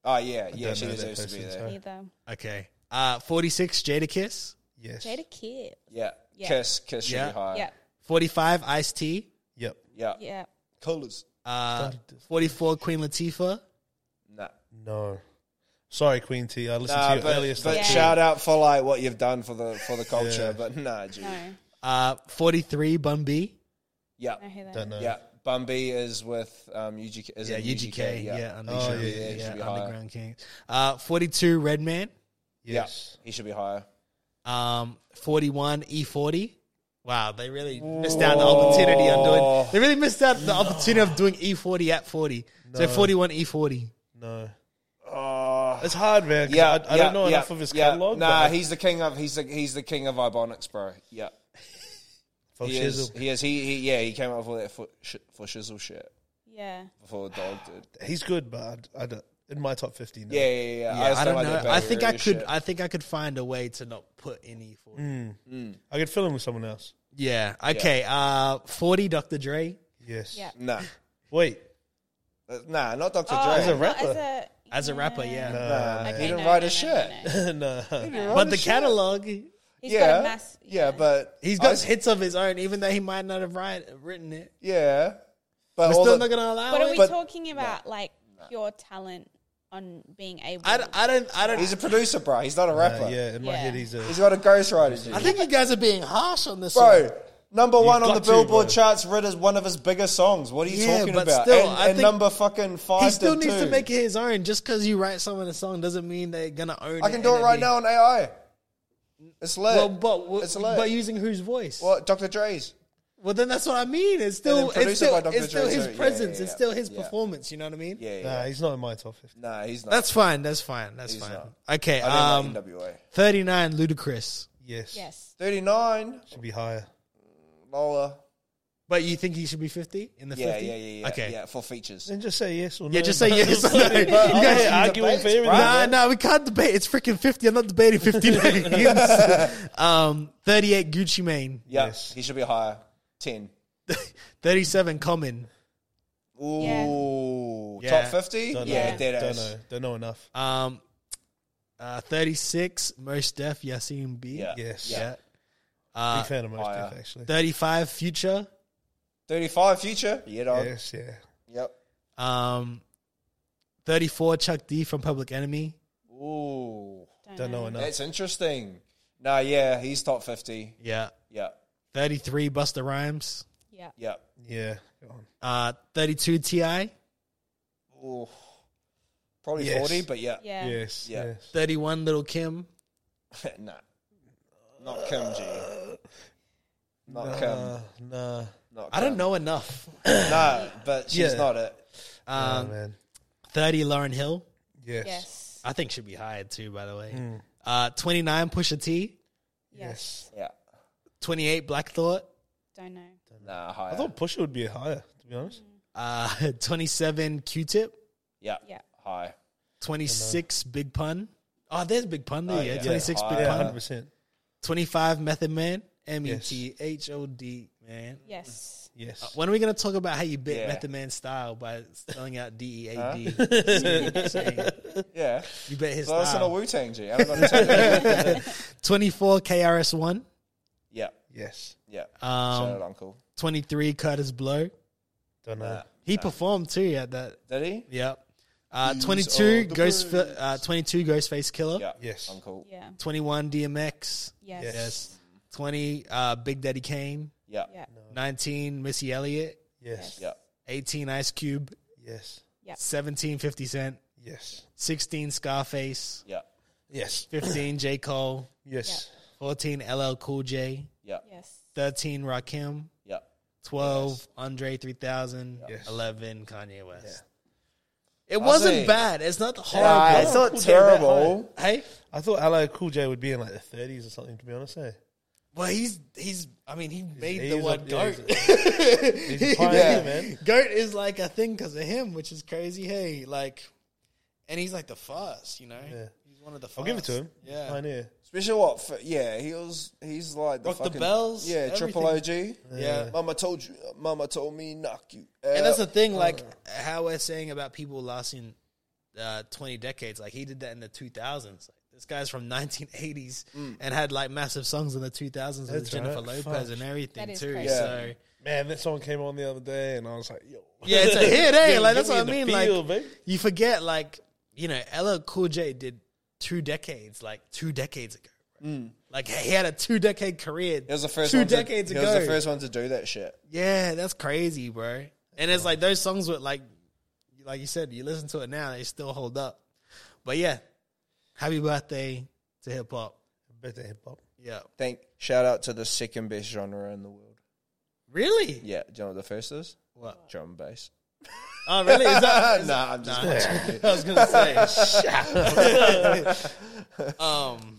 Speaker 4: oh yeah, yeah,
Speaker 2: don't
Speaker 4: she
Speaker 2: know that
Speaker 4: deserves to
Speaker 2: person,
Speaker 4: be there.
Speaker 2: sorry.
Speaker 3: Either.
Speaker 1: Okay. Uh, 46, Jada Kiss.
Speaker 2: Yes.
Speaker 3: Jada Kid.
Speaker 4: Yeah.
Speaker 3: Yeah.
Speaker 4: kiss, kiss should
Speaker 1: Yeah.
Speaker 4: be higher.
Speaker 3: Yeah.
Speaker 1: 45, Ice T.
Speaker 2: Yep.
Speaker 4: yeah,
Speaker 3: Yeah.
Speaker 4: Coolers.
Speaker 1: Uh, 44, Queen Latifah.
Speaker 4: Nah,
Speaker 2: No. Sorry, Queen T. I listened
Speaker 4: nah
Speaker 2: to your earlier
Speaker 4: but,
Speaker 2: stuff.
Speaker 4: but
Speaker 3: Yeah.
Speaker 4: shout out for like what you've done for the for the
Speaker 2: Yeah.
Speaker 4: culture. But nah, dude.
Speaker 3: No.
Speaker 1: Uh, 43, Bun B.
Speaker 4: Yeah,
Speaker 3: No, who that
Speaker 2: Don't
Speaker 3: is.
Speaker 2: know.
Speaker 4: yeah. Bumby is with um UGK. Is
Speaker 1: Yeah,
Speaker 4: it
Speaker 1: UGK. Yeah,
Speaker 2: Oh,
Speaker 1: Underground,
Speaker 2: yeah,
Speaker 1: yeah,
Speaker 2: yeah,
Speaker 4: he should be higher.
Speaker 1: Underground Kings. Uh, 42, Redman.
Speaker 2: Yes.
Speaker 4: Yeah, he should be higher.
Speaker 1: Um, 41, E40. Wow, they really missed out the opportunity on doing. They really missed out the opportunity of doing E40 at 40. So E 41, E40.
Speaker 2: No.
Speaker 4: Oh.
Speaker 2: It's hard, man. 'cause
Speaker 4: Yeah,
Speaker 2: I, I
Speaker 4: yeah,
Speaker 2: don't know enough
Speaker 4: yeah,
Speaker 2: of his
Speaker 4: yeah.
Speaker 2: catalog.
Speaker 4: Nah, he's the king of he's the he's the king of Ibonics, bro. Yeah, he is. He is. He, he yeah. He came up with that for, sh- for shizzle shit
Speaker 3: Yeah.
Speaker 4: before the dog did.
Speaker 2: he's good, but I d- I, don't, in my top fifteen.
Speaker 4: Yeah, yeah, yeah.
Speaker 1: Yeah, I,
Speaker 4: just
Speaker 1: don't
Speaker 4: like
Speaker 1: know.
Speaker 4: that
Speaker 1: I
Speaker 4: Bay
Speaker 1: think I
Speaker 4: Area
Speaker 1: could.
Speaker 4: shit.
Speaker 1: I think I could find a way to not put in E E40.
Speaker 2: I could fill him with someone else.
Speaker 1: Yeah. Okay. Uh, 40, Dr. Dre.
Speaker 2: Yes.
Speaker 3: Yeah.
Speaker 4: Nah,
Speaker 2: Wait.
Speaker 4: Uh, nah, not Dr.
Speaker 1: Oh.
Speaker 2: As a
Speaker 4: Dre.
Speaker 2: rapper?
Speaker 3: Oh, As a,
Speaker 1: As a rapper, yeah.
Speaker 4: Nah,
Speaker 3: Okay,
Speaker 4: he didn't
Speaker 3: no,
Speaker 4: write
Speaker 3: no,
Speaker 4: his
Speaker 3: no,
Speaker 4: shit.
Speaker 3: no, no.
Speaker 2: no.
Speaker 1: But the catalog,
Speaker 3: He's
Speaker 4: yeah,
Speaker 3: got a mass.
Speaker 4: yeah, but
Speaker 1: he's
Speaker 4: I
Speaker 1: got
Speaker 4: was-
Speaker 1: hits of his own, even though he might not have write, written it.
Speaker 4: yeah, but
Speaker 1: We're
Speaker 4: all
Speaker 1: still
Speaker 4: the-
Speaker 1: not going to allow
Speaker 3: But are
Speaker 1: it.
Speaker 3: we
Speaker 4: But-
Speaker 3: talking about like pure talent on being able?
Speaker 1: I, d- I don't. I don't.
Speaker 4: he's a producer, bro. He's not a rapper.
Speaker 2: Uh, yeah, in my
Speaker 3: Yeah.
Speaker 2: head, he's a.
Speaker 4: he's got a ghostwriter.
Speaker 1: I
Speaker 4: dude.
Speaker 1: think you guys are being harsh on this,
Speaker 4: Bro,
Speaker 1: one.
Speaker 4: number one on
Speaker 2: got
Speaker 4: the
Speaker 2: to,
Speaker 4: Billboard
Speaker 2: bro.
Speaker 4: charts, Red is one of his biggest songs. What are you
Speaker 1: Yeah,
Speaker 4: talking
Speaker 1: but
Speaker 4: about?
Speaker 1: still,
Speaker 4: and
Speaker 1: I
Speaker 4: and
Speaker 1: think
Speaker 4: number fucking five.
Speaker 1: He still
Speaker 4: did
Speaker 1: needs to
Speaker 4: too.
Speaker 1: make it his own. Just because you write someone a song doesn't mean they're gonna own.
Speaker 4: I can
Speaker 1: it
Speaker 4: do it
Speaker 1: and
Speaker 4: right
Speaker 1: be-
Speaker 4: now on AI. It's lit.
Speaker 1: Well, but
Speaker 4: it's
Speaker 1: but,
Speaker 4: lit.
Speaker 1: but using whose voice? Well,
Speaker 4: Well, Dr. Dre's.
Speaker 1: then that's what I mean. It's still
Speaker 4: produced
Speaker 1: it's still,
Speaker 4: by Dr.
Speaker 1: it's still
Speaker 4: Dre,
Speaker 1: his
Speaker 4: so- yeah,
Speaker 1: presence.
Speaker 4: yeah,
Speaker 1: It's
Speaker 4: yeah.
Speaker 1: still his
Speaker 4: Yeah.
Speaker 1: performance. You know what I mean?
Speaker 4: Yeah, yeah.
Speaker 2: nah, he's not in my top fifteen.
Speaker 4: Nah, he's not.
Speaker 1: That's fine. That's fine. That's
Speaker 4: He's
Speaker 1: fine.
Speaker 4: not.
Speaker 1: Okay.
Speaker 4: I
Speaker 1: Um,
Speaker 4: didn't like NWA.
Speaker 1: thirty nine. Ludacris.
Speaker 2: Yes.
Speaker 3: yes.
Speaker 4: 39,
Speaker 2: Should be higher.
Speaker 4: lower.
Speaker 1: But you think he should be fifty in the
Speaker 4: Yeah,
Speaker 1: fifty?
Speaker 4: yeah, yeah, yeah.
Speaker 1: Okay.
Speaker 4: Yeah, for features.
Speaker 2: Then just say yes or no.
Speaker 1: Yeah, just say yes or no. You
Speaker 4: But
Speaker 1: guys-
Speaker 4: honestly,
Speaker 2: arguing
Speaker 4: debates,
Speaker 2: for everything.
Speaker 4: bro.
Speaker 1: Nah, nah, we can't debate. It's freaking 50. I'm not debating 50 names. um, 38, Gucci Mane.
Speaker 4: Yeah,
Speaker 2: Yes.
Speaker 4: he should be higher. 10.
Speaker 1: 37, Common.
Speaker 4: Ooh.
Speaker 1: Yeah.
Speaker 4: Top 50?
Speaker 2: Don't know.
Speaker 4: Yeah, dead
Speaker 2: don't
Speaker 4: ass.
Speaker 2: know. Don't know enough.
Speaker 1: Um, uh, 36, Most Def, Yasin B.
Speaker 4: Yeah.
Speaker 2: Yes.
Speaker 4: Yeah.
Speaker 1: Uh,
Speaker 2: Big fan of most
Speaker 4: higher.
Speaker 2: Def, actually.
Speaker 1: 35, Future.
Speaker 4: 35, future? Yeah, dog.
Speaker 2: Yes. Yeah.
Speaker 4: Yep.
Speaker 1: Um, 34, Chuck D from Public Enemy.
Speaker 4: Ooh.
Speaker 2: Don't
Speaker 3: Mm.
Speaker 2: know enough.
Speaker 4: That's interesting. Nah, yeah, he's top 50.
Speaker 1: Yeah.
Speaker 4: Yeah,
Speaker 1: 33, Buster Rhymes.
Speaker 3: Yeah.
Speaker 4: yeah.
Speaker 2: Yeah. Go on.
Speaker 1: Uh, 32, T.I.
Speaker 4: Ooh. Probably
Speaker 2: Yes.
Speaker 4: 40, but yeah.
Speaker 3: Yeah.
Speaker 2: Yes.
Speaker 4: Yeah.
Speaker 2: Yes.
Speaker 1: 31, Little Kim.
Speaker 4: nah. Not Kim G. Not Kim.
Speaker 2: Uh, nah.
Speaker 4: Not Kim.
Speaker 1: I don't know enough.
Speaker 4: Nah, but she's
Speaker 2: Yeah.
Speaker 4: not it.
Speaker 2: Nah,
Speaker 1: Um,
Speaker 2: man.
Speaker 1: 30, Lauren Hill.
Speaker 2: Yes.
Speaker 3: Yes.
Speaker 1: I think should be hired too, by the way.
Speaker 4: Hmm.
Speaker 1: Uh, 29, Pusha T.
Speaker 3: Yes.
Speaker 4: Yeah.
Speaker 1: 28, Black Thought.
Speaker 3: Don't know.
Speaker 4: Nah, higher.
Speaker 2: I thought Pusher would be higher. To be honest.
Speaker 3: Mm.
Speaker 1: Uh, 27, Q-Tip.
Speaker 4: yeah.
Speaker 3: Yeah.
Speaker 4: High.
Speaker 1: 26, Big Pun. Oh, there's Big Pun there.
Speaker 4: Oh,
Speaker 1: yeah.
Speaker 4: yeah.
Speaker 1: 26,
Speaker 4: Yeah.
Speaker 1: Big
Speaker 2: Yeah.
Speaker 4: Uh,
Speaker 2: Hundred
Speaker 1: Pun.
Speaker 2: percent.
Speaker 1: 25, Method Man. E M-E-T-H-O-D, man.
Speaker 3: Yes.
Speaker 2: Yes.
Speaker 1: When are we going to talk about how you bit
Speaker 4: Yeah.
Speaker 1: Method Man style by spelling out E D-E-A-D?
Speaker 4: Yeah.
Speaker 1: you bet his
Speaker 4: So that's in a
Speaker 1: style.
Speaker 4: Wu Tang G. I don't understand.
Speaker 1: 24, KRS-One.
Speaker 4: yeah.
Speaker 2: yes.
Speaker 4: Yeah. Shout out,
Speaker 1: Um,
Speaker 4: Uncle.
Speaker 1: 23, Curtis Blow.
Speaker 2: Don't know.
Speaker 4: Nah.
Speaker 1: He performed too at that.
Speaker 4: Did he?
Speaker 1: Yep. Uh,
Speaker 4: These
Speaker 1: 22,
Speaker 4: are the
Speaker 1: Ghost,
Speaker 4: words.
Speaker 1: uh, 22, Ghostface Killer.
Speaker 4: Yeah.
Speaker 2: Yes.
Speaker 4: Uncle.
Speaker 3: Yeah.
Speaker 1: 21 DMX,
Speaker 3: Yes.
Speaker 2: Yes.
Speaker 1: 20 uh, Big Daddy Kane,
Speaker 4: Yeah.
Speaker 3: Yeah.
Speaker 1: 19 Missy Elliott,
Speaker 2: Yes.
Speaker 4: Yeah.
Speaker 1: 18 Ice Cube,
Speaker 2: Yes.
Speaker 3: Yep.
Speaker 1: 17 50 Cent,
Speaker 2: Yes.
Speaker 1: 16 Scarface,
Speaker 4: Yeah.
Speaker 2: Yes.
Speaker 1: 15 J Cole,
Speaker 2: Yes.
Speaker 1: 14 LL Cool J,
Speaker 4: Yeah.
Speaker 3: Yes.
Speaker 1: 13 Rakim,
Speaker 4: Yeah.
Speaker 1: 12, Andre 3000,
Speaker 2: Yes.
Speaker 1: 11, Kanye West. It
Speaker 4: I
Speaker 1: wasn't
Speaker 4: think-
Speaker 1: bad. It's not horrible.
Speaker 4: Yeah, it's not
Speaker 2: Cool down that
Speaker 4: terrible.
Speaker 1: hey,
Speaker 2: I thought LL Cool J would be in like the 30s or something. To be honest, eh?
Speaker 1: well, he's he's. I mean, he made
Speaker 2: he's
Speaker 1: the one
Speaker 2: up- yeah,
Speaker 1: goat.
Speaker 2: He's a pioneer,
Speaker 4: Yeah.
Speaker 2: man.
Speaker 1: goat is like a thing because of him, which is crazy. Hey, like, and he's like the first. You know,
Speaker 2: Yeah.
Speaker 1: he's one of the. First.
Speaker 2: I'll give it to him.
Speaker 1: Yeah.
Speaker 2: pioneer.
Speaker 4: Especially what? For, yeah, he was. He's like the
Speaker 1: Rock the
Speaker 4: fucking
Speaker 1: bells,
Speaker 4: Yeah, Triple OG.
Speaker 1: everything. Yeah.
Speaker 4: Mama told you. Mama told me knock you.
Speaker 1: And that's the
Speaker 4: out.
Speaker 1: thing, like
Speaker 2: Uh.
Speaker 1: how we're saying about people lasting uh, twenty decades. Like he did that in the two thousands. This guy's from nineteen eighties and had like massive songs in the two thousands with
Speaker 2: Mm. That's
Speaker 1: Jennifer
Speaker 2: right.
Speaker 1: Lopez
Speaker 2: Fuck.
Speaker 1: and everything
Speaker 3: That is
Speaker 1: too.
Speaker 3: crazy.
Speaker 4: Yeah.
Speaker 1: So
Speaker 2: Man, that song came on the other day, and I was like, yo.
Speaker 1: yeah, it's a hit, eh?
Speaker 2: Yeah,
Speaker 1: like
Speaker 2: get
Speaker 1: that's what I
Speaker 2: me in
Speaker 1: mean.
Speaker 2: the field,
Speaker 1: like
Speaker 2: baby.
Speaker 1: you forget, like you know, Ella Cool J did two decades, like two decades ago. Like he had a two decade career.
Speaker 4: He Mm. was the first
Speaker 1: two
Speaker 4: one to-
Speaker 1: decades
Speaker 4: he
Speaker 1: ago.
Speaker 4: was the first one to do that shit.
Speaker 1: Yeah, that's crazy, bro. And it's like those songs would like, like you said, you listen to it now, they still hold up. But yeah, happy birthday to hip hop.
Speaker 2: Better hip hop.
Speaker 1: Yeah,
Speaker 4: Thank. Shout out to the second best genre in the world.
Speaker 1: really?
Speaker 4: Yeah. Do you know what the first is?
Speaker 1: What?
Speaker 4: Drum and bass.
Speaker 1: Oh, really? Is that, is
Speaker 4: nah, I'm just. playing.
Speaker 1: I was gonna say. um,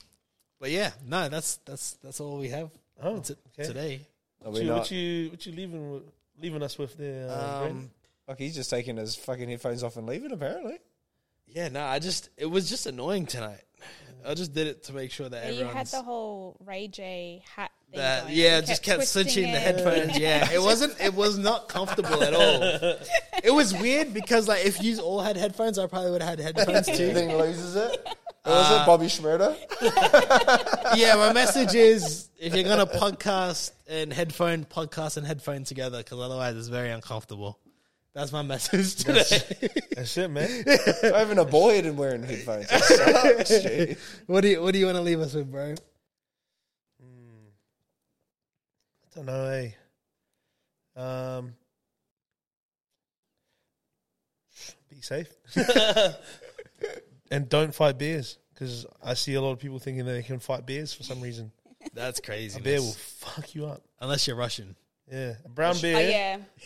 Speaker 1: but yeah, no, that's that's that's all we have
Speaker 2: Oh,
Speaker 1: to-
Speaker 2: okay.
Speaker 1: today.
Speaker 4: Are we
Speaker 2: What you,
Speaker 4: not?
Speaker 2: what you what you leaving with- leaving us with there? Uh, Brent?
Speaker 1: Um,
Speaker 4: Fuck, he's just taking his fucking headphones off and leaving. Apparently.
Speaker 1: yeah, no, I just it was just annoying tonight. I just did it to make sure that
Speaker 3: Yeah, you
Speaker 1: everyone.
Speaker 3: had the whole Ray J hat thing.
Speaker 1: that
Speaker 3: going.
Speaker 1: yeah
Speaker 3: You
Speaker 1: just kept
Speaker 3: twisting
Speaker 1: switching the
Speaker 3: it.
Speaker 1: headphones yeah it wasn't it was not comfortable at all it was weird because like if you all had headphones i probably would have had headphones too
Speaker 4: Thing loses it. Or was
Speaker 1: Uh,
Speaker 4: it Bobby Schmurder?
Speaker 1: yeah my message is if you're gonna podcast and headphone podcast and headphone together because otherwise it's very uncomfortable that's my message today
Speaker 2: That's it, man.
Speaker 4: Not even a boy didn't wearing headphones.
Speaker 1: what do you what do you want to leave us with bro
Speaker 2: don't know. Eh? Um, be safe and don't fight bears because I see a lot of people thinking they can fight bears for some reason.
Speaker 1: that's crazy
Speaker 2: A bear will fuck you up.
Speaker 1: unless you're russian
Speaker 2: Yeah, a brown bear.
Speaker 3: Oh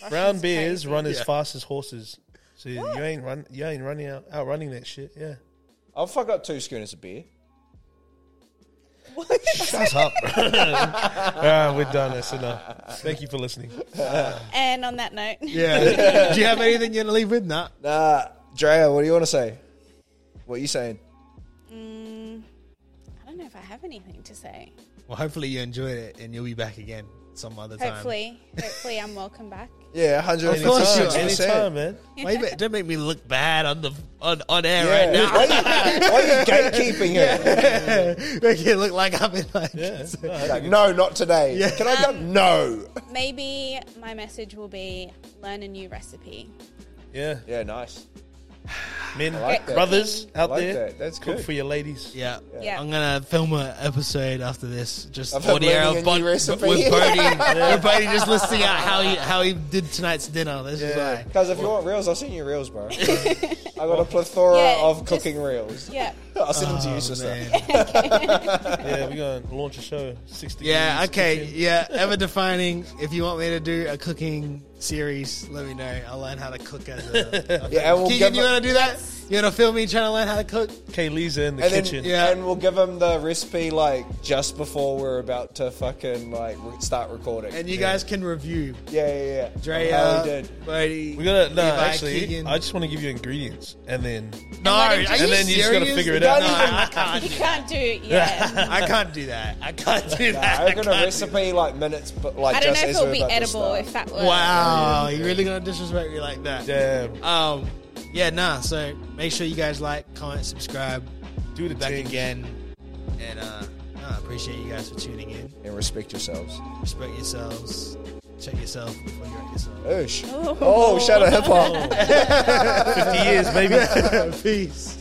Speaker 3: yeah,
Speaker 2: Brown bears
Speaker 3: crazy.
Speaker 2: run as
Speaker 1: Yeah.
Speaker 2: fast as horses. So you ain't run. You ain't running out outrunning that shit. Yeah.
Speaker 4: I'll fuck up two schooners of beer.
Speaker 2: Shut up. All right, we're done. That's enough. Thank you for listening.
Speaker 3: And on that note,
Speaker 1: yeah do you have anything you're gonna leave with nah
Speaker 4: Nah, Drea, what do you want to say? What you saying?
Speaker 3: I don't know if I have anything to say.
Speaker 1: well hopefully you enjoyed it and you'll be back again some other time
Speaker 3: Hopefully, hopefully I'm welcome back.
Speaker 4: Yeah, hundred
Speaker 1: Of course you are.
Speaker 2: Anytime, man.
Speaker 1: Why you ma- don't make me look bad on the on, on air
Speaker 4: Yeah.
Speaker 1: right now.
Speaker 4: Why, are you, why are you gatekeeping it?
Speaker 1: make it look like I'm in like.
Speaker 2: Yeah. No,
Speaker 4: Like, no, not today. Can I go? No.
Speaker 3: Maybe my message will be learn a new recipe.
Speaker 2: yeah.
Speaker 4: Yeah, nice.
Speaker 2: Men,
Speaker 4: like that.
Speaker 2: brothers out
Speaker 4: like
Speaker 2: there,
Speaker 4: that. That's
Speaker 2: cook
Speaker 4: good.
Speaker 2: for your ladies.
Speaker 1: Yeah.
Speaker 3: Yeah.
Speaker 1: I'm gonna film an episode after this, just
Speaker 4: Of him
Speaker 1: audio
Speaker 4: learning a
Speaker 1: but-
Speaker 4: new
Speaker 1: but
Speaker 4: recipe.
Speaker 1: with Brody, with Brody just listing out how he how he did tonight's dinner. This is oh, why.
Speaker 4: Because if you want reels, I'll send you reels, bro. I got a plethora
Speaker 3: Yeah,
Speaker 4: of
Speaker 3: just-
Speaker 4: cooking reels.
Speaker 3: Yeah.
Speaker 4: I'll send them to you,
Speaker 1: Oh,
Speaker 4: sister.
Speaker 1: man.
Speaker 2: Yeah, we're going to launch a show. 60
Speaker 1: Yeah. Okay. Yeah. Ever defining. If you want me to do a cooking series, let me know. I'll learn how to cook as a.
Speaker 4: Yeah, and we'll
Speaker 1: Keegan,
Speaker 4: give
Speaker 1: you
Speaker 4: him,
Speaker 1: want to do that? You want to film me trying to learn how to cook?
Speaker 2: Kaylee's in the
Speaker 4: and then,
Speaker 2: kitchen.
Speaker 1: Yeah.
Speaker 4: and we'll give him the recipe like just before we're about to fucking like re- start recording.
Speaker 1: And you guys can review.
Speaker 4: yeah, yeah, yeah.
Speaker 1: Drea,
Speaker 4: How Oh, we did.
Speaker 1: Brody.
Speaker 2: We're going to, no,
Speaker 1: Levi,
Speaker 2: actually,
Speaker 1: Keegan.
Speaker 2: I just want to give you ingredients. And then,
Speaker 1: No,
Speaker 3: let
Speaker 1: are
Speaker 3: him
Speaker 1: you
Speaker 3: just-
Speaker 2: And then you just gotta
Speaker 1: serious?
Speaker 2: figure it
Speaker 1: No,
Speaker 2: out.
Speaker 1: no, I can't.
Speaker 3: You
Speaker 1: do that.
Speaker 3: can't do it. Yeah.
Speaker 1: I can't do that. I can't do that.
Speaker 4: I
Speaker 1: I
Speaker 4: reckon a
Speaker 1: can't do
Speaker 4: recipe like minutes, but like
Speaker 3: I don't know
Speaker 4: just
Speaker 3: if
Speaker 4: as
Speaker 3: it'll
Speaker 4: we're
Speaker 3: be
Speaker 4: about to
Speaker 3: edible
Speaker 4: start.
Speaker 3: if that
Speaker 1: that.
Speaker 3: was.
Speaker 1: Wow, you really gonna disrespect me like that?
Speaker 2: damn,
Speaker 1: Um, yeah, nah. So make sure you guys like, comment, subscribe.
Speaker 2: do the
Speaker 1: Be back
Speaker 2: thing.
Speaker 1: again, and uh, nah, I appreciate you guys for tuning in.
Speaker 4: and respect yourselves.
Speaker 1: Respect yourselves. Check yourself before you hurt yourself.
Speaker 4: Oosh.
Speaker 3: Oh.
Speaker 4: Oh, shout out hip hop.
Speaker 2: 50 years, maybe.
Speaker 1: Peace.